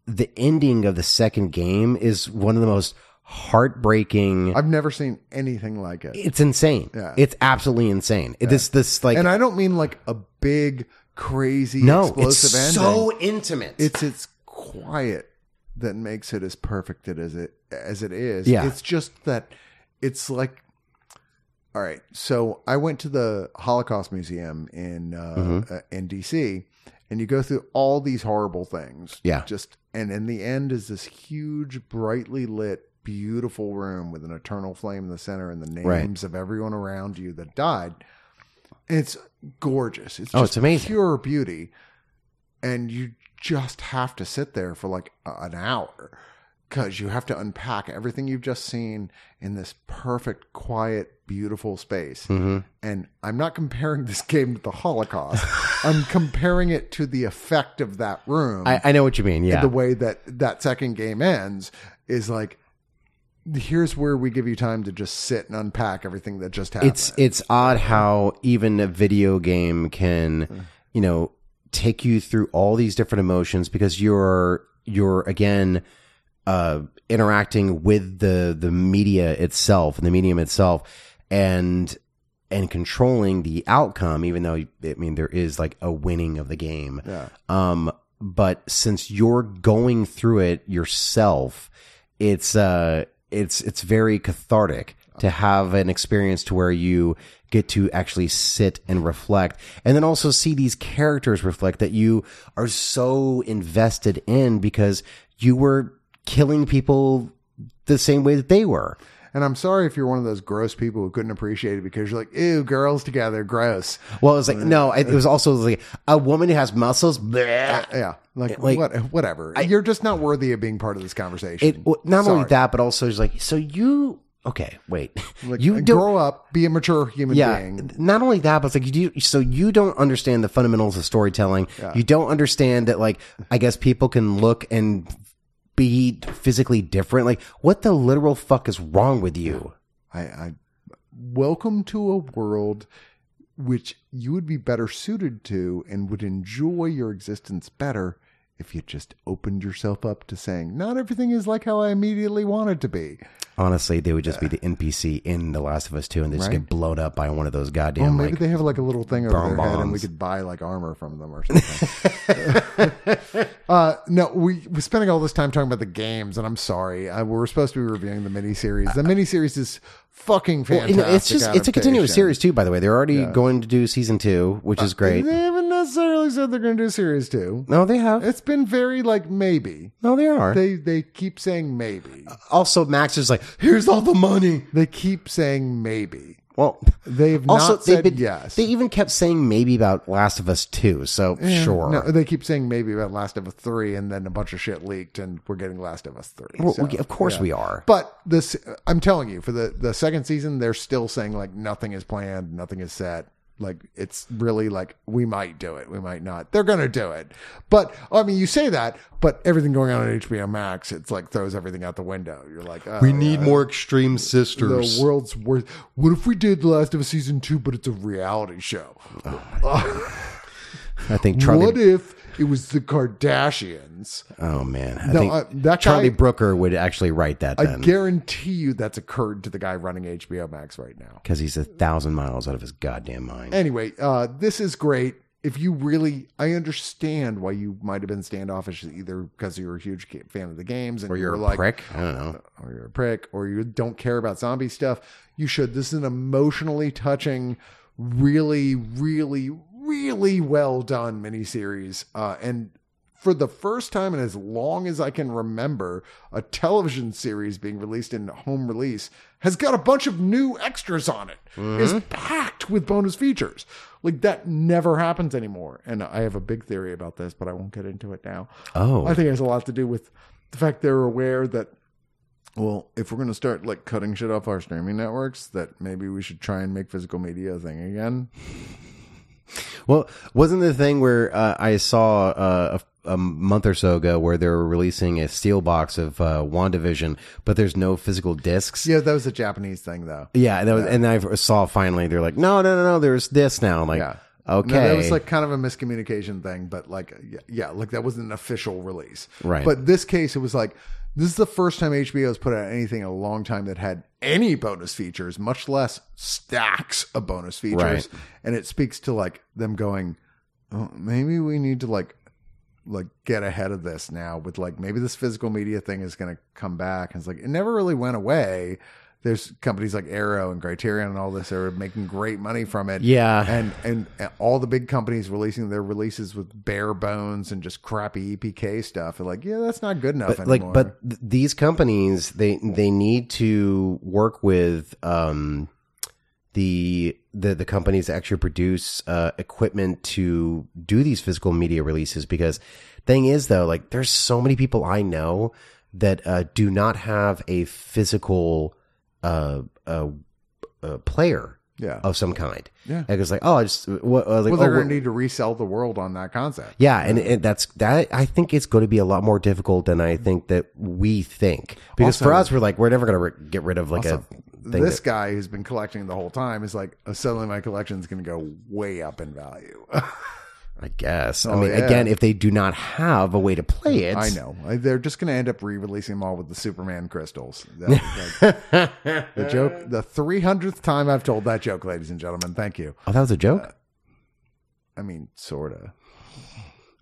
C: the ending of the second game is one of the most heartbreaking.
A: [laughs] I've never seen anything like it.
C: it's insane.
A: Yeah.
C: It's absolutely insane. This this like
A: and I don't mean like a big, crazy,
C: no, it's
A: explosive ending.
C: so intimate.
A: it's its quiet that makes it as perfect it as it as it is.
C: Yeah.
A: It's just that it's like all right. So I went to the Holocaust Museum in uh,
C: Mm-hmm.
A: uh, in DC, and you go through all these horrible things.
C: Yeah.
A: Just and in the end is this huge, brightly lit, beautiful room with an eternal flame in the center and the names
C: Right.
A: of everyone around you that died. And it's gorgeous. It's
C: Oh,
A: just
C: it's amazing.
A: pure beauty, and you just have to sit there for like a- an hour because you have to unpack everything you've just seen in this perfect, quiet, beautiful space. And I'm not comparing this [laughs] game to the
C: [laughs]
A: Holocaust. I'm comparing it to the effect of that room
C: I, I know what you mean. Yeah,
A: the way that that second game ends is like here's where we give you time to just sit and unpack everything that just happened.
C: It's it's odd how even a video game can, you know, take you through all these different emotions because you're you're again uh interacting with the the media itself and the medium itself and and controlling the outcome even though I mean there is like a winning of the game.
A: yeah.
C: Um, but since you're going through it yourself, it's uh, it's it's very cathartic to have an experience to where you get to actually sit and reflect, and then also see these characters reflect that you are so invested in because you were killing people the same way that they were.
A: And I'm sorry if you're one of those gross people who couldn't appreciate it because you're like, ew, girls together, gross.
C: Well, it was like no, I- it was also like a woman who has muscles. bleh.
A: Uh, Yeah, like,
C: Like-
A: what, whatever. you're just not worthy of being part of this conversation.
C: It w- not only
A: Sorry.
C: that, but also it's like so you okay? Wait,
A: [laughs] like, uh,
C: you don't
A: grow up, be a mature human
C: yeah.
A: being.
C: Not only that, but it's like you do. So you don't understand the fundamentals of storytelling. You don't understand that like I guess people can look and be physically different. Like what the literal fuck is wrong with you?
A: I, I welcome to a world which you would be better suited to and would enjoy your existence better if you just opened yourself up to saying, not everything is like how I immediately want it to be.
C: Honestly, they would just be the NPC in The Last of Us Two, and they just get blown up by one of those goddamn
A: Well, maybe
C: like
A: they have like a little thing over their head, and we
C: bonbons.
A: could buy like armor from them or something. [laughs] uh, no, we we're spending all this time talking about the games, and I'm sorry, uh, we're supposed to be reviewing the miniseries. The miniseries is fucking fantastic.
C: You know, it's just it's a continuous
A: adaptation.
C: series too. By the way, they're already going to do season two, which
A: Uh,
C: is great.
A: They haven't necessarily said they're going to do series two.
C: No, they have.
A: It's been very like maybe.
C: No, they are.
A: They they keep saying maybe.
C: also, Max is like, here's all the money.
A: They keep saying maybe.
C: Well,
A: They've
C: also
A: not said
C: they've been,
A: yes.
C: They even kept saying maybe about Last of Us Two. So sure.
A: No, they keep saying maybe about Last of Us three, and then a bunch of shit leaked, and we're getting Last of Us three.
C: Well,
A: so.
C: we- of course we are.
A: But this, I'm telling you, for the the second season, they're still saying like nothing is planned, nothing is set. Like it's really like we might do it, we might not. They're gonna do it, but I mean, you say that, but everything going on on HBO Max, it's like throws everything out the window. You're like, oh,
D: We need
A: yeah.
D: more extreme
A: The
D: sisters.
A: world's worst. What if we did The Last of Us season two, but it's a reality show?
C: I think Charlie.
A: what if it was the Kardashians?
C: oh man, I
A: No,
C: think
A: uh, that
C: Charlie
A: guy-
C: Brooker would actually write that
A: I
C: then
A: guarantee you that's occurred to the guy running HBO Max right now.
C: because he's a thousand miles out of his goddamn mind.
A: Anyway, uh, this is great. If you really, I understand why you might have been standoffish, either because you're a huge ca- fan of the games, and
C: or you're
A: were
C: a
A: like,
C: prick. I don't know.
A: or you're a prick, or you don't care about zombie stuff. You should. This is an emotionally touching, really, really, really well done miniseries, uh, and. For the first time in as long as I can remember, a television series being released in home release has got a bunch of new extras on it. It's packed with bonus features. Like that never happens anymore. And I have a big theory about this, but I won't get into it now.
C: Oh,
A: I think it has a lot to do with the fact they're aware that well, if we're gonna start like cutting shit off our streaming networks, that maybe we should try and make physical media a thing again.
C: Well, wasn't the thing where uh, I saw uh, a, a month or so ago where they were releasing a steel box of uh, WandaVision, but there's no physical discs?
A: Yeah, that was a Japanese thing though.
C: Yeah, that was, and I saw finally they're like, no, no, no, no, there's this now. I'm like,
A: Yeah.
C: okay,
A: No, that was like kind of a miscommunication thing, but like, yeah, yeah, like that wasn't an official release.
C: Right.
A: But this case, it was like, this is the first time HBO's put out anything in a long time that had any bonus features, much less stacks of bonus features.
C: Right.
A: And it speaks to like them going, oh, maybe we need to like, like get ahead of this now with like maybe this physical media thing is going to come back. And it's like, it never really went away. There's companies like Arrow and Criterion and all this are making great money from it
C: yeah,
A: and, and and all the big companies releasing their releases with bare bones and just crappy EPK stuff. They're like, yeah, that's not good enough
C: but
A: anymore.
C: like, but th- these companies they they need to work with um the the the companies that actually produce uh, equipment to do these physical media releases because thing is though like there's so many people I know that uh, do not have a physical uh, uh, uh, player
A: Yeah.
C: of some kind.
A: Yeah.
C: And it's like, oh, I just what, I was like,
A: Well, they're
C: oh,
A: going
C: wh-
A: to need to resell the world on that concept.
C: yeah, and, and that's that. I think it's going to be a lot more difficult than I think that we think because for us, we're like we're never going to ri get rid of like a thing.
A: This guy who's been collecting the whole time is like, oh, suddenly my collection's going to go way up in value. [laughs]
C: that- I guess. I mean,
A: Oh, yeah.
C: again, if they do not have a way to play it,
A: I know. I- They're just going to end up re-releasing them all with the Superman crystals. That was
C: [laughs]
A: like- the joke, the 300th time I've told that joke, ladies and gentlemen. Thank you.
C: Oh, that was a joke.
A: Uh, I mean,
C: [sighs]
A: sorta.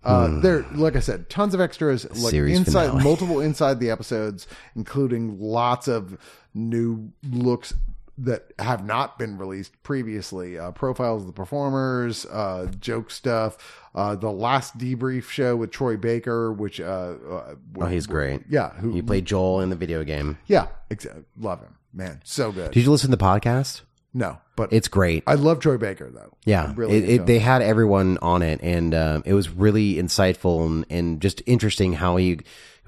A: Uh, there, like I said, tons of extras, like
C: Series
A: inside
C: finale. [laughs]
A: multiple inside the episodes, including lots of new looks that have not been released previously. Uh, profiles of the performers, uh, joke stuff, uh, the last debrief show with Troy Baker, which uh, uh,
C: oh, he's great.
A: yeah, who
C: You played Joel in the video game.
A: yeah, exa- love him, man, so good.
C: Did you listen to the podcast?
A: no, but
C: It's great.
A: I love Troy Baker though.
C: Yeah,
A: really
C: it, it, they had everyone on it, and um, it was really insightful and, and just interesting how he, he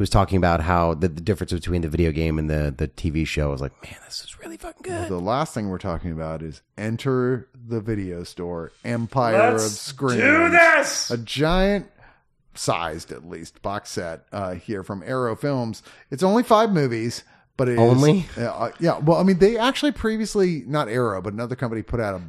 C: was talking about how the, the difference between the video game and the, the TV show. I was like, man, this is really fucking good.
A: The last thing we're talking about is enter the video store, Empire of Screams.
D: Do this.
A: A giant sized at least box set uh, here from Arrow Films. It's only five movies, but it is-
C: Only?
A: uh, yeah. Well, I mean, they actually previously not Arrow, but another company put out a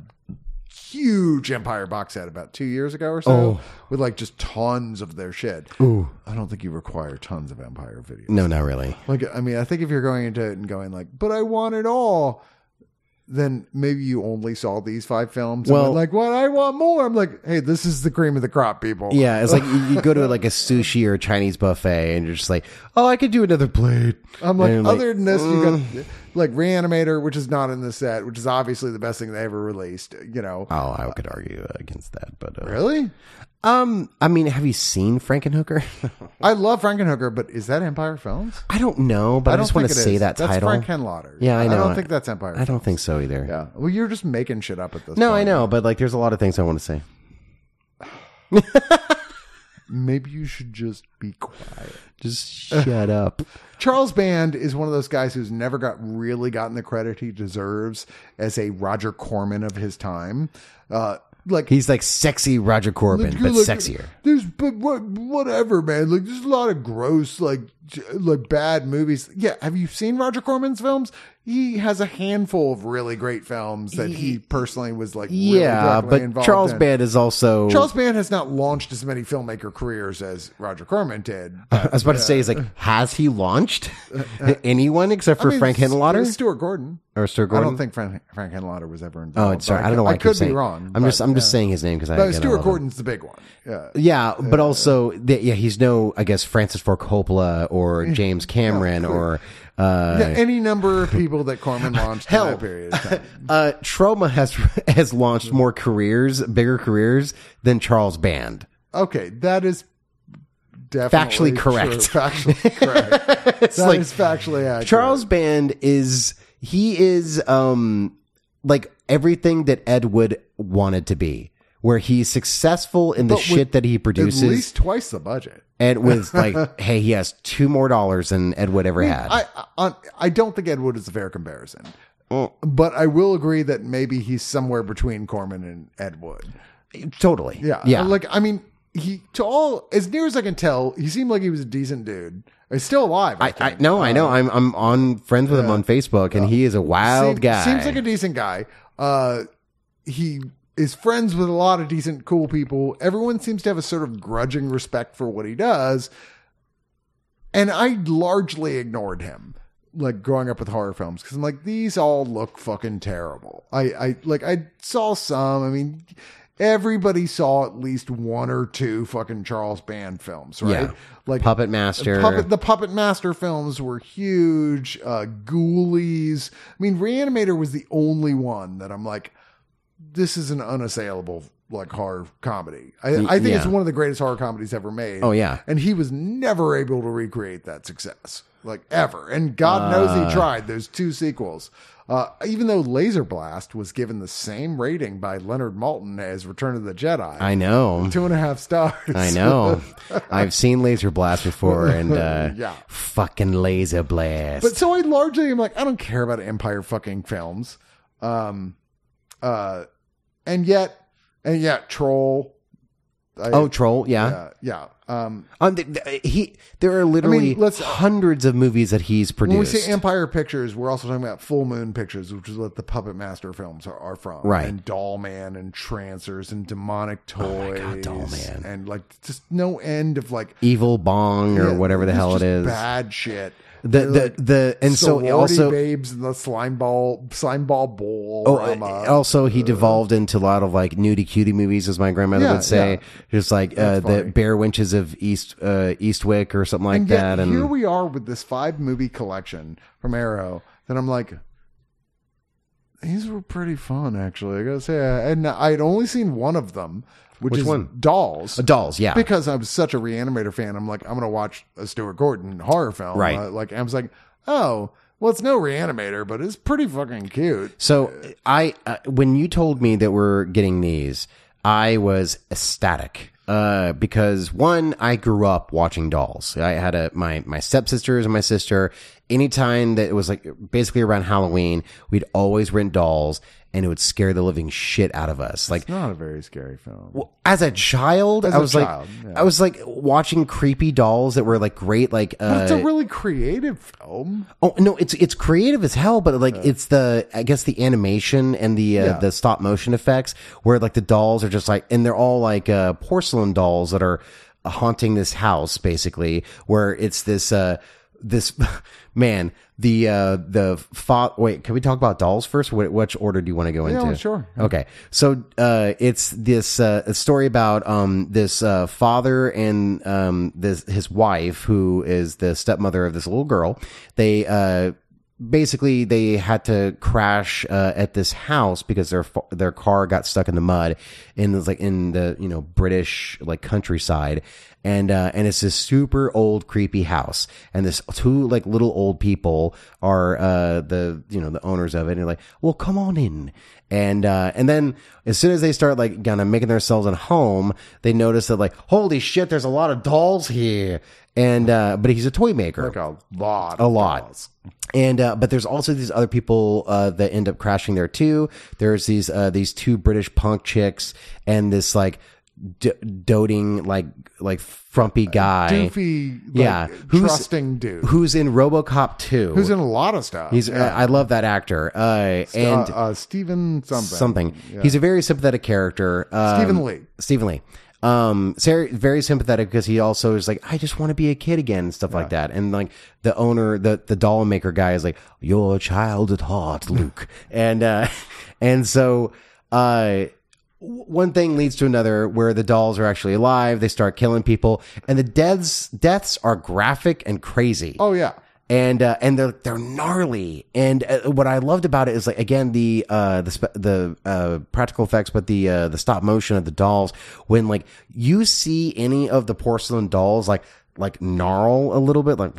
A: huge Empire box set about two years ago or so with like just tons of their shit. Ooh, I don't think you require tons of Empire video.
C: No, not really.
A: Like, I mean, I think if you're going into it and going like, but I want it all, then maybe you only saw these five films.
C: Well-
A: Well, like, what? I want more. I'm like, hey, this is the cream of the crop, people.
C: Yeah, it's like you, you go to like a sushi or a Chinese buffet, and you're just like, oh, I could do another plate.
A: I'm like,
C: And,
A: other than this, you got like Reanimator, which is not in the set, which is obviously the best thing they ever released. You know,
C: Oh, I could argue against that, but uh,
A: really?
C: um, I mean, have you seen Frankenhooker?
A: [laughs] I love Frankenhooker, but is that Empire Films?
C: I don't know, but I, just want to
A: think it
C: say
A: is.
C: that
A: that's
C: title.
A: Frank Henlotter.
C: Yeah, I
A: I
C: know.
A: don't think that's Empire.
C: I don't think so either.
A: Yeah. Well, you're just making shit up at this.
C: No,
A: point.
C: I know, but like, there's a lot of things I want to say.
A: Maybe you should just be quiet.
C: Just shut up.
A: Charles Band is one of those guys who's never got really gotten the credit he deserves as a Roger Corman of his time. Uh, like
C: [laughs] He's like sexy Roger Corbin,
A: like,
C: but
A: like,
C: sexier.
A: There's but what whatever, man. Like there's a lot of gross, like j- like bad movies. Yeah, have you seen Roger Corman's films? He has a handful of really great films that he, personally was like. really
C: yeah,
A: directly
C: but
A: involved
C: Charles
A: in.
C: Band is
A: [laughs]
C: also.
A: Charles Band has not launched as many filmmaker careers as Roger Corman did.
C: I was about to say,
A: [laughs]
C: he's like, has he launched [laughs] anyone except for
A: I mean,
C: Frank
A: s-
C: Henlotter
A: Stuart Gordon.
C: or Sir
A: I
C: Gordon?
A: don't think Frank, Frank Henlotter was ever involved.
C: Oh, sorry,
A: but
C: I don't know why I,
A: I,
C: keep
A: could
C: saying-
A: be wrong.
C: I'm
A: but,
C: just I'm
A: yeah.
C: just saying his name because I.
A: But
C: again, I
A: Stuart
C: love him.
A: Gordon's the big one. Yeah.
C: Yeah, but also th- yeah, he's no, I guess Francis Ford Coppola
A: [laughs]
C: or James Cameron or uh,
A: Yeah, any number of people that Corman
C: [laughs]
A: launched in
C: Hell.
A: that period. Of time.
C: uh, Trauma has [laughs] has launched more careers, bigger careers than Charles Band. [laughs]
A: Okay, that is definitely
C: Factually
A: true.
C: correct. [laughs]
A: Factually correct.
C: It's
A: That
C: like
A: is factually accurate.
C: Charles Band is he is um like everything that Ed Wood wanted to be, where he's successful in the
A: But with
C: shit that he
A: at
C: produces,
A: least twice the budget.
C: and with
A: [laughs]
C: like, hey, he has two more dollars than Ed Wood ever had.
A: I, I I don't think Ed Wood is a fair comparison, but I will agree that maybe he's somewhere between Corman and Ed Wood.
C: totally,
A: Yeah.
C: yeah.
A: Like, I mean, he, to all, as near as I can tell, he seemed like he was a decent dude. He's still alive.
C: I, I no, I know. I'm I'm on friends with him on Facebook, and he is a wild
A: Seem-
C: guy.
A: Seems like a decent guy. Uh, he is friends with a lot of decent, cool people. Everyone seems to have a sort of grudging respect for what he does. And I largely ignored him, like growing up with horror films, because I'm like, these all look fucking terrible. I, I like, I saw some. I mean, everybody saw at least one or two fucking Charles Band films, right?
C: Yeah.
A: Like
C: puppet master.
A: Puppet, the Puppet Master films were huge. Uh, Ghoulies. I mean, Reanimator was the only one that I'm like, this is an unassailable like horror comedy. I, I think it's
C: yeah.
A: one of the greatest horror comedies ever made.
C: Oh, yeah.
A: and he was never able to recreate that success, like ever. And God
C: Uh.
A: knows he tried. There's two sequels. Uh, even though Laser Blast was given the same rating by Leonard Maltin as Return of the Jedi,
C: I know.
A: two and a half stars. [laughs]
C: I know. I've seen Laser Blast before, and uh,
A: Yeah.
C: fucking Laser Blast.
A: But so I largely am like, I don't care about Empire fucking films. Um, Uh, and yet, and yet, Troll. I-
C: Oh, troll. Yeah.
A: yeah, yeah. Um,
C: Um, th- th- he. There are literally
A: let's-
C: hundreds of movies that he's
A: when we
C: produced.
A: say Empire Pictures, we're also talking about Full Moon Pictures, which is what the Puppet Master films are, are from,
C: Right.
A: And Doll Man and Trancers and Demonic Toys,
C: Oh God, Doll Man.
A: and like just no end of like
C: Evil Bong or
A: yeah,
C: whatever the
A: it's
C: hell it
A: just
C: is.
A: bad shit.
C: The
A: They're,
C: the
A: like,
C: the and so
A: sorority
C: also
A: babes and the slime ball slime ball bowl.
C: Oh,
A: drama.
C: uh, also he devolved into a lot of like nudie cutie movies, as my grandmother
A: Yeah,
C: would say, just like uh,
A: That's
C: the
A: funny.
C: Bear Winches of East uh, Eastwick or something like
A: and yet,
C: that. And
A: here we are with this five movie collection from Arrow that I'm like, these were pretty fun actually. I gotta say, and I had only seen one of them, which,
C: Which
A: is
C: one?
A: Dolls.
C: Uh, dolls, yeah,
A: [laughs] Because I was such a Reanimator fan, I'm like, I'm gonna watch a Stuart Gordon horror film,
C: Right.
A: Uh, like I was like, oh, well, it's no Reanimator, but it's pretty fucking cute.
C: So I, uh, when you told me that we're getting these, I was ecstatic uh, because one, I grew up watching dolls. I had a my my stepsisters and my sister. Anytime that it was like basically around Halloween, we'd always rent dolls, and it would scare the living shit out of us. Like
A: Not a very scary film.
C: as a child, I
A: a
C: was
A: child,
C: like,
A: yeah.
C: I was like watching creepy dolls that were like great, like uh,
A: but it's a really creative film.
C: Oh no, it's it's creative as hell, but like it's the I guess the animation and the uh, the stop motion effects where like the dolls are just like and they're all like uh, porcelain dolls that are haunting this house basically where it's this uh this [laughs] man the uh the fa- wait can we talk about dolls first Wh- which order do you want to go into
A: sure.
C: Okay. So uh, it's this uh, a story about um, this uh, father and um, this his wife, who is the stepmother of this little girl. They uh, basically they had to crash uh, at this house because their fa- their car got stuck in the mud in this, like in the you know British like countryside. And uh, and it's this super old creepy house, and this two like little old people are uh, the you know the owners of it, and they're like, "Well, come on in," and uh, and then as soon as they start like kind of making themselves at home, they notice that like, "Holy shit, there's a lot of dolls here," and uh, but he's a toy maker,
A: Like a lot.
C: a lot. And uh, but there's also these other people uh, that end up crashing there too. There's these uh, these two British punk chicks and this like d- doting like like
A: Uh,
C: frumpy guy,
A: Doofy, like,
C: yeah,
A: trusting dude.
C: who's in RoboCop two.
A: Who's in a lot of stuff.
C: He's uh, I love that actor. Uh, and
A: uh, uh, Stephen something.
C: something. He's a very sympathetic character. Um,
A: Stephen Lee.
C: Stephen Lee. Um, very, very sympathetic because he also is like, I just want to be a kid again and stuff like that. And like the owner, the, the doll maker guy is like, you're a child at heart, Luke. and, uh, and so, uh, w- one thing leads to another where the dolls are actually alive. They start killing people and the deaths, deaths are graphic and crazy
A: Oh yeah.
C: and uh, and they're they're gnarly. And uh, what I loved about it is like again the uh, the spe- the uh, practical effects, but the uh, the stop motion of the dolls. When like you see any of the porcelain dolls, like like gnarl a little bit, like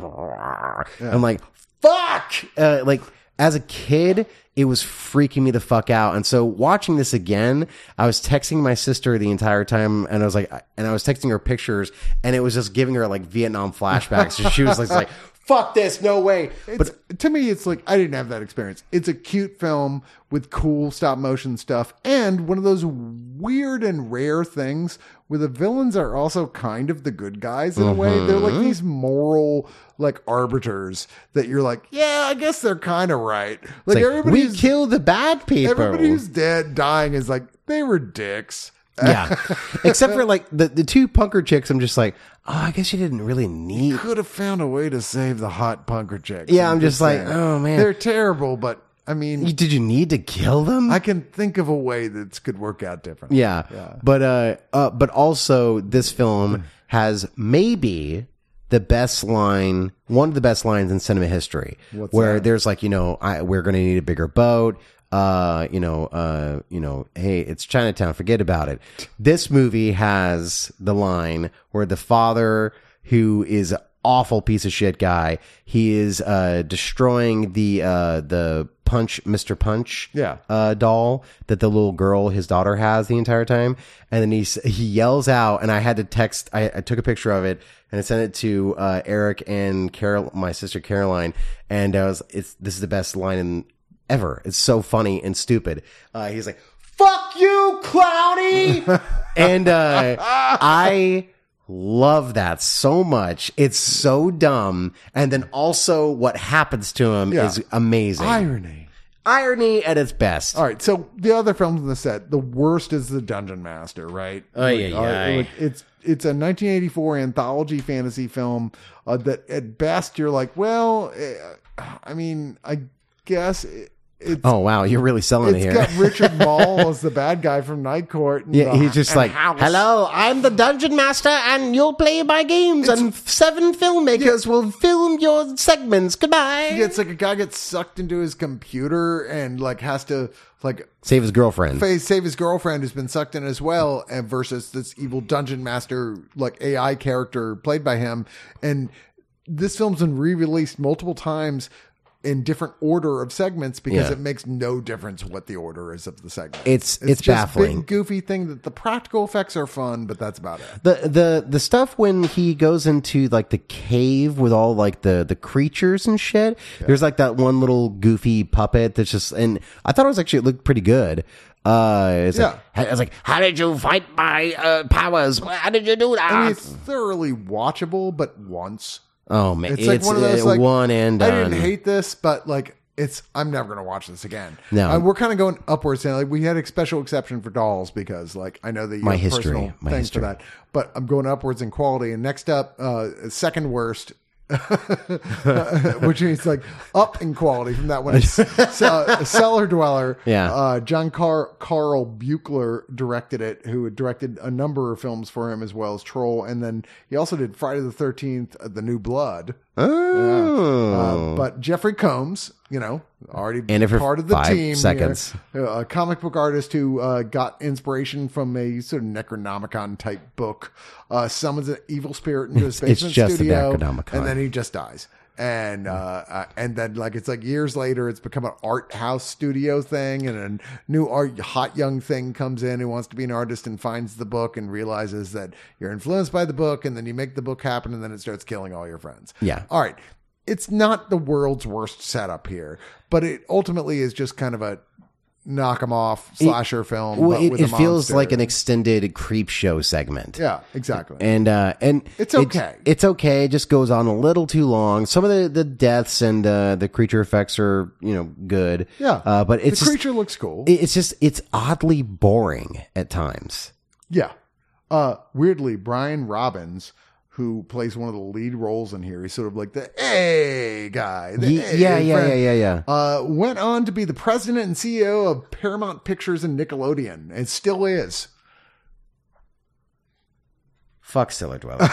C: I'm like fuck, uh, like. As a kid, it was freaking me the fuck out. And so watching this again, I was texting my sister the entire time and I was like, and I was texting her pictures and it was just giving her like Vietnam flashbacks. [laughs] so she was like, fuck this, no way.
A: It's, to me, it's like I didn't have that experience. It's a cute film with cool stop motion stuff, and one of those weird and rare things where the villains are also kind of the good guys in a way. They're
C: Mm-hmm.
A: like these moral like arbiters that you're like, yeah, I guess they're kind of right. Like,
C: Like,
A: everybody
C: we
A: who's
C: kill the bad people.
A: everybody who's dead dying is like they were dicks.
C: [laughs] yeah. Except for like the, the two punker chicks, I'm just like, oh, I guess you didn't
A: [laughs]
C: really need.
A: Could have found a way to save the hot punker chicks.
C: Yeah, I'm just like,
A: saying.
C: oh, man.
A: they're terrible, but I mean,
C: Did you need to kill them?
A: I can think of a way that could work out differently.
C: Yeah. But uh, uh but also this film has maybe the best line, one of the best lines in cinema history, where there's like, you know, I, we're going to need a bigger boat. Uh, you know, uh, you know, hey, it's Chinatown. Forget about it. This movie has the line where the father, who is an awful piece of shit guy, he is uh destroying the uh the punch, Mister Punch,
A: Yeah.
C: uh, doll that the little girl, his daughter, has the entire time. And then he s- he yells out, and I had to text. I, I took a picture of it and I sent it to uh, Eric and Carol, my sister Caroline, and I was, "It's this is the best line in ever. It's so funny and stupid. Uh, he's like, "Fuck you, Cloudy," and uh, I love that so much. It's so dumb, and then also what happens to him
A: Yeah.
C: is amazing.
A: Irony.
C: Irony at its best.
A: All right, so the other films in the set, the worst is the Dungeon Master, right?
C: Ay, ay,
A: all right,
C: ay.
A: look, it's it's a 1984 anthology fantasy film uh, that at best you're like, well, eh, I mean, I guess it, it's
C: Oh wow, you're really selling it
A: it's
C: here.
A: got
C: [laughs]
A: Richard Mall as the bad guy from Night Court. and
C: Yeah,
A: the-
C: he's just
A: and
C: like,
A: House.
C: "Hello, I'm the dungeon master, and you'll play my games, and seven filmmakers will film your segments. Goodbye."
A: Yeah, It's like a guy gets sucked into his computer and like has to like
C: Save his girlfriend.
A: fa- save his girlfriend who's been sucked in as well, and versus this evil dungeon master like AI character played by him. And this film's been re-released multiple times in different order of segments because
C: Yeah.
A: it makes no difference what the order is of the segment.
C: It's- it's baffling.
A: big goofy thing that the practical effects are fun, but that's about it.
C: the the the stuff when he goes into like the cave with all like the the creatures and shit. There's like that one little goofy puppet that's just and I thought it was actually it looked pretty good. Uh, it's like, I was like,
B: How did you fight my uh, powers? How did you do that?
A: I mean, it's thoroughly watchable, but once.
C: oh man,
A: It's like one of those
C: uh,
A: like
C: one and
A: I
C: done.
A: didn't hate this, but like it's I'm never gonna watch this again.
C: No.
A: Uh, we're kind of going upwards now. Like we had a special exception for dolls because like I know that you
C: My
A: have
C: history,
A: personal
C: my
A: things
C: history.
A: for that, but I'm going upwards in quality. And next up, uh, second worst. [laughs] which is like up in quality from that
C: [laughs]
A: one. It's, uh, Cellar Dweller.
C: Yeah.
A: Uh, John Car- Carl Buechler directed it, who had directed a number of films for him as well as Troll. And then he also did Friday the 13th, uh, The New Blood.
C: Oh.
A: Uh, but Jeffrey Combs, you know, already
C: And if you're
A: part of the
C: five
A: team.
C: seconds.
A: here, Uh, a comic book artist who uh, got inspiration from a sort of Necronomicon type book, uh, summons an evil spirit into his
C: it's
A: basement
C: just a
A: studio,
C: Necronomicon.
A: and then he just dies. And uh, uh, and then like it's like years later, it's become an art house studio thing, and a new art hot young thing comes in who wants to be an artist and finds the book and realizes that you're influenced by the book, and then you make the book happen, and then it starts killing all your friends.
C: Yeah.
A: All right. It's not the world's worst setup here, but it ultimately is just kind of a knock 'em off slasher film.
C: Well,
A: but
C: it,
A: with a
C: it feels
A: monster.
C: like an extended creep show segment.
A: yeah, exactly.
C: And uh, and
A: It's
C: it-
A: okay.
C: it's okay. It just goes on a little too long. Some of the, the deaths and uh, the creature effects are you know good.
A: yeah,
C: Uh, but it's
A: the
C: just,
A: creature looks cool.
C: it- it's just it's oddly boring at times.
A: yeah. Uh, weirdly, Brian Robbins, who plays one of the lead roles in here, he's sort of like the hey guy. the
C: Ye-
A: hey
C: yeah, yeah,
A: friend.
C: yeah, yeah, yeah.
A: Uh, went on to be the president and CEO of Paramount Pictures and Nickelodeon, and still is.
C: Fuck
A: [laughs]
C: Cellar Dweller.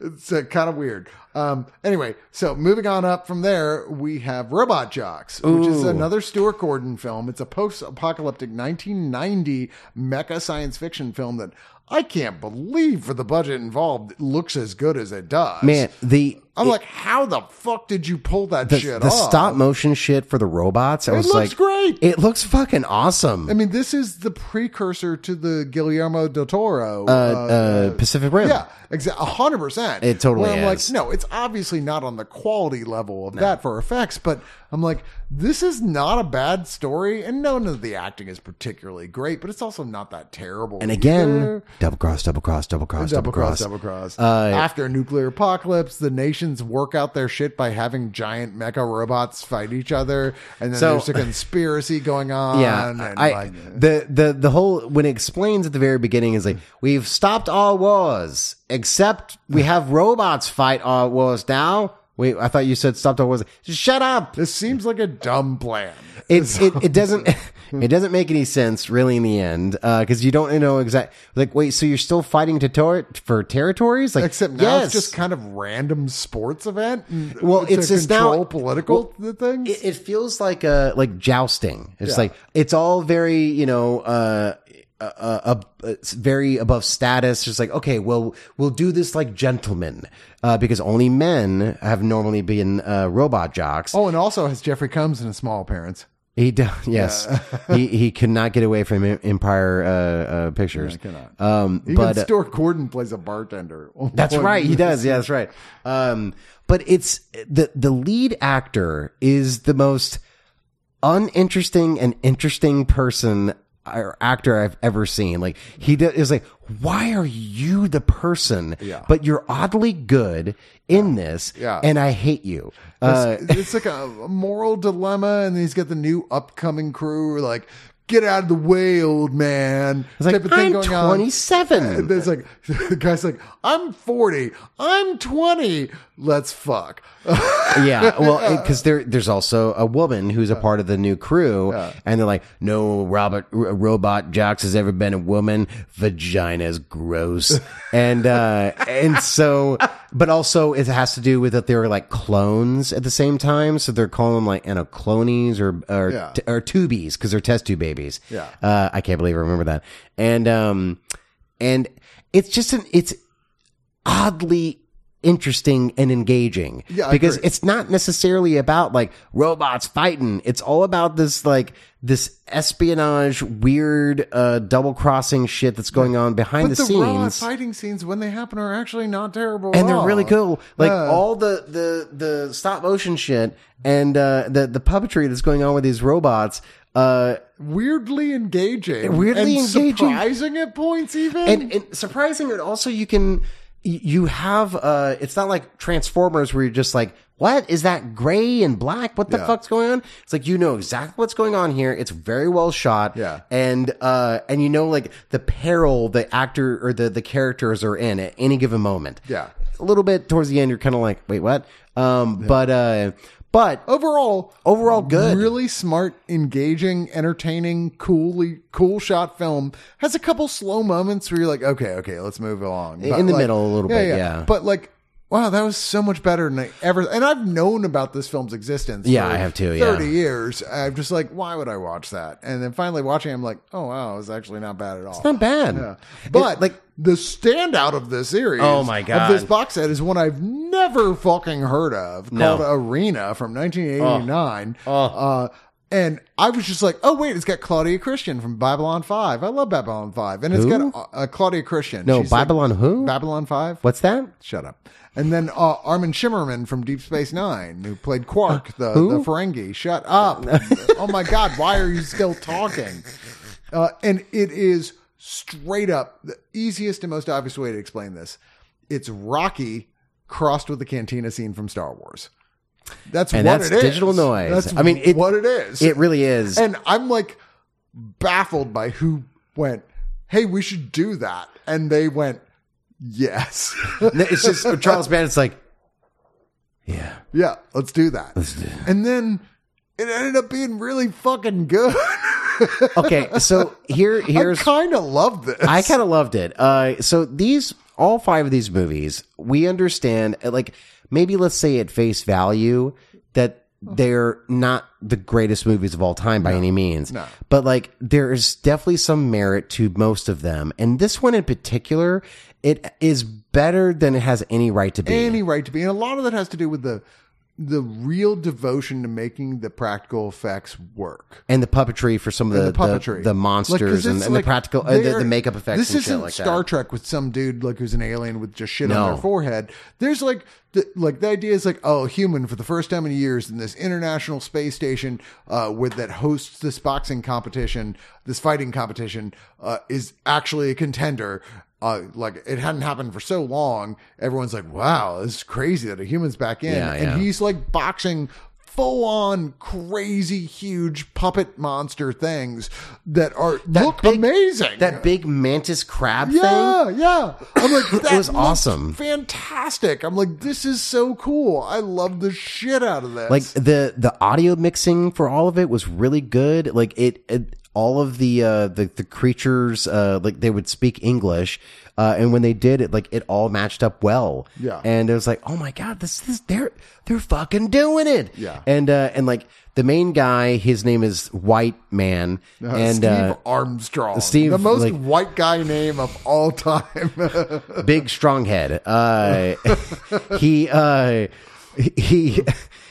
A: it's uh, kind of weird. Um, anyway, so moving on up from there, we have Robot Jocks, which is another Stuart Gordon film. It's a post-apocalyptic 1990 mecha science fiction film that I can't believe for the budget involved it looks as good as it does.
C: Man, the
A: I'm like, how the fuck did you pull that
C: the,
A: shit
C: the
A: off?
C: stop motion shit for the robots. I
A: It
C: was
A: looks
C: like,
A: great.
C: It looks fucking awesome.
A: I mean, this is the precursor to the Guillermo del Toro.
C: uh, uh, Pacific Rim.
A: Yeah, exactly. hundred percent.
C: It totally
A: Where I'm
C: is.
A: like, no, it's obviously not on the quality level of that for effects, but I'm like, this is not a bad story, and none of the acting is particularly great, but it's also not that terrible.
C: And again,
A: either.
C: double cross, double cross, double cross, Uh,
A: Double cross, double cross. After a nuclear apocalypse, the nations work out their shit by having giant mecha robots fight each other, and then
C: So-
A: there's a conspiracy going on.
C: [laughs] yeah,
A: and
C: I,
A: like,
C: the the the whole when it explains at the very beginning is like we've stopped all wars except we have robots fight all wars now. Wait, I thought you said stopped all wars. Shut up!
A: this seems like a dumb plan. [laughs]
C: It it, it doesn't [laughs] it doesn't make any sense really in the end because you don't know exact like wait so you're still fighting to tor- for territories like
A: Except now
C: yes. Mm.
A: it's just kind of random sports event. and
C: Well,
A: to
C: it's just
A: control
C: now-
A: political things.
C: it, it feels like a like jousting. It's like it's all very you know uh, uh, uh, uh it's very above status. Just like okay, well we'll do this like gentlemen uh, because only men have normally been uh, robot jocks.
A: oh, and also has Jeffrey Combs in a small appearance.
C: He does. [laughs] Yes, he he could not get away from Empire uh, uh, Pictures.
A: cannot.
C: Um,
A: Even
C: but uh,
A: Stuart Gordon plays a bartender. [laughs] Oh,
C: that's
A: boy.
C: right. He does. Yeah, that's right. Um, but it's the the lead actor is the most uninteresting and interesting person or actor I've ever seen. Like he do- is like, why are you the person?
A: Yeah.
C: But you're oddly good in this.
A: Yeah.
C: And I hate you. Uh,
A: it's, it's like a moral dilemma, and he's got the new upcoming crew like. Get out of the way, old man.
C: it's like I'm 27.
A: And There's like [laughs] the guy's like, I'm 40, I'm 20, let's fuck. [laughs]
C: yeah well because there there's also a woman who's a part of the new crew and they're like no robert R- robot jocks has ever been a woman
A: [laughs]
C: vagina's gross and uh and so but also it has to do with that they were like clones at the same time so they're calling them like you know clonies or or
A: Yeah.
C: t- or tubies because they're test tube babies
A: Yeah.
C: uh i can't believe i remember that and um and it's just an it's oddly interesting and engaging
A: Yeah, I
C: because
A: agree.
C: it's not necessarily about like robots fighting it's all about this like this espionage weird uh double crossing shit that's going on behind
A: but
C: the,
A: the, raw
C: scenes
A: fighting scenes when they happen are actually not terrible.
C: and
A: at
C: they're
A: all.
C: really cool like
A: Yeah.
C: all the the the stop motion shit and uh the the puppetry that's going on with these robots uh
A: Weirdly engaging.
C: Weirdly
A: and
C: engaging.
A: Surprising at points, even.
C: and, and surprising and also you can you- you have uh it's not like transformers where you're just like what is that gray and black what the fuck's going on it's like you know exactly what's going on here it's very well shot
A: Yeah.
C: and uh and you know like the peril the actor or the the characters are in at any given moment
A: Yeah.
C: a little bit towards the end you're kind of like wait what um but uh but
A: overall,
C: overall good
A: Really smart, engaging, entertaining, coolly cool shot film. Has a couple slow moments where you're like, okay, okay, let's move along.
C: In the middle a little bit, yeah.
A: But like, wow, that was so much better than I ever. And I've known about this film's existence.
C: Yeah,
A: for
C: I have too, yeah.
A: Thirty years. I'm just like, why would I watch that? And then finally watching, it, I'm like, oh wow, it was actually not bad at all.
C: it's not bad
A: But
C: It-
A: like the standout of this series,
C: Oh, my God.
A: of this box set is one I've never fucking heard of,
C: No. Oh.
A: called Arena from 1989. Uh, and I was just like, oh wait, it's got Claudia Christian from Babylon Five. I love Babylon Five, and it's
C: Who?
A: got uh, uh, Claudia Christian.
C: no
A: She's like-
C: babylon who
A: Babylon Five.
C: what's that
A: Shut up. And then uh, Armin Shimmerman from Deep Space Nine, who played
C: [laughs]
A: Quark, the, the Ferengi. Shut up. oh my God, why are you still talking? Uh, and it is straight up the easiest and most obvious way to explain this. It's Rocky crossed with the cantina scene from Star Wars. That's
C: And
A: what
C: that's
A: it is.
C: digital noise.
A: That's
C: I mean, it-
A: what it is.
C: it really is
A: and I'm like baffled by who went, hey, we should do that. And they went, yes. [laughs]
C: No, It's just Charles Bandit's like, yeah,
A: Yeah, let's do that. And then it ended up being really fucking good. [laughs]
C: okay. So here,
A: I
C: here's
A: kind of love this.
C: I kind of loved it. Uh, so these all five of these movies, we understand, uh, like maybe let's say at face value that they're not the greatest movies of all time by any means.
A: No.
C: But like there is definitely some merit to most of them, and this one in particular, it is better than it has any right to be.
A: any right to be, and a lot of that has to do with the the real devotion to making the practical effects work.
C: and the puppetry for some of
A: And
C: the,
A: the puppetry,
C: the, the
A: 'cause it's
C: monsters and, and the
A: like
C: practical uh, the,
A: they're-
C: the makeup effects
A: This
C: and
A: isn't
C: shit like
A: Star
C: that.
A: Trek with some dude like who's an alien with just shit
C: No.
A: on their forehead. There's like the, like the idea is like oh, human for the first time in years in this international space station uh, with that hosts this boxing competition, this fighting competition uh, is actually a contender. Uh, like it hadn't happened for so long. Everyone's like, "Wow, this is crazy that a human's back in,"
C: Yeah, yeah.
A: and he's like boxing full on crazy huge puppet monster things that are look
C: big-
A: amazing.
C: That big mantis crab
A: yeah, yeah. I'm like, [laughs] that looks
C: was awesome.
A: fantastic. I'm like, this is so cool. I love the shit out of this.
C: thing, like the the audio mixing for all of it was really good. Like it, it all of the uh, the the creatures uh, like they would speak English, uh, and when they did it, like it all matched up well.
A: Yeah.
C: and it was like, oh my god, this is they're they're fucking doing it.
A: Yeah.
C: and uh, and like the main guy, his name is White Man, and
A: Steve
C: uh,
A: Armstrong,
C: Steve,
A: the most
C: like-
A: white guy name of all time. [laughs]
C: big strong head. Uh, [laughs] he uh, he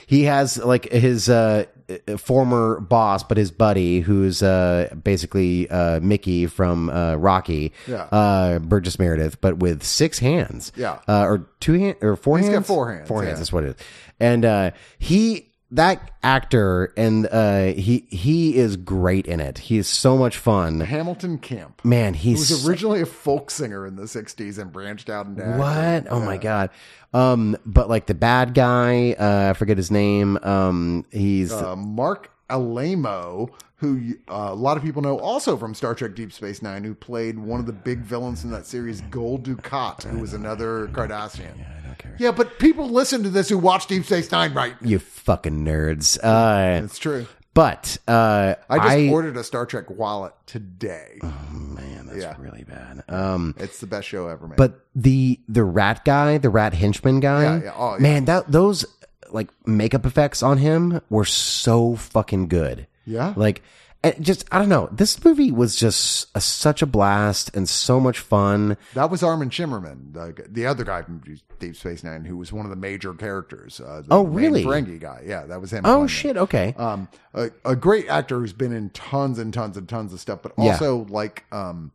C: he has like his uh, uh, former boss, but his buddy, who's uh, basically uh, Mickey from uh, Rocky,
A: Yeah.
C: uh, Burgess Meredith, but with six hands,
A: Yeah.
C: uh, or two hand or four
A: He's got
C: hands,
A: four hands,
C: four hands.
A: yeah.
C: That's what it is. And uh, he that actor and uh, he he is great in it. He is so much fun.
A: Hamilton Camp.
C: Man,
A: He
C: he's
A: was originally a folk singer in the 60s and branched out into acting.
C: what? Oh my god. Um, but like the bad guy, uh, I forget his name. Um, he's
A: Uh, Mark Alamo, who uh, a lot of people know also from Star Trek Deep Space Nine, who played one of the big villains in that series, Gold Dukat, who was another Cardassian. Yeah, I don't care. Yeah, but people listen to this who watch Deep Space Nine, right?
C: you fucking nerds. Uh,
A: It's true.
C: but uh,
A: I just
C: I,
A: ordered a Star Trek wallet today.
C: man, that's
A: Yeah.
C: really bad. Um,
A: It's the best show ever made.
C: but the the rat guy, the rat henchman guy,
A: Yeah, yeah. Oh, yeah.
C: man, that those like makeup effects on him were so fucking good.
A: Yeah.
C: like and just I don't know. This movie was just a, such a blast and so much fun.
A: that was Armin Shimmerman, the, g- the other guy from Deep Space Nine, who was one of the major characters. Uh, the
C: Oh,
A: main
C: really?
A: Ferengi guy. Yeah, that was him.
C: Oh
A: playing it.
C: shit! Okay,
A: um, a, a great actor who's been in tons and tons and tons of stuff, but
C: Yeah.
A: also like, um,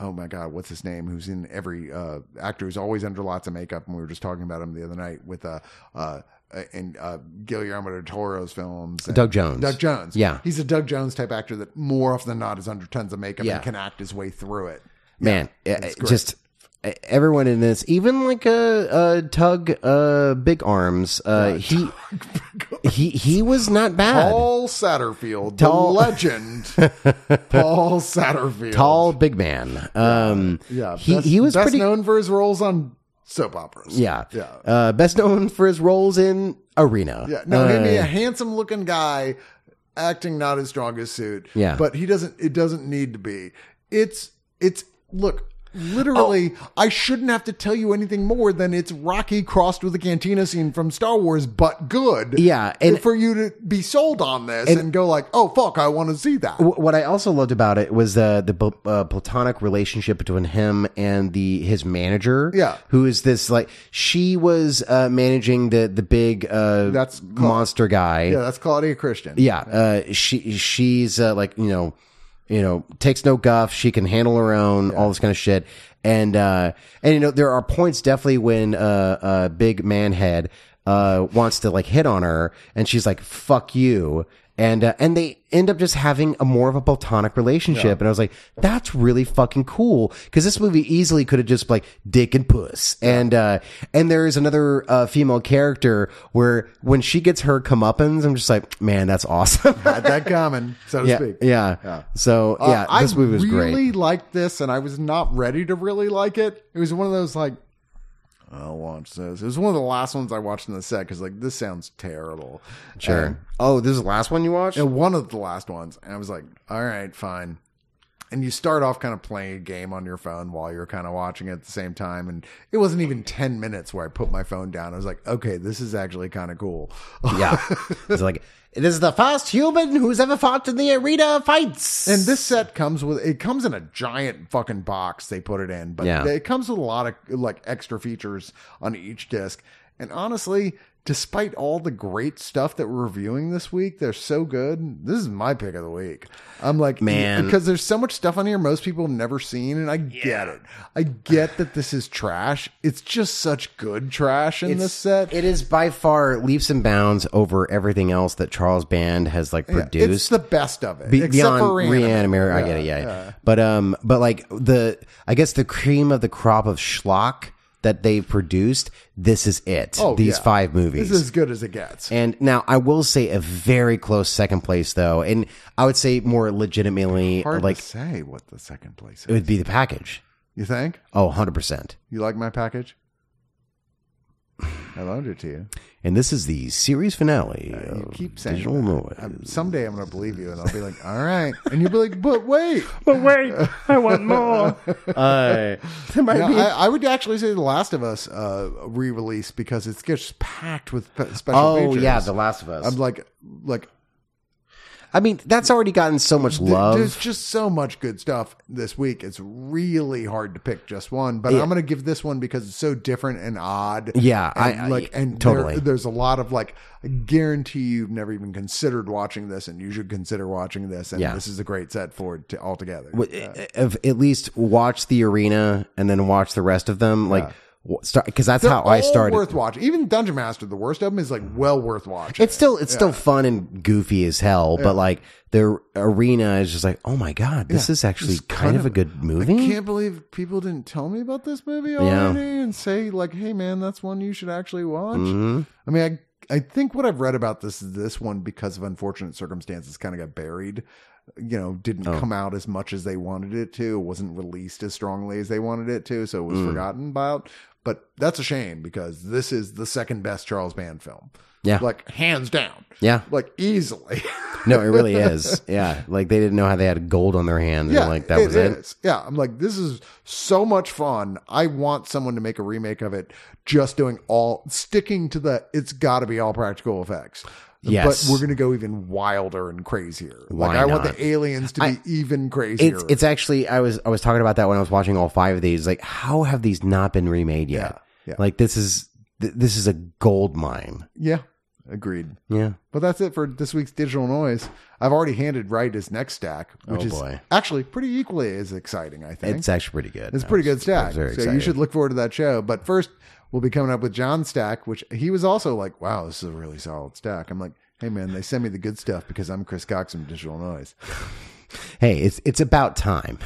A: oh my god, what's his name? Who's in every uh, actor who's always under lots of makeup, and we were just talking about him the other night with uh, uh, in uh, Guillermo del Toro's films, and-
C: Doug Jones.
A: Doug Jones,
C: Yeah.
A: he's a Doug Jones type actor that more often than not is under tons of makeup
C: Yeah.
A: and can act his way through it.
C: man uh, just uh, everyone in this even like a uh, uh, tug uh big arms uh he
A: [laughs]
C: he he was not bad
A: Paul Satterfield,
C: Tall-
A: the
C: [laughs]
A: legend, Paul Satterfield,
C: tall big man um
A: yeah,
C: he
A: best-
C: he was
A: best
C: pretty
A: known for his roles on soap operas.
C: yeah
A: yeah.
C: uh best known for his roles in arena
A: Yeah, no, he'd be a
C: Uh,
A: handsome looking guy acting not his strongest suit.
C: Yeah.
A: But he doesn't it doesn't need to be. It's it's look, literally
C: Oh.
A: I shouldn't have to tell you anything more than it's Rocky crossed with the cantina scene from Star Wars, but good.
C: yeah and
A: for you to be sold on this and, go like, oh fuck, I want to see that.
C: Wh- what I also loved about it was uh, the pl- uh, platonic relationship between him and the his manager.
A: Yeah.
C: who is this like? She was uh, managing the the big uh,
A: That's Cla-
C: monster guy.
A: yeah, that's Claudia Christian.
C: Yeah, uh, she she's uh, like you know, you know, takes no guff. She can handle her own, all this kind of shit. And uh, and you know, there are points definitely when uh, uh, big man head uh wants to like hit on her, and she's like, "Fuck you." And uh, and they end up just having a more of a platonic relationship, and I was like, "That's really fucking cool." Because this movie easily could have just like dick and puss, and uh, and there is another uh, female character where when she gets her comeuppance, I'm just like, "Man, [laughs] that's awesome."
A: Had that coming, so to
C: [laughs] yeah,
A: speak.
C: yeah, So
A: Uh,
C: yeah, this
A: I
C: movie was
A: really
C: great.
A: liked this, and I was not ready to really like it. It was one of those like, I'll watch this. It was one of the last ones I watched in the set because like this sounds terrible.
C: Sure.
A: And-
C: oh, this is the last one you watched.
A: and one of the last ones, and I was like, all right, fine. And you start off kind of playing a game on your phone while you're kind of watching it at the same time. And it wasn't even 10 minutes where I put my phone down. I was like, okay, this is actually kind of cool. [laughs]
C: Yeah, it's like [laughs] it is the first human who's ever fought in the arena of fights.
A: And this set comes with it comes in a giant fucking box they put it in, but
C: Yeah.
A: it comes with a lot of like extra features on each disc. And honestly, despite all the great stuff that we're reviewing this week, they're so good. This is my pick of the week. I'm like,
C: Man.
A: because there's so much stuff on here most people have never seen, and I get it. I get that this is trash. It's just such good trash in this set.
C: It is by far leaps and bounds over everything else that Charles Band has like produced.
A: it's the best of it,
C: Be-
A: except
C: beyond
A: for Reanimate.
C: reanimate. I get it, yeah. But um, but like the, I guess the cream of the crop of schlock that they've produced. This is it.
A: Oh,
C: These
A: yeah.
C: five movies.
A: This is as good as it gets.
C: and now I will say a very close second place though, and I would say more legitimately,
A: Hard
C: like
A: to say what the second place
C: it
A: is.
C: would be the package.
A: You think?
C: Oh, 100 percent.
A: You like my package? [sighs] I loaned it to you.
C: And this is the series finale.
A: You
C: of
A: keep saying
C: Um, digital
A: that.
C: noise.
A: I'm- someday I'm going to believe you, and I'll be like, "All right," and you'll be like, "But
C: [laughs]
A: wait."
D: But wait, I
A: [laughs]
D: want more.
C: Uh, there might
A: No,
C: be a
A: I, I would actually say The Last of Us uh, re-release because it's just packed with pe- special
C: Oh
A: features.
C: yeah, The Last of Us.
A: I'm like, like
C: I mean, that's already gotten so much
A: Th-
C: love.
A: There's just so much good stuff this week. It's really hard to pick just one, but I'm going to give this one because it's so different and odd.
C: Yeah, I-
A: and
C: I-
A: like and there-
C: totally.
A: there's a lot of like. I guarantee you've never even considered watching this, and you should consider watching this. And
C: Yeah.
A: this is a great set for it to, altogether.
C: w- eh, of at least watch the arena and then watch the rest of them. Like, because that's how
A: All
C: I started.
A: Worth watching. Even Dungeon Master, the worst of them, is like well worth watching.
C: it's still it's still fun and goofy as hell, but like the arena is just like, oh my god, this is actually kind, of, a good movie.
A: I can't believe people didn't tell me about this movie already and say like, "Hey, man, that's one you should actually watch." I mean, I I think what I've read about this is this one because of unfortunate circumstances kind of got buried. You know, didn't come out as much as they wanted it to. wasn't released as strongly as they wanted it to, so it was forgotten about. But that's a shame because this is the second best Charles Band film.
C: Yeah.
A: like hands down.
C: Yeah.
A: like easily. [laughs]
C: No, it really is. Yeah, like they didn't know how they had gold on their hands. and like that was it.
A: is. Yeah, I'm like, this is so much fun. I want someone to make a remake of it, just doing all sticking to the. It's got to be all practical effects.
C: Yes.
A: but we're gonna go even wilder and crazier. like
C: Why
A: I want
C: not?
A: the aliens to be even crazier.
C: It's it's actually I was I was talking about that when I was watching all five of these. Like, how have these not been remade yet?
A: Yeah, yeah.
C: Like this is th- this is a gold mine.
A: yeah, agreed.
C: Yeah.
A: But that's it for this week's digital noise. I've already handed Wright his next stack, which
C: Oh,
A: is
C: boy.
A: actually pretty equally as exciting. I think
C: It's actually pretty good.
A: It's a pretty
C: I
A: good
C: was- I
A: stack.
C: was
A: So
C: very
A: you
C: excited.
A: should look forward to that show. But first, we'll be coming up with John's stack, which he was also like, wow, this is a really solid stack. I'm like, hey, man, they send me the good stuff because I'm Chris Cox from Digital Noise.
C: Hey, it's it's about time.